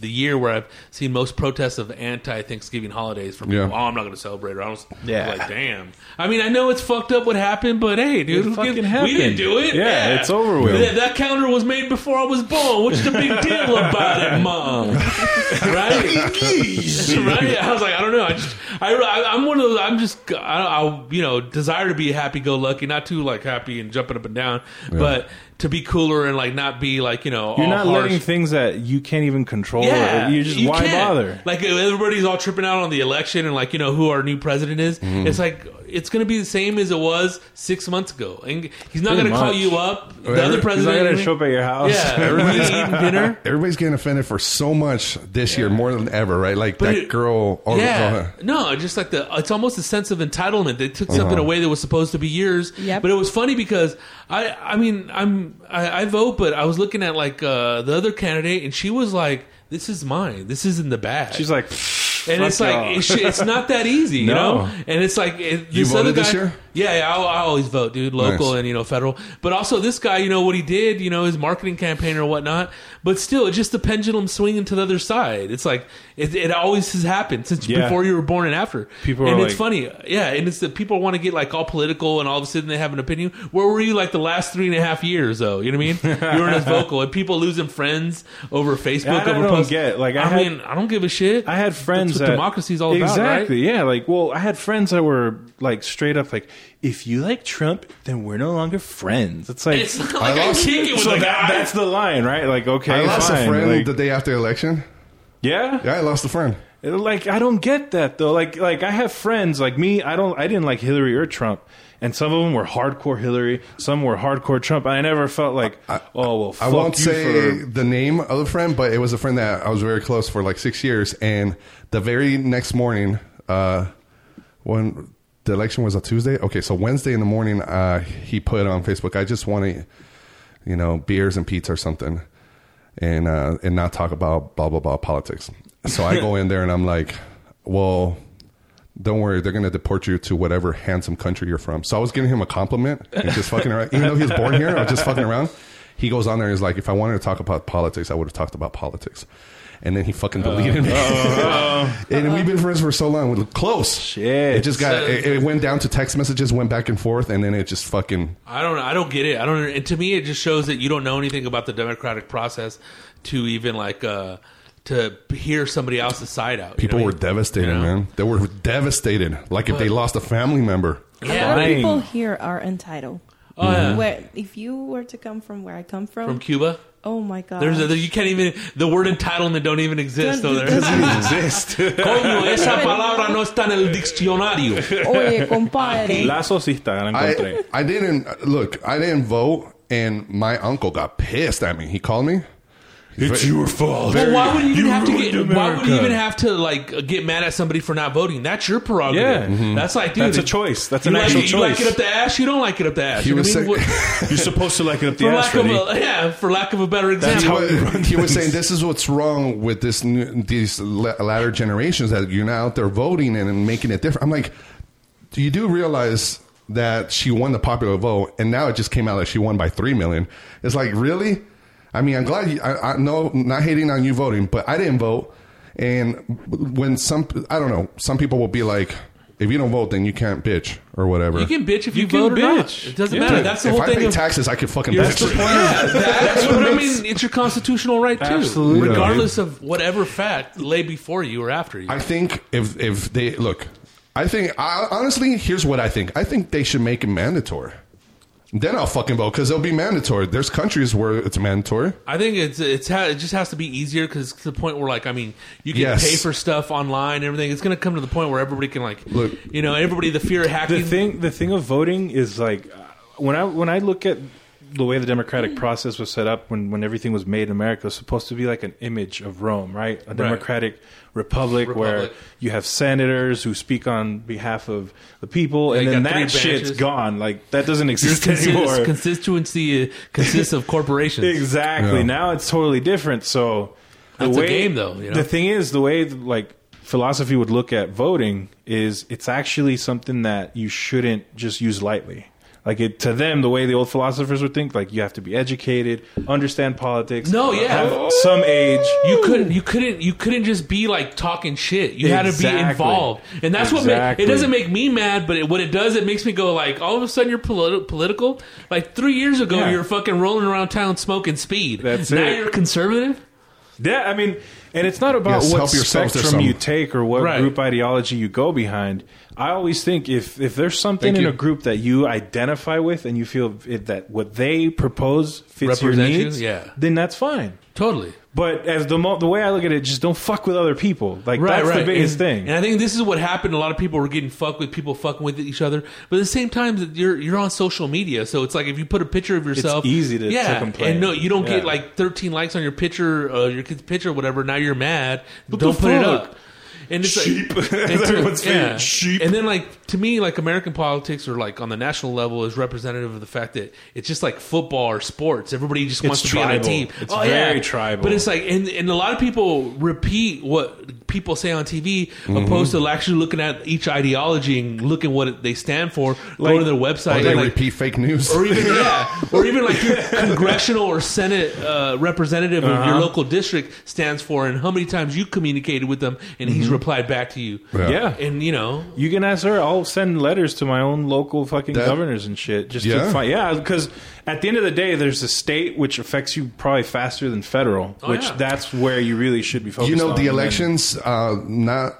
the year where I've seen most protests of anti-Thanksgiving holidays from
Yeah.
people. Oh, I'm not going to celebrate. Or I don't.
Yeah.
Like, damn. I mean, I know it's fucked up what happened, but hey, dude,
It
who
fucking
gives-
happened.
we didn't do it.
Yeah, it's over with.
That, that counter was made before I was born. What's the big deal about it,
<laughs>
mom? right? <laughs> right? I was like, I don't know. I just, I, I, am one of those. I'm just, I, I, you know, desire to be happy-go-lucky, not too like happy and jumping up and down, but to be cooler and like not be like you know,
You're
all
not
harsh.
letting things that you can't even control.
Yeah,
you just why
can't.
bother?
Like everybody's all tripping out on the election and like you know who our new president is.
Mm-hmm.
It's like it's going to be the same as it was six months ago, and he's not going to
Pretty
call
much.
you up. The other
Every- he's not
He's
president,
not gonna show up at your house. <laughs>
yeah, we eating dinner.
Everybody's getting offended for so much this year, more than ever, right? Like that
it-
girl. oh,
Yeah,
oh,
no, just like the it's almost a sense of entitlement. They took something
Uh-huh.
away that was supposed to be yours.
Yep.
but it was funny because I, I mean, I'm I, I vote, but I was looking at like uh, the other candidate, and she was like, "This is mine. This is in the bag."
She's like,
and
"Fuck
it's
y'all."
like it's, it's not that easy, you
No.
know. And it's like it, this
You
other
voted
guy.
this year?
Yeah, yeah I, I always vote, dude, local
Nice.
and you know federal. But also this guy, you know what he did, you know his marketing campaign or whatnot. But still, it's just the pendulum swinging to the other side. It's like it, it always has happened since
Yeah.
before you were born and after.
People
and
are
it's
like-
funny, yeah. And it's that people want to get like all political, and all of a sudden they have an opinion. Where were you like the last three and a half years, though? You know what I
<laughs>
mean? you weren't as vocal, and people losing friends over Facebook.
I
over
don't
posts.
get, like, I had-
mean, I don't give a shit.
I had
That's
friends
what
that
democracy's all about, right?
exactly. Yeah, like well, I had friends that were like straight up like, if you like Trump, then we're no longer friends. It's like,
It's not like I,
lost-
kick it with
so
a
that,
guy.
that's the line, right? Like okay,
I lost
fine.
a friend
like,
the day after the election.
yeah,
Yeah, I lost a friend.
Like I don't get that though. Like like I have friends like me. I don't. I didn't like Hillary or Trump, and some of them were hardcore Hillary. Some were hardcore Trump. I never felt like oh well. Fuck
I won't
you
say
for-
the name of the friend, but it was a friend that I was very close for like six years. And the very next morning, uh, when the election was a Tuesday, okay, so Wednesday in the morning, uh, he put on Facebook, "I just want to, you know, beers and pizza or something, and uh, and not talk about blah blah blah politics." So I go in there and I'm like, "Well, don't worry, they're going to deport you to whatever handsome country you're from. So I was giving him a compliment and just fucking around. Even though he was born here, I was just fucking around. He goes on there and he's like, if I wanted to talk about politics, I would have talked about politics. And then he fucking deleted me. <laughs> and we've been friends for so long. We're close.
Shit.
It just got, it, it went down to text messages, went back and forth, and then it just fucking,
I don't. I don't get it. I don't. And to me, it just shows that you don't know anything about the democratic process to even like uh to hear somebody else's side out.
people were devastated, man. They were devastated. Like if they lost a family member.
A lot of
Dang.
people here are entitled.
Oh, yeah.
Where if you were to come from where I come from,
From Cuba,
oh my god,
there's a, you can't even the word entitlement don't even exist over there.
exist.
<laughs> Coño, <laughs> esa palabra no está en el diccionario.
oye compadre,
Lazo sí está, la
I,
encontré.
I didn't look. I didn't vote, and my uncle got pissed at me. He called me.
It's your fault.
But why would you even have to get?
ruined
Why would you
America.
even have to like uh, get mad at somebody for not voting? That's your prerogative.
Yeah.
Mm-hmm.
Mhm.
that's like dude,
That's a
it-
choice. That's
you
an
like
actual
it- You like
choice.
it up the ass. You don't like it up the ass.
He
you know
was
what I mean?
saying-
What-
<laughs>
You're supposed to like it up the
for
ass,
lack of
Freddy.
a, yeah, for lack of a better
He
example.
was- he was saying, "This is what's wrong with this new, these la- latter generations that you're not out there voting and, and making it different." I'm like, "Do you do realize that she won the popular vote, and now it just came out that she won by three million? It's like, really? I mean, I'm glad. You, I, I no, not hating on you voting, but I didn't vote. And when some, I don't know, some people will be like, "If you don't vote, then you can't bitch or whatever."
You can bitch if you,
can
vote or not.
bitch.
It doesn't
Yeah.
matter. That's the
if
whole
I
thing.
pay
of,
taxes, I can fucking
That's the
bitch. <laughs>
point.
that's what I mean. It's your constitutional right too,
Absolutely. Yeah.
regardless of whatever fact lay before you or after you.
I think if if they look, I think I, honestly, here's what I think. I think they should make it mandatory. Then I'll fucking vote because it'll be mandatory. There's countries where it's mandatory.
I think it's it's ha- it just has to be easier because to the point where like I mean you can
Yes.
pay for stuff online and everything. It's going to come to the point where everybody can like
Look.
you know everybody the fear of hacking.
the thing the thing of voting is like uh, when I when I look at the way the democratic
Hmm.
process was set up when when everything was made in America it was supposed to be like an image of Rome, right? A democratic republic, where
Republic.
you have senators who speak on behalf of the people, and
They
then
got three
that shit's
branches.
gone. Like that doesn't <laughs>
Your
exist
consi-
anymore.
constituency uh, consists of corporations.
<laughs> Exactly.
Yeah.
Now it's totally different. So the
That's a
way,
game, though, you know?
The thing is, the way like philosophy would look at voting is it's actually something that you shouldn't just use lightly. Like it, to them, the way the old philosophers would think, like you have to be educated, understand politics.
No, yeah.
have some age.
You couldn't you couldn't you couldn't just be like talking shit. You had to be
Exactly.
involved. And that's what ma-
Exactly.
it doesn't make me mad, but it, what it does it makes me go like all of a sudden you're politi- political. Like 3 years ago
Yeah.
you were fucking rolling around town smoking speed.
That's
now
it.
you're conservative?
Yeah, I mean, and it's not about
Yes,
what
help yourselves, there's some-
spectrum you take or what
Right.
group ideology you go behind. I always think if if there's something
Thank
in
you.
a group that you identify with and you feel it, that what they propose fits your
Represents you?
needs,
Yeah.
then that's fine.
Totally.
But as the mo- the way I look at it, just don't fuck with other people. Like that's the biggest
and,
thing.
And I think this is what happened. A lot of people were getting fucked with people fucking with each other. But at the same time, that you're you're on social media, so it's like if you put a picture of yourself,
easy to- to
yeah,
complain.
And no, you don't get
Yeah.
like 13 likes on your picture, uh, your kid's picture, or whatever. Now you're mad.
What
don't
the
put it
fuck?
up. And it's
Sheep. <laughs>
Like,
That's everyone's favorite.
yeah.
Sheep.
And then like to me, like American politics or like on the national level is representative of the fact that it's just like football or sports. Everybody just wants to be on a
tribal.
team. Oh,
It's very tribal.
But it's like and, and a lot of people repeat what people say on TV
Mm-hmm.
opposed to actually looking at each ideology and looking what they stand for. go
Like-
to their
Or
website
they
and like
repeat fake news.
or even yeah, or even like your congressional or senate uh, representative of
Uh-huh.
your local district stands for, and how many times you communicated with them, and he's replied back to you.
Mm-hmm. Yeah.
yeah.
And you know,
You can ask her. I'll send letters to my own local fucking
That-
governors and shit. Just
Yeah.
to find, yeah, because at the end of the day, there's a state which affects you probably faster than federal,
Oh,
which
yeah.
that's where you really should be
<laughs>
focused.
you know
on.
the
And then-
elections uh, not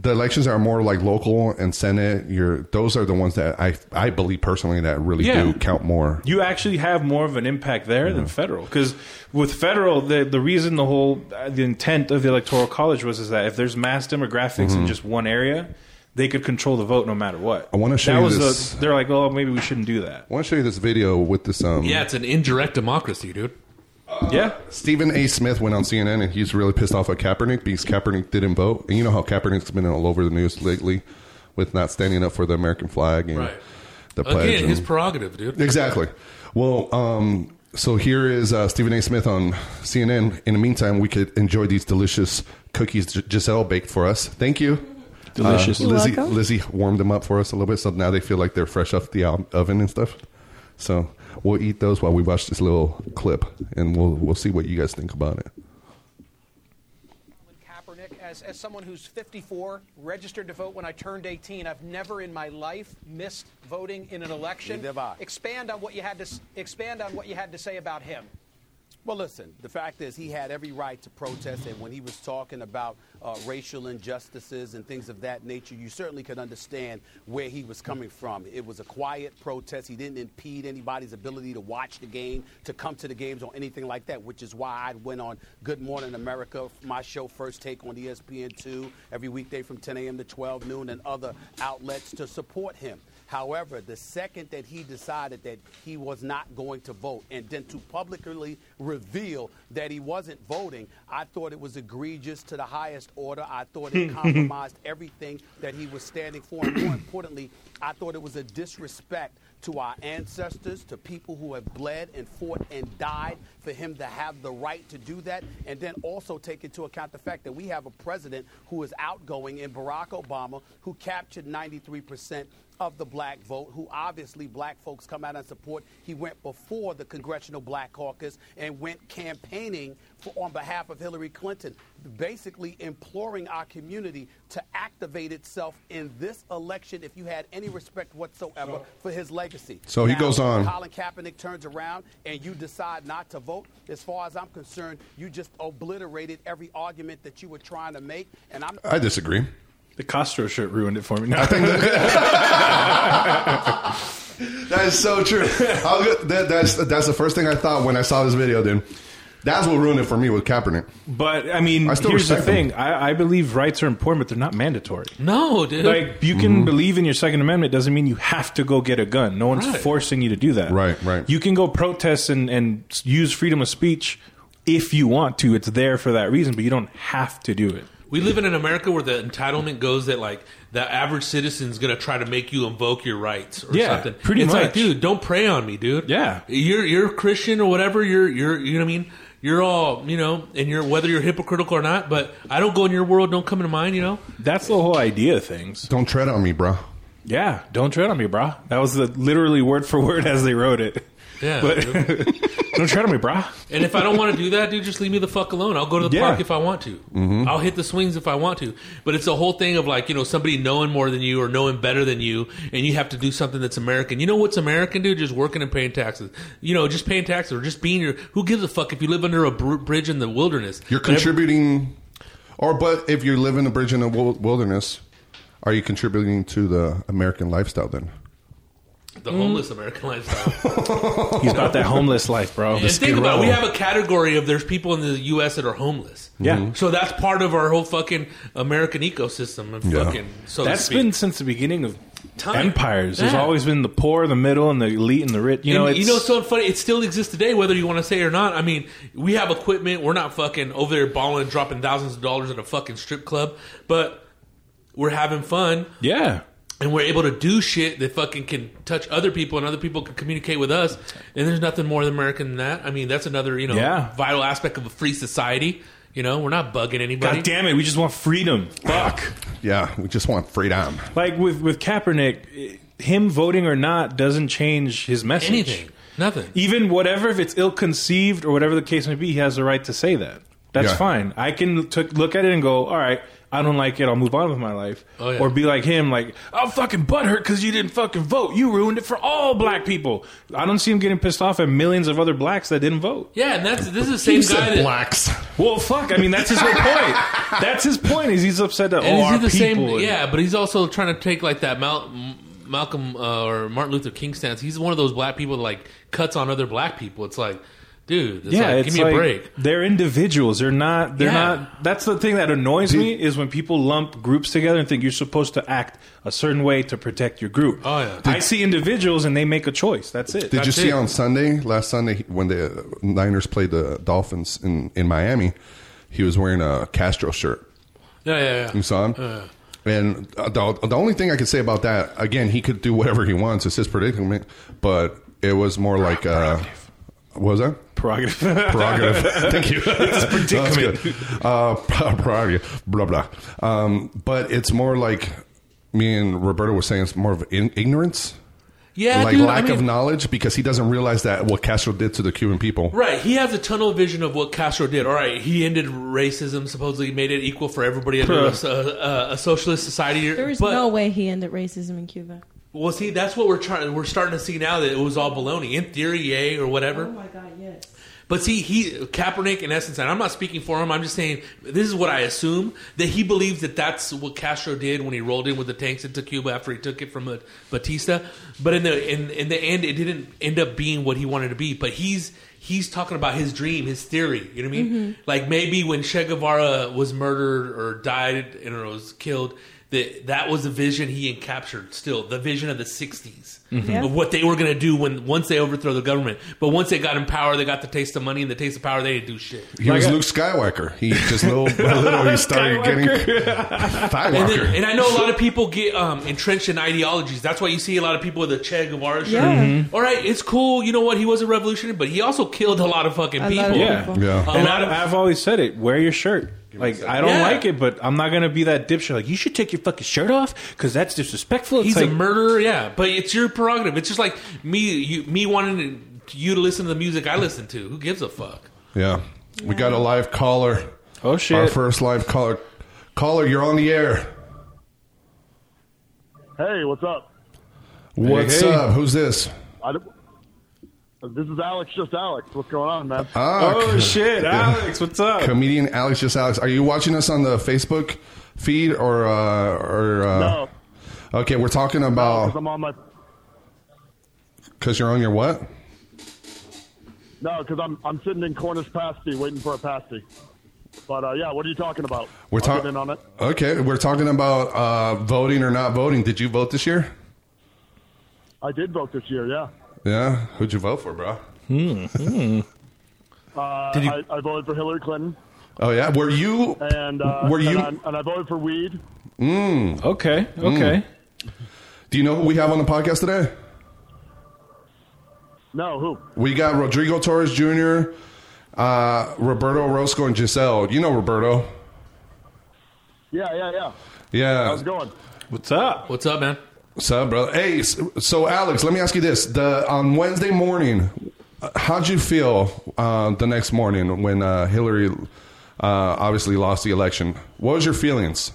the elections are more like local and senate your those are the ones that i i believe personally that really
Yeah.
do count more
you actually have more of an impact there than federal because with federal the, the reason the whole uh, the intent of the electoral college was is that if there's mass demographics in just one area they could control the vote no matter what
Mm-hmm. I wanna show
that
you
was
this.
the- they're like oh maybe we shouldn't do that
i want to show you this video with this um
yeah, it's an indirect democracy, dude.
Uh,
yeah
Stephen A. Smith went on CNN and he's really pissed off at Kaepernick because Kaepernick didn't vote. And you know how Kaepernick's been all over the news lately with not standing up for the American flag and
Right.
the pledge.
Again, his
and-
prerogative, dude.
exactly. Well, um, so here is uh, Stephen A. Smith on CNN. In the meantime, we could enjoy these delicious cookies G- Giselle baked for us. Thank you.
Delicious.
Uh, Lizzie,
welcome.
Lizzie warmed them up for us a little bit, so now they feel like they're fresh off the o- oven and stuff. So we'll eat those while we watch this little clip, and we'll we'll see what you guys think about it.
Kaepernick, as, as someone who's 54, registered to vote when I turned 18, I've never in my life missed voting in an election.
Neither have I.
Expand on what you had to s- expand on what you had to say about him.
Well, listen, the fact is he had every right to protest, and when he was talking about uh, racial injustices and things of that nature, you certainly could understand where he was coming from. It was a quiet protest. He didn't impede anybody's ability to watch the game, to come to the games, or anything like that, which is why I went on Good Morning America, my show First Take on E ESPN2, every weekday from 10 a.m. to 12 noon, and other outlets to support him. However, the second that he decided that he was not going to vote and then to publicly reveal that he wasn't voting, I thought it was egregious to the highest order. I thought it compromised everything that he was standing for. And more importantly, I thought it was a disrespect to our ancestors, to people who have bled and fought and died, for him to have the right to do that, and then also take into account the fact that we have a president who is outgoing in Barack Obama, who captured 93% of the black vote, who obviously black folks come out and support. He went before the Congressional Black Caucus and went campaigning for, on behalf of Hillary Clinton, basically imploring our community to activate itself in this election if you had any respect whatsoever for his legacy.
So he goes on.
Colin Kaepernick turns around and you decide not to vote. As far as I'm concerned, you just obliterated every argument that you were trying to make. And I'm
I disagree.
The Castro shirt ruined it for me. No.
That is so true. I'll go- that, that's that's the first thing I thought when I saw this video, dude. That's what ruined it for me with Kaepernick.
But I mean,
I still
here's the
respect them.
thing: I, I believe rights are important, but they're not mandatory.
No, dude.
Like you
Mm-hmm.
can believe in your Second Amendment doesn't mean you have to go get a gun. No one's
Right.
forcing you to do that.
Right, right.
You can go protest and and use freedom of speech if you want to. It's there for that reason, but you don't have to do it.
We live in an America where the entitlement goes that like the average citizen's gonna try to make you invoke your rights or
Yeah,
something.
pretty
it's like,
much.
dude, don't prey on me, dude.
Yeah.
you're you're a Christian or whatever. You're you're you know what I mean. You're all you know, and you're whether you're hypocritical or not. But I don't go in your world. Don't come into mine. You know.
That's the whole idea of things.
Don't tread on me, bro.
Yeah, don't tread on me, brah. That was the literally word for word as they wrote it.
Yeah.
But
dude.
<laughs> don't tread on me, brah.
and if I don't want to do that, dude, just leave me the fuck alone. I'll go to the
Yeah.
park if I want to. I'll hit the swings if I want to. But it's a whole thing of like you know somebody knowing more than you or knowing better than you, and you have to do something that's American. You know what's American, dude? Just working and paying taxes. You know, just paying taxes or just being your. Who gives a fuck if you live under a br- bridge in the wilderness?
You're
And every-
contributing, or but if you're living a bridge in a wil- wilderness, are you contributing to the American lifestyle then?
the homeless American lifestyle.
He's about that homeless life, bro.
and think about it, we have a category of there's people in the U.S. that are homeless.
yeah.
So that's part of our whole fucking American ecosystem. And
Yeah.
fucking, so to
That's
speak.
been since the beginning of
Time.
empires. There's
Yeah.
always been the poor, the middle, and the elite, and the rich. You know,
And
it's,
you know, it's so funny. It still exists today, whether you want to say it or not. I mean, we have equipment. We're not fucking over there balling, dropping thousands of dollars at a fucking strip club, but we're having fun
yeah.
and we're able to do shit that fucking can touch other people and other people can communicate with us. And there's nothing more American than that. I mean, that's another you know
Yeah.
vital aspect of a free society. You know, we're not bugging anybody.
God damn it, we just want freedom. Fuck.
Yeah, we just want freedom.
like with with Kaepernick, i- him voting or not doesn't change his message.
anything, nothing.
even whatever if it's ill conceived or whatever the case may be, he has the right to say that. That's
Yeah.
fine. I can took look at it and go, all right, I don't like it. I'll move on with my life.
Oh, yeah.
Or be like him, like I'm fucking butthurt because you didn't fucking vote. You ruined it for all black people. I don't see him getting pissed off at millions of other blacks that didn't vote.
Yeah, and that's this is the same guy that.
blacks.
Well, fuck. I mean, that's his
<laughs>
whole point. That's his point. Is he's upset that
And
all
Oh, is he
our
the
people.
same? Yeah, but he's also trying to take like that Mal- M- Malcolm uh, or Martin Luther King stance. He's one of those black people that like cuts on other black people. It's like, dude, it's
yeah,
like,
it's
give me
like
a break.
They're individuals. They're not. They're
Yeah.
not. That's the thing that annoys me is when people lump groups together and think you're supposed to act a certain way to protect your group.
Oh, yeah.
I see individuals and they make a choice. That's it.
Did you
That's
see
it.
on Sunday, last Sunday, when the Niners played the Dolphins in, in Miami, he was wearing a Castro shirt.
Yeah, yeah, yeah.
You saw him?
Uh.
and uh, the, the only thing I could say about that, again, he could do whatever he wants. It's his predicament. But it was more like, uh, What was that?
Prerogative.
prerogative. Thank you. <laughs> No, that's good. Uh, <laughs> pre- prerogative. Blah blah. Um, but it's more like me and Roberta were saying. It's more of in- ignorance,
Yeah,
like
dude,
lack
I mean,
of knowledge, because he doesn't realize that what Castro did to the Cuban people.
Right, he has a tunnel vision of what Castro did. All right, he ended racism, supposedly made it equal for everybody under a, a, a socialist society.
There is
but,
no way he ended racism in Cuba.
Well, see, that's what we're trying. We're starting to see now that it was all baloney. In theory, yay or whatever.
Oh my God, yes.
But see, he Kaepernick, in essence, and I'm not speaking for him. I'm just saying this is what I assume that he believes that that's what Castro did when he rolled in with the tanks into Cuba after he took it from uh, Batista. But in the in in the end, it didn't end up being what he wanted to be. But he's he's talking about his dream, his theory. You know what I mean? Like maybe when Che Guevara was murdered or died and or was killed. That, that was the vision he captured still the vision of the 60s
Yeah.
of what they were going to do when once they overthrow the government but once they got in power they got the taste of money and the taste of power they didn't do shit
He was Luke Skywalker. He just little <laughs> by little he started getting
and, then,
Skywalker.
and I know a lot of people get um, entrenched in ideologies. That's why you see a lot of people with a Che Guevara shirt.
Yeah. Mhm.
All right, it's cool. You know what? He was a revolutionary, but he also killed a lot of fucking
A lot
people.
of
Yeah.
people.
Yeah.
A
and
lot
I,
of-
I've always said it. Wear your shirt. Like I don't
Yeah.
like it, but I'm not gonna be that dipshit. Like you should take your fucking shirt off because that's disrespectful. It's
He's
like,
a murderer, yeah. But it's your prerogative. It's just like me, you, me wanting to, you to listen to the music I listen to. Who gives a fuck?
yeah, we got a live caller.
Oh, shit.
Our first live caller. Caller, you're on the air.
Hey, what's up?
What's
hey.
up? Who's this?
I don't- this is Alex, just Alex. What's going on, man?
Ah,
Oh
c-
shit,
yeah.
Alex, what's up?
comedian Alex just Alex. Are you watching us on the Facebook feed or uh, or? Uh,
No.
Okay, we're talking
'Cause
about
I'm on my
because you're on your what?
no, because I'm I'm sitting in Cornish pasty waiting for a pasty. But uh, yeah, what are you talking about?
We're
I'll get
talking
in on it.
Okay, we're talking about uh, voting or not voting. Did you vote this year?
I did vote this year. Yeah,
Yeah, who'd you vote for, bro?
uh,
Did you-
I, I voted for Hillary Clinton,
Oh yeah, were you?
and uh,
Were you-
and, I, and I voted for weed.
Okay,
Mm.
okay.
Do you know who we have on the podcast today?
No, who?
We got Rodrigo Torres Jr., uh, Roberto Orozco, and Giselle. You know Roberto?
Yeah, yeah, yeah.
Yeah.
How's it going?
What's up?
What's up, man?
What's up, brother? Hey, s- so Alex, let me ask you this: the on Wednesday morning, uh, how'd you feel uh, the next morning when uh, Hillary uh, obviously lost the election? What was your feelings?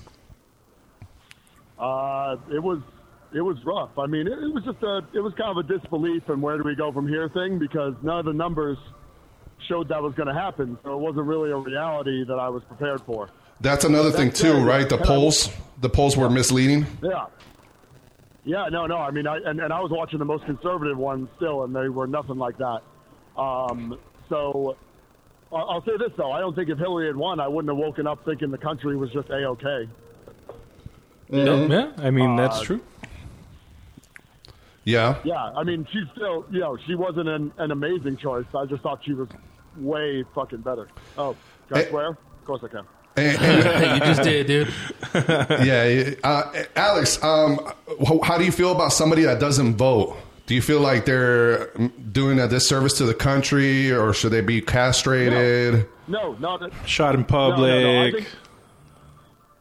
Uh, it was it was rough. I mean, it, it was just a it was kind of a disbelief and where do we go from here thing because none of the numbers showed that was going to happen. So it wasn't really a reality that I was prepared for.
That's another thing
That's
too,
good.
right? The
Can I-
polls, the polls were misleading.
Yeah. Yeah, no, no. I mean, I, and, and I was watching the most conservative ones still, and they were nothing like that. Um, so I- I'll say this, though. I don't think if Hillary had won, I wouldn't have woken up thinking the country was just A-OK.
Yeah, I mean that's
Uh,
true.
Yeah,
Yeah, I mean, she's still, you know, she wasn't an, an amazing choice. I just thought she was way fucking better. Oh, can
Eh.
I swear? Of course I can.
And- and-
Hey, you just did, dude.
yeah. Uh, Alex, um, how, how do you feel about somebody that doesn't vote? Do you feel like they're doing a disservice to the country, or should they be castrated?
No, not at,
Shot in
no, no,
public.
no, I think,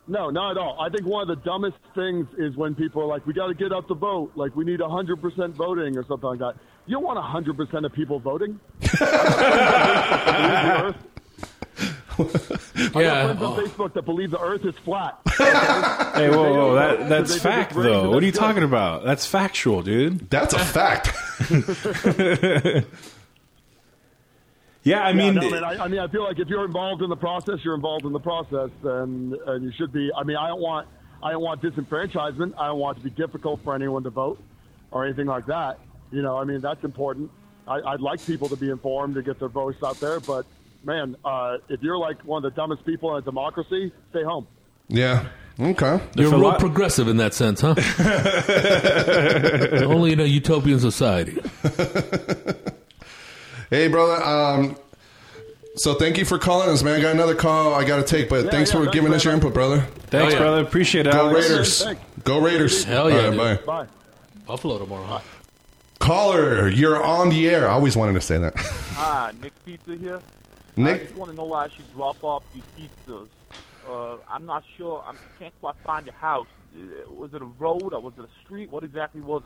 no, not at all. I think one of the dumbest things is when people are like, we got to get out the vote. Like, we need 100% voting or something like that. You don't want 100% of people voting. I believe the Earth-
Yeah.
friends on
oh.
Facebook that believe the Earth is flat.
<laughs> hey, whoa, whoa,
They
that
don't-
that's
they just
fact
raise
though.
it
What are you
up.
talking about? That's factual, dude.
That's a
<laughs>
fact.
Yeah, I
Yeah,
mean,
no, man, I, I mean, I feel like if you're involved in the process, you're involved in the process, and and you should be. I mean, I don't want, I don't want disenfranchisement. I don't want it to be difficult for anyone to vote or anything like that. You know, I mean, that's important. I, I'd like people to be informed to get their votes out there, but man, uh, if you're like one of the dumbest people in a democracy, stay home.
Yeah. Okay.
You're
a
real
lot-
progressive in that sense,
<laughs>
huh? Only in a utopian society.
Hey, brother. Um, so thank you for calling us, man. I got another call I got to take, but
Yeah,
thanks
yeah,
for
thanks,
giving us
man.
your input, brother.
thanks,
Oh, yeah.
brother. Appreciate it,
Go
Alex.
Raiders.
Thanks.
Go Raiders.
Hell yeah,
All right,
dude.
bye.
Bye.
Buffalo tomorrow, huh?
Caller, you're on the air. I always wanted to say that. <laughs>
Hi, Ah, Nick Pizza here.
Nick?
I just want to know why she drop off these pizzas. Uh, I'm not sure. I can't quite find your house. Uh, Was it a road or was it a street? What exactly was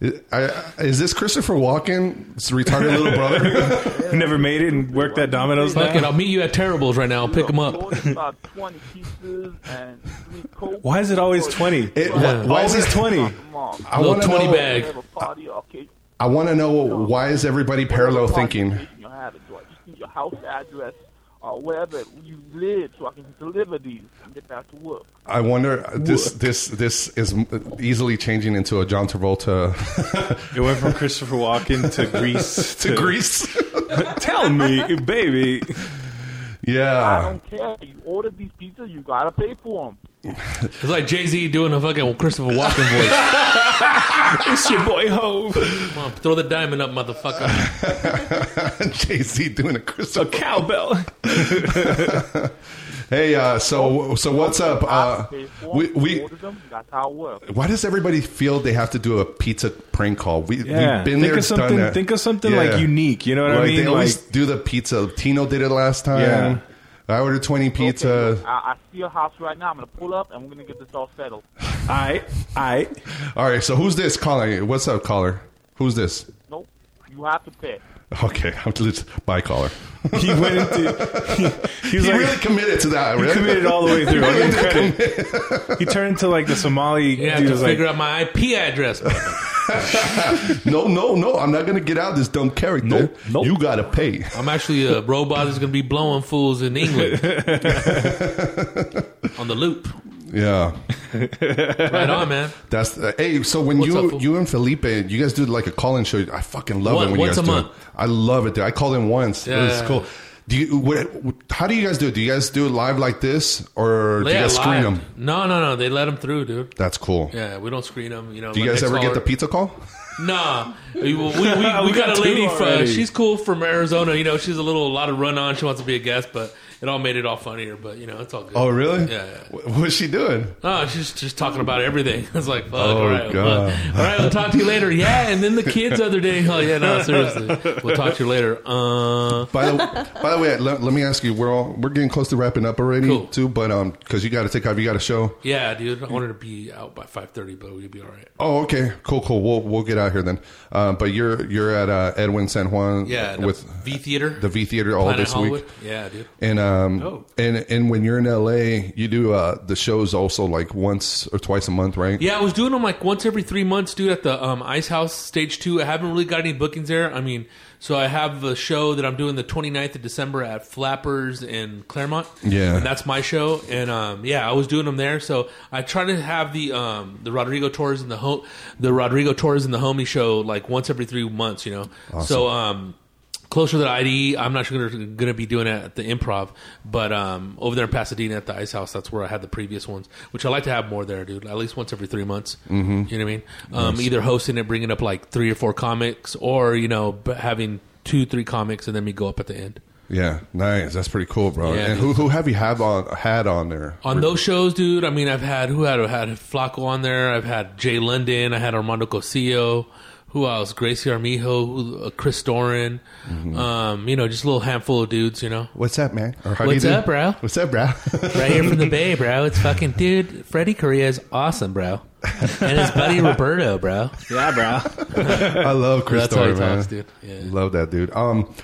it?
I, is this Christopher Walken? It's retarded little
<laughs>
brother
who <laughs> never made it and worked at Domino's.
Fuck
now?
it, I'll meet you at Terribles right now. I'll pick him up.
Ordered about 20 pizzas and three Cokes.
Why is it always twenty?
It- why- why is
always
it-
twenty?
I Little wanna 20 know- bag.
Have a party or occasion.
I want to know why is everybody parallel thinking?
You have it. So I just need your house address or wherever you live so I can deliver these and get back to work.
I wonder uh, this this this is easily changing into a John Travolta.
it went from Christopher Walken <laughs> to
<laughs>
Greece
to, Greece.
Tell me,
<laughs>
baby.
I
Yeah,
don't care. You ordered these pizzas, you gotta pay for them.
It's like Jay Z doing a fucking Christopher Walken
<laughs>
voice.
it's your boy Hove.
Come on, throw the diamond up, motherfucker.
<laughs> Jay Z doing a Christopher.
A cowbell.
Hey, uh, so so what's up? Uh,
Pay for 'em,
we
you
we
ordered them. That's how it works.
why does everybody feel they have to do a pizza prank call? We,
Yeah.
We've been
Think
there,
of something-
done that.
think of something, like, unique, you know what I
Like,
mean?
They always
Like-
do the pizza. Tino did it last time.
Yeah.
I ordered twenty pizza.
I, I see your house right now. I'm gonna pull up and we're gonna get this all settled.
I,
<laughs>
I.
All right, so who's this calling? What's up, caller? Who's this?
Nope, you have to pay.
Okay, <laughs> I'm just bye caller.
He went into. He, he was
He
like,
really committed to that.
he
right? <laughs>
committed all the way through. I give him credit. He turned into like the Somali
You have
dude.
to
was like,
figure out my IP address. mother.
no, no, no. I'm not gonna get out of this dumb character.
Nope, nope.
You gotta pay.
I'm actually a robot that's gonna be blowing fools in
<laughs>
England on the loop.
Yeah,
Right on, man.
that's. Uh, hey, so when
What's up,
you
fool?
you and Felipe, you guys do like a call-in show. I fucking love
One-
it when you
once
guys
a
do
month.
it. I love it. Dude. I called in once. It was
Yeah.
cool. Do you? What, how do you guys do it? Do you guys do it live like this, or do you
Yeah,
guys screen
live.
them?
No, no, no. They let them through, dude.
That's cool.
Yeah, we don't screen them. You know.
Do you
let
guys
the
ever get
caller-
the pizza call?
Nah, we, we,
<laughs>
we, we
We got
got a
two
lady. From,
already.
she's cool from Arizona. You know, she's a little a lot of run on. She wants to be a guest, but it all made it all funnier. But you know, it's all good.
Oh, really?
Yeah, yeah.
Wh- What's she doing?
Oh, she's just talking about everything. <laughs> It's like, fuck,
Oh,
all right,
God.
fuck. all right, we'll talk to you later. Yeah, and then the kids the other day. Oh yeah, no, seriously, we'll talk to you later. Uh,
By the, by the way, let, let me ask you. We're all we're getting close to wrapping up already,
Cool.
too. But um, because you got to take off, you got a show.
yeah, dude, I wanted to be out by five thirty, but we'll be all right.
Oh, okay, cool, cool. We'll we'll get out here then. Uh, but you're you're at uh, Edwin San Juan,
Yeah, the
with
V Theater,
the V Theater all
Planet
this
Hollywood.
week.
Yeah, dude.
And um,
Oh.
and and when you're in LA, you do uh the shows also like once or twice a month, right?
Yeah, I was doing them like once every three months, dude, at the um, Ice House Stage 2. I haven't really got any bookings there. I mean, so I have a show that I'm doing the 29th of December at Flappers in Claremont.
Yeah.
And that's my show. And um, yeah, I was doing them there. So I try to have the um, the Rodrigo Torres and the home the Rodrigo Torres and the Homie show like once every three months, you know. So um closer to the IDE. I'm not sure going to be doing it at the improv, but um, over there in Pasadena at the Ice House, that's where I had the previous ones, which I like to have more there, dude. At least once every three months. Mm-hmm. You know what I mean? Um, Either hosting it, bringing up like three or four comics, or you know, b- having two, three comics, and then we go up at the end.
Yeah, nice. That's pretty cool, bro.
Yeah,
and who who have you have on had on there?
On those shows, dude, I mean, I've had who had I had Flacco on there. I've had Jay London. I had Armando Cosillo. Who else? Gracie Armijo, who, uh, Chris Doran.
Mm-hmm.
Um, you know, just a little handful of dudes. You know.
What's up, man? Or how
What's
do you do?
up, bro?
What's up, bro?
<laughs> Right here from the Bay, bro. It's fucking dude. Freddie Correa is awesome, bro. And his <laughs> buddy Roberto, bro.
yeah, bro.
I love Chris
That's how he
Doran, man.
talks, dude. Yeah.
Love that dude. Um,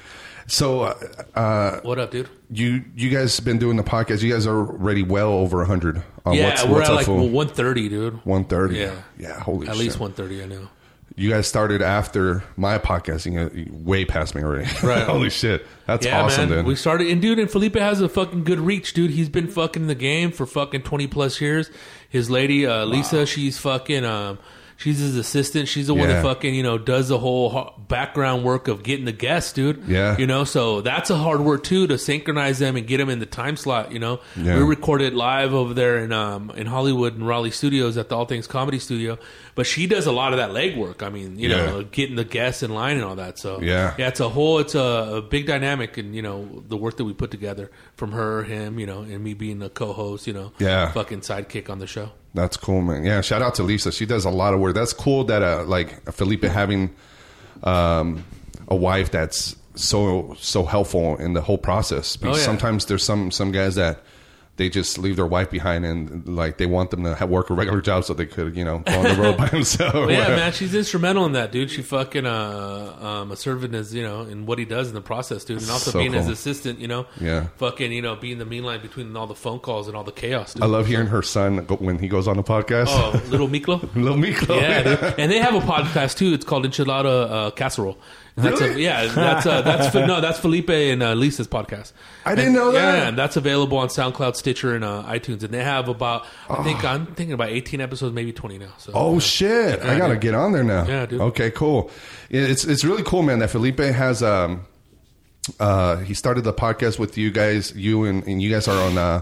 so uh,
What up, dude?
you you guys have been doing the podcast. You guys are already well over hundred. Um,
yeah,
what's,
we're
what's
at
up,
like
fool?
one thirty, dude.
130.
Yeah.
Yeah, holy
At
shit.
least one thirty, I know.
You guys started after my podcasting, you way past me already.
Right.
<laughs> holy shit. That's
yeah,
awesome,
man.
dude.
We started, and dude, and Felipe has a fucking good reach, dude. He's been fucking in the game for fucking twenty plus years. His lady, uh, Lisa, she's fucking, um, she's his assistant. She's the one that
Yeah.
fucking, you know, does the whole ho- background work of getting the guests, dude.
Yeah.
you know, so that's a hard work too to synchronize them and get them in the time slot. You know,
Yeah.
we recorded live over there in um in Hollywood and Raleigh studios at the All Things Comedy Studio, but she does a lot of that legwork. I mean, you know,
Yeah.
getting the guests in line and all that. So
Yeah.
yeah, it's a whole, it's a, a big dynamic, and you know the work that we put together from her, him, you know, and me being a co-host, you know,
Yeah.
fucking sidekick on the show.
That's cool, man. Yeah, shout out to Lisa. She does a lot of work. That's cool that uh, like Felipe having um, a wife that's so so helpful in the whole process. Because
Oh, yeah.
sometimes there's some some guys that they just leave their wife behind and like they want them to have, work a regular job so they could you know go on the road by <laughs> themselves. or
Well, <laughs> yeah,
whatever.
man, she's instrumental in that, dude. She fucking uh, um, a servant as you know in what he does in the process, dude, and also
So
being his
cool.
assistant, you know.
Yeah.
Fucking, you know, being the mean line between all the phone calls and all the chaos. Dude.
I love hearing her son go, when he goes on the podcast. <laughs>
Oh, little Miklo,
little Miklo,
yeah,
Oh, yeah.
dude. and they have a podcast too. It's called Enchilada uh, Casserole. And That's a, yeah, that's uh,
<laughs>
that's Fe- no, that's Felipe and uh, Lisa's podcast.
I didn't know that.
Yeah, and that's available on SoundCloud, Stitcher, and uh, iTunes. And they have about I think I'm thinking about 18 episodes, maybe 20 now. So
Oh shit!
Yeah,
I gotta
dude.
get on there now.
Yeah, dude.
Okay, cool. It's it's really cool, man. That Felipe has um, uh, he started the podcast with you guys. You and, and you guys are on uh,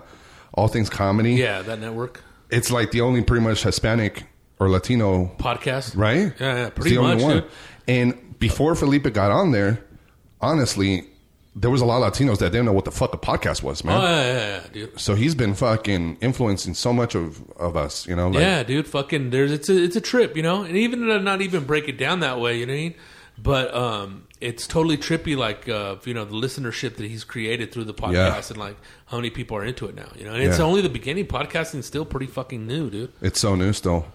all things comedy.
yeah, that network
it's like the only pretty much Hispanic or Latino
podcast.
right?
Yeah, yeah
It's
pretty
the
much.
only one.
dude.
And before Felipe got on there, honestly, there was a lot of Latinos that didn't know what the fuck a podcast was, man.
Oh yeah, yeah, yeah, dude.
So he's been fucking influencing so much of, of us, you know. Like,
yeah, dude. Fucking, there's it's a it's a trip, you know. And even to not even break it down that way, you know. What I mean? But um, it's totally trippy, like uh, you know, the listenership that he's created through the podcast
Yeah.
and like how many people are into it now, you know. And it's
Yeah.
only the beginning. Podcasting's still pretty fucking new, dude.
It's so new still.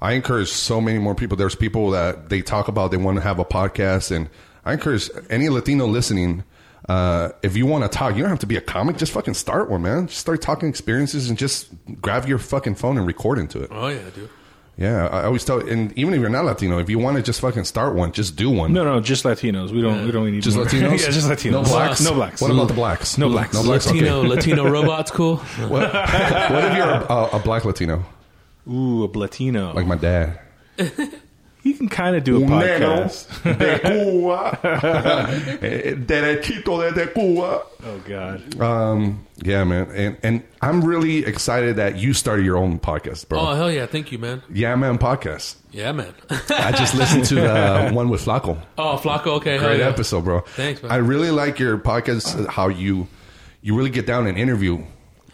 I encourage so many more people. There's people that they talk about they want to have a podcast, and I encourage any Latino listening. Uh, if you want to talk, you don't have to be a comic. Just fucking start one, man. Just start talking experiences and just grab your fucking phone and record into it.
Oh yeah, dude.
Yeah, I always tell, and even if you're not Latino, if you want to just fucking start one, just do one.
No, no, just Latinos. We don't. We don't need
Just
more. <laughs>
Latinos?
yeah, just Latinos.
No blacks?
No blacks.
What about the blacks?
No blacks.
No blacks,
Latino <laughs>
okay.
Latino robots, cool.
What, what if you're a, a black Latino,
Ooh, a Latino.
like my dad?
You can kind of do a
Un negro
podcast.
de Cuba, Eh, <laughs> derechito desde Cuba.
Oh God.
Um, yeah, man, and and I'm really excited that you started your own podcast,
<laughs>
bro.
Oh hell yeah, thank you, man.
yeah, man, podcast.
Yeah, man. <laughs>
I just listened to the one with Flacco.
Oh Flacco, okay, hell
Great
yeah.
episode, bro.
Thanks, man.
I really like your podcast. uh, How you you really get down and interview.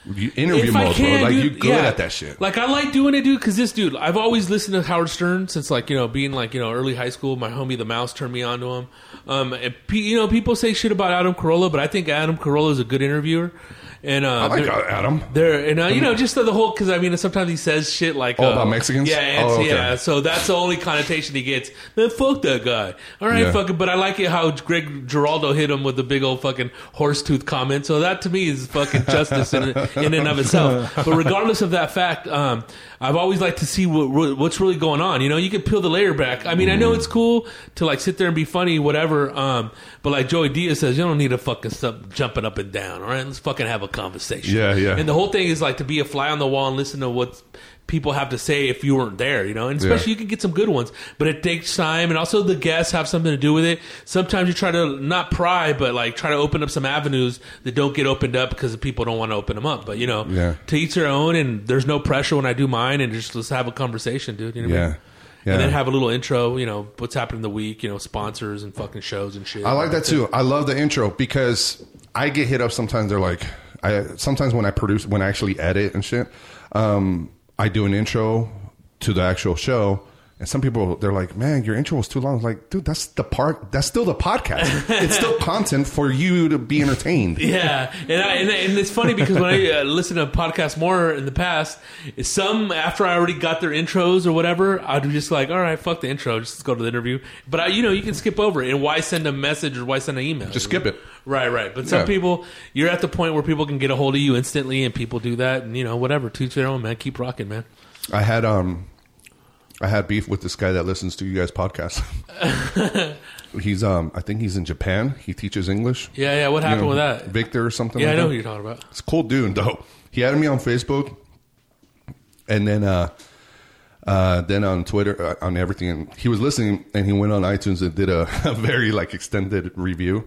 You interview
If I
mode,
can,
bro. Like
dude,
you good
yeah.
at that shit.
Like I like doing it, dude, because this dude, I've always listened to Howard Stern since like you know being like you know early high school. My homie the Mouse turned me on to him. Um, and pe- you know people say shit about Adam Carolla, but I think Adam Carolla is a good interviewer. And uh,
I like
they're-
Adam.
There and uh, you know just the, the whole because I mean sometimes he says shit like
Oh,
uh,
Um, about Mexicans?
Yeah, it's-
Oh, okay.
yeah. So that's the only connotation he gets. Then fuck that guy. All right,
Yeah.
fucking. But I like it how Greg Giraldo hit him with the big old fucking horse tooth comment. So that to me is fucking
<laughs>
justice in, in and of itself. But regardless of that fact, um, I've always liked to see what- what, what's really going on. You know, you can peel the layer back. I mean, I know
Mm-hmm.
it's cool to like sit there and be funny, whatever. Um, but like Joey Diaz says, you don't need to fucking stop jumping up and down. All right, let's fucking have a conversation.
Yeah, yeah.
And the whole thing is like to be a fly on the wall and listen to what people have to say if you weren't there. You know, and
Yeah.
especially you can get some good ones, but it takes time, and also the guests have something to do with it. Sometimes you try to not pry, but like try to open up some avenues that don't get opened up because people don't want to open them up. But you know,
Yeah.
to each their own, and there's no pressure when I do mine, and just let's have a conversation, dude. You know what I
Yeah.
mean?
Yeah.
And then have a little intro, you know, what's happening in the week, you know, sponsors and fucking shows and shit.
I like that too. I love the intro because I get hit up sometimes. They're like, I sometimes when I produce, when I actually edit and shit, um, I do an intro to the actual show. And some people they're like, "Man, your intro was too long." I was like, dude, that's the part. That's still the podcast.
<laughs>
it's still content for you to be entertained.
Yeah, and, I, and, and it's funny because when I uh, listen to podcasts more in the past, some after I already got their intros or whatever, I'd be just like, all right, fuck the intro, just go to the interview. But I, you know, you can skip over it. And why send a message or why send an email?
Just skip it.
Right, right. But some
Yeah.
people, you're at the point where people can get a hold of you instantly, and people do that, and you know, whatever. Teach their own, man. Keep rocking, man.
I had um, I had beef with this guy that listens to you
<laughs>
guys' podcast. he's um, I think he's in Japan. He teaches English.
Yeah, yeah. What
You
happened
know,
with that?
Victor or something.
Yeah,
like
I know
that.
who you're talking about.
It's a cool dude though. He added me on Facebook, and then uh, uh, then on Twitter, uh, on everything. And he was listening, and he went on iTunes and did a, <laughs> a very like extended review.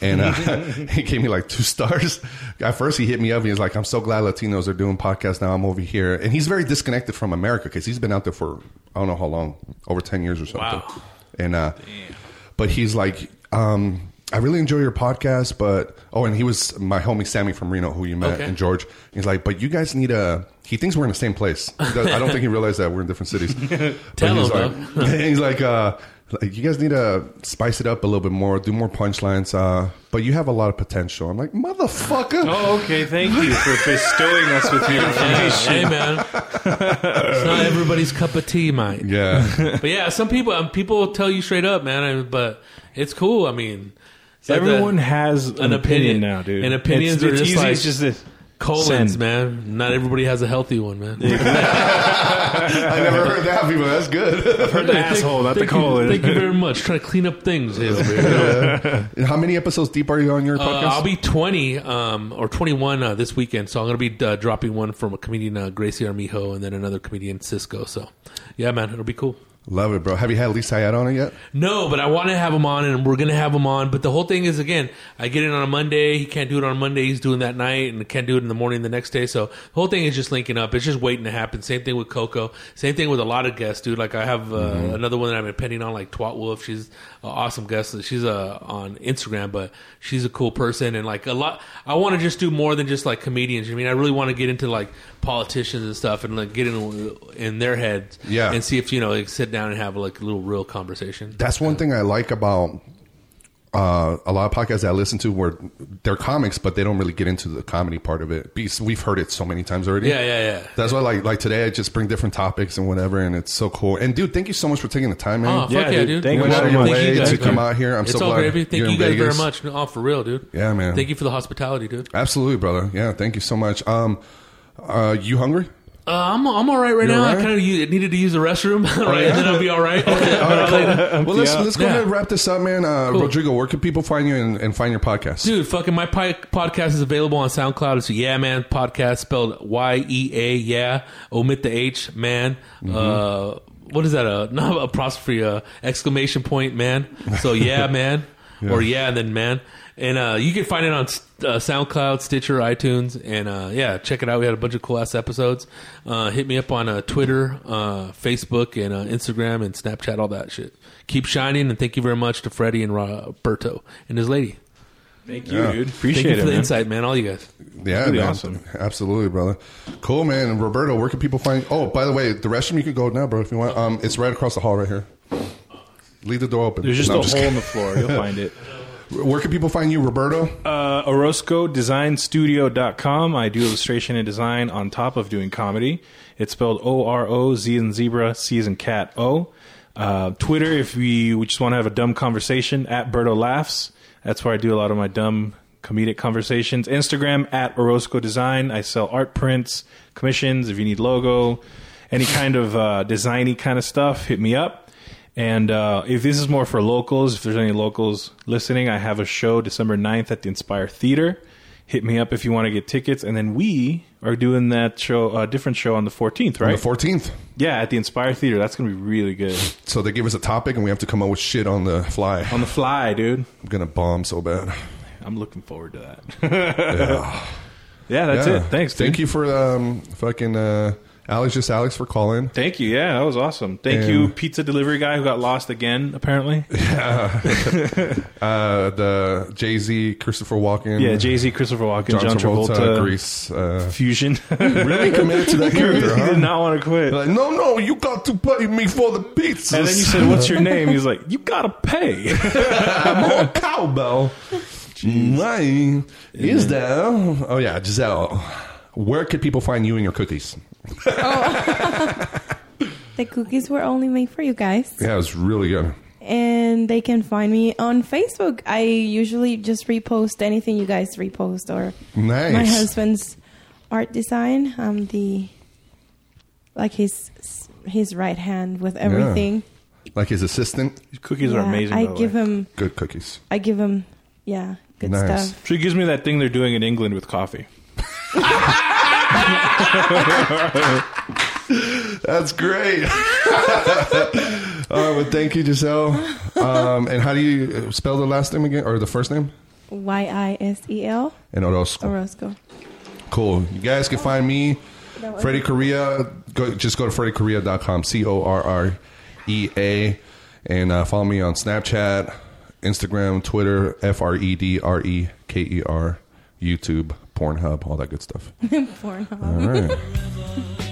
And
<laughs>
uh, <laughs> he gave me like two stars. At first, he hit me up and he's like, "I'm so glad Latinos are doing podcasts now. I'm over here." And he's very disconnected from America because he's been out there for I don't know how long, over ten years or something.
Wow.
And uh, but he's like, um, I really enjoy your podcast, but oh, and he was my homie Sammy from Reno, who you met,
Okay.
and George. He's like, but you guys need a. He thinks we're in
<laughs>
the same place. He does- I don't think he realized that we're in different cities. But
Tell
<laughs> he's
him,
like, he's like, uh, like you guys need to spice it up a little bit more, do more punchlines. Uh, but you have a lot of potential. I'm like, motherfucker.
Oh, okay. Thank you for bestowing us with <laughs> your information.
Hey,
<laughs>
man. it's not everybody's cup of tea, mate.
Yeah.
but yeah, some people um, people tell you straight up, man. I, but it's cool. I mean, it's like
uh, Everyone
the-
has an, opinion, now, dude.
And opinions
it's,
are
it's
just
easy.
like
it's just this.
colons,
Send.
man. Not everybody has a healthy one, man.
I never heard that before. That's good. I've
heard the asshole, not the
<laughs> thank You, <laughs>
colon.
thank you very much. Trying to clean up things here. over here.
And How many episodes deep are you on your
Uh,
podcast?
I'll be 20 um, or 21 uh, this weekend, so I'm going to be uh, dropping one from a comedian, uh, Gracie Armijo, and then another comedian, Cisco. So, yeah, man, it'll be cool.
Love it, bro. Have you had Lee Syed on it yet?
No, but I want to have him on, and we're going to have him on. But the whole thing is, again, I get in on a Monday. He can't do it on a Monday. He's doing that night, and can't do it in the morning the next day. So the whole thing is just linking up. It's just waiting to happen. Same thing with Coco. Same thing with a lot of guests, dude. Like I have uh, another one that I'm impending on, like Twat Wolf. She's an awesome guest. She's uh, on Instagram, but she's a cool person, and like a lot. I want to just do more than just like comedians. You know what I mean, I really want to get into like politicians and stuff, and like get in in their heads,
Yeah.
and see if you know, like, sit down and have like a little real conversation.
That's one thing I like about uh, a lot of podcasts that I listen to where they're comics, but they don't really get into the comedy part of it. Because we've heard it so many times already.
Yeah, yeah, yeah.
That's why, like, like today, I just bring different topics and whatever, and it's so cool. And dude, thank you so much for taking the time, man.
Oh, fuck yeah, dude.
You went out of your way to come out here. I'm
it's
so
all
glad
gravy. Thank
you're
you
in
guys
Vegas.
very much. No, Oh, for real, dude.
Yeah, man.
Thank you for the hospitality, dude.
Absolutely, brother. Yeah, thank you so much. Um, uh, you hungry?
Uh, I'm I'm all right right
You're
now.
all
I
right? Oh,
kind of needed to use the restroom, <laughs> right? And then I'll be all right. <laughs>
All right, cool. Well, let's
Yeah.
let's go ahead and wrap this up, man. Uh,
Cool.
Rodrigo, where can people find you and, and find your podcast?
Dude, fucking my pi- podcast is available on SoundCloud. It's Yeah Man Podcast, spelled Y E A. Yeah, omit the H, man. Uh, what is that? A <laughs> not a apostrophe, uh, exclamation point, man. So yeah, man, or yeah, and then man. And uh, you can find it on uh, SoundCloud, Stitcher, iTunes, and uh, yeah, check it out. We had a bunch of cool ass episodes. Uh, hit me up on uh, Twitter, uh, Facebook, and uh, Instagram, and Snapchat, all that shit. Keep shining, and thank you very much to Freddie and Roberto and his lady.
Thank
you, Yeah. dude. Appreciate
Thank you
it,
for the
man.
insight, man. All you guys.
Yeah, man. Absolutely, brother. Cool, man. And Roberto, where can people find? Oh, by the way, the restroom you could go now, bro, if you want. Um, it's right across the hall, right here. Leave the door open.
There's just
No, I'm
a hole
kidding.
in the floor.
<laughs>
You'll find it.
Where can people find you, Roberto?
Uh, OrozcoDesignStudio.com. I do illustration and design on top of doing comedy. It's spelled O R O Z and zebra, C as in cat, O. Uh, Twitter, if we, we just want to have a dumb conversation, at Berto Laughs. That's where I do a lot of my dumb comedic conversations. Instagram, at Orozco Design. I sell art prints, commissions, if you need logo, any kind of uh, designy kind of stuff, hit me up. And uh, if this is more for locals, if there's any locals listening, I have a show December 9th at the Inspire Theater. Hit me up if you want to get tickets. And then we are doing that show, a different show on the 14th, right?
the 14th.
Yeah, at the Inspire Theater. That's going to be really good.
So they give us a topic, and we have to come up with shit on the fly.
On the fly, dude.
I'm gonna bomb so
<laughs>
bad.
I'm looking forward to that. <laughs> yeah. that's
Yeah.
it. Thanks. Dude.
Thank you for um, fucking uh, Alex, just Alex for calling.
Thank you. Yeah, that was awesome. Thank
And-
you, pizza delivery guy who got lost again,
<laughs>
apparently.
uh, the Jay Z, Christopher Walken.
Yeah, Jay Z, Christopher Walken, John, Travolta,
Grease. Uh,
Fusion. <laughs>
really committed to that character,
He
huh?
did not want to quit.
Like, no, no, you got to pay me for the pizzas.
And then
<laughs>
you said, <laughs> "What's your name?" He's like, "You gotta pay."
I'm on cowbell. My, is there? Oh yeah, Giselle. Where could people find you and your cookies?
The cookies were only made for you guys.
Yeah, it was really good.
And they can find me on Facebook. I usually just repost anything you guys repost or
Nice.
my husband's art design. I'm the like his his right hand with everything.
Like his assistant. His
<laughs> cookies
Yeah, I give him
good cookies.
I give him yeah, good stuff.
She gives me that thing they're doing in England with coffee.
That's <laughs> great. All right, well, thank you, Giselle. Um, and how do you spell the last name again, or the first name?
Y I S E L
And Orozco.
Orozco.
Cool. You guys can find me, Freddie Correa. Go, just go to freddycorrea.com, C O R R E A, and uh, follow me on Snapchat, Instagram, Twitter, F R E D R E K E R, YouTube, Pornhub, all that good stuff.
Pornhub.
All right.
Oh, Oh, Oh, Oh,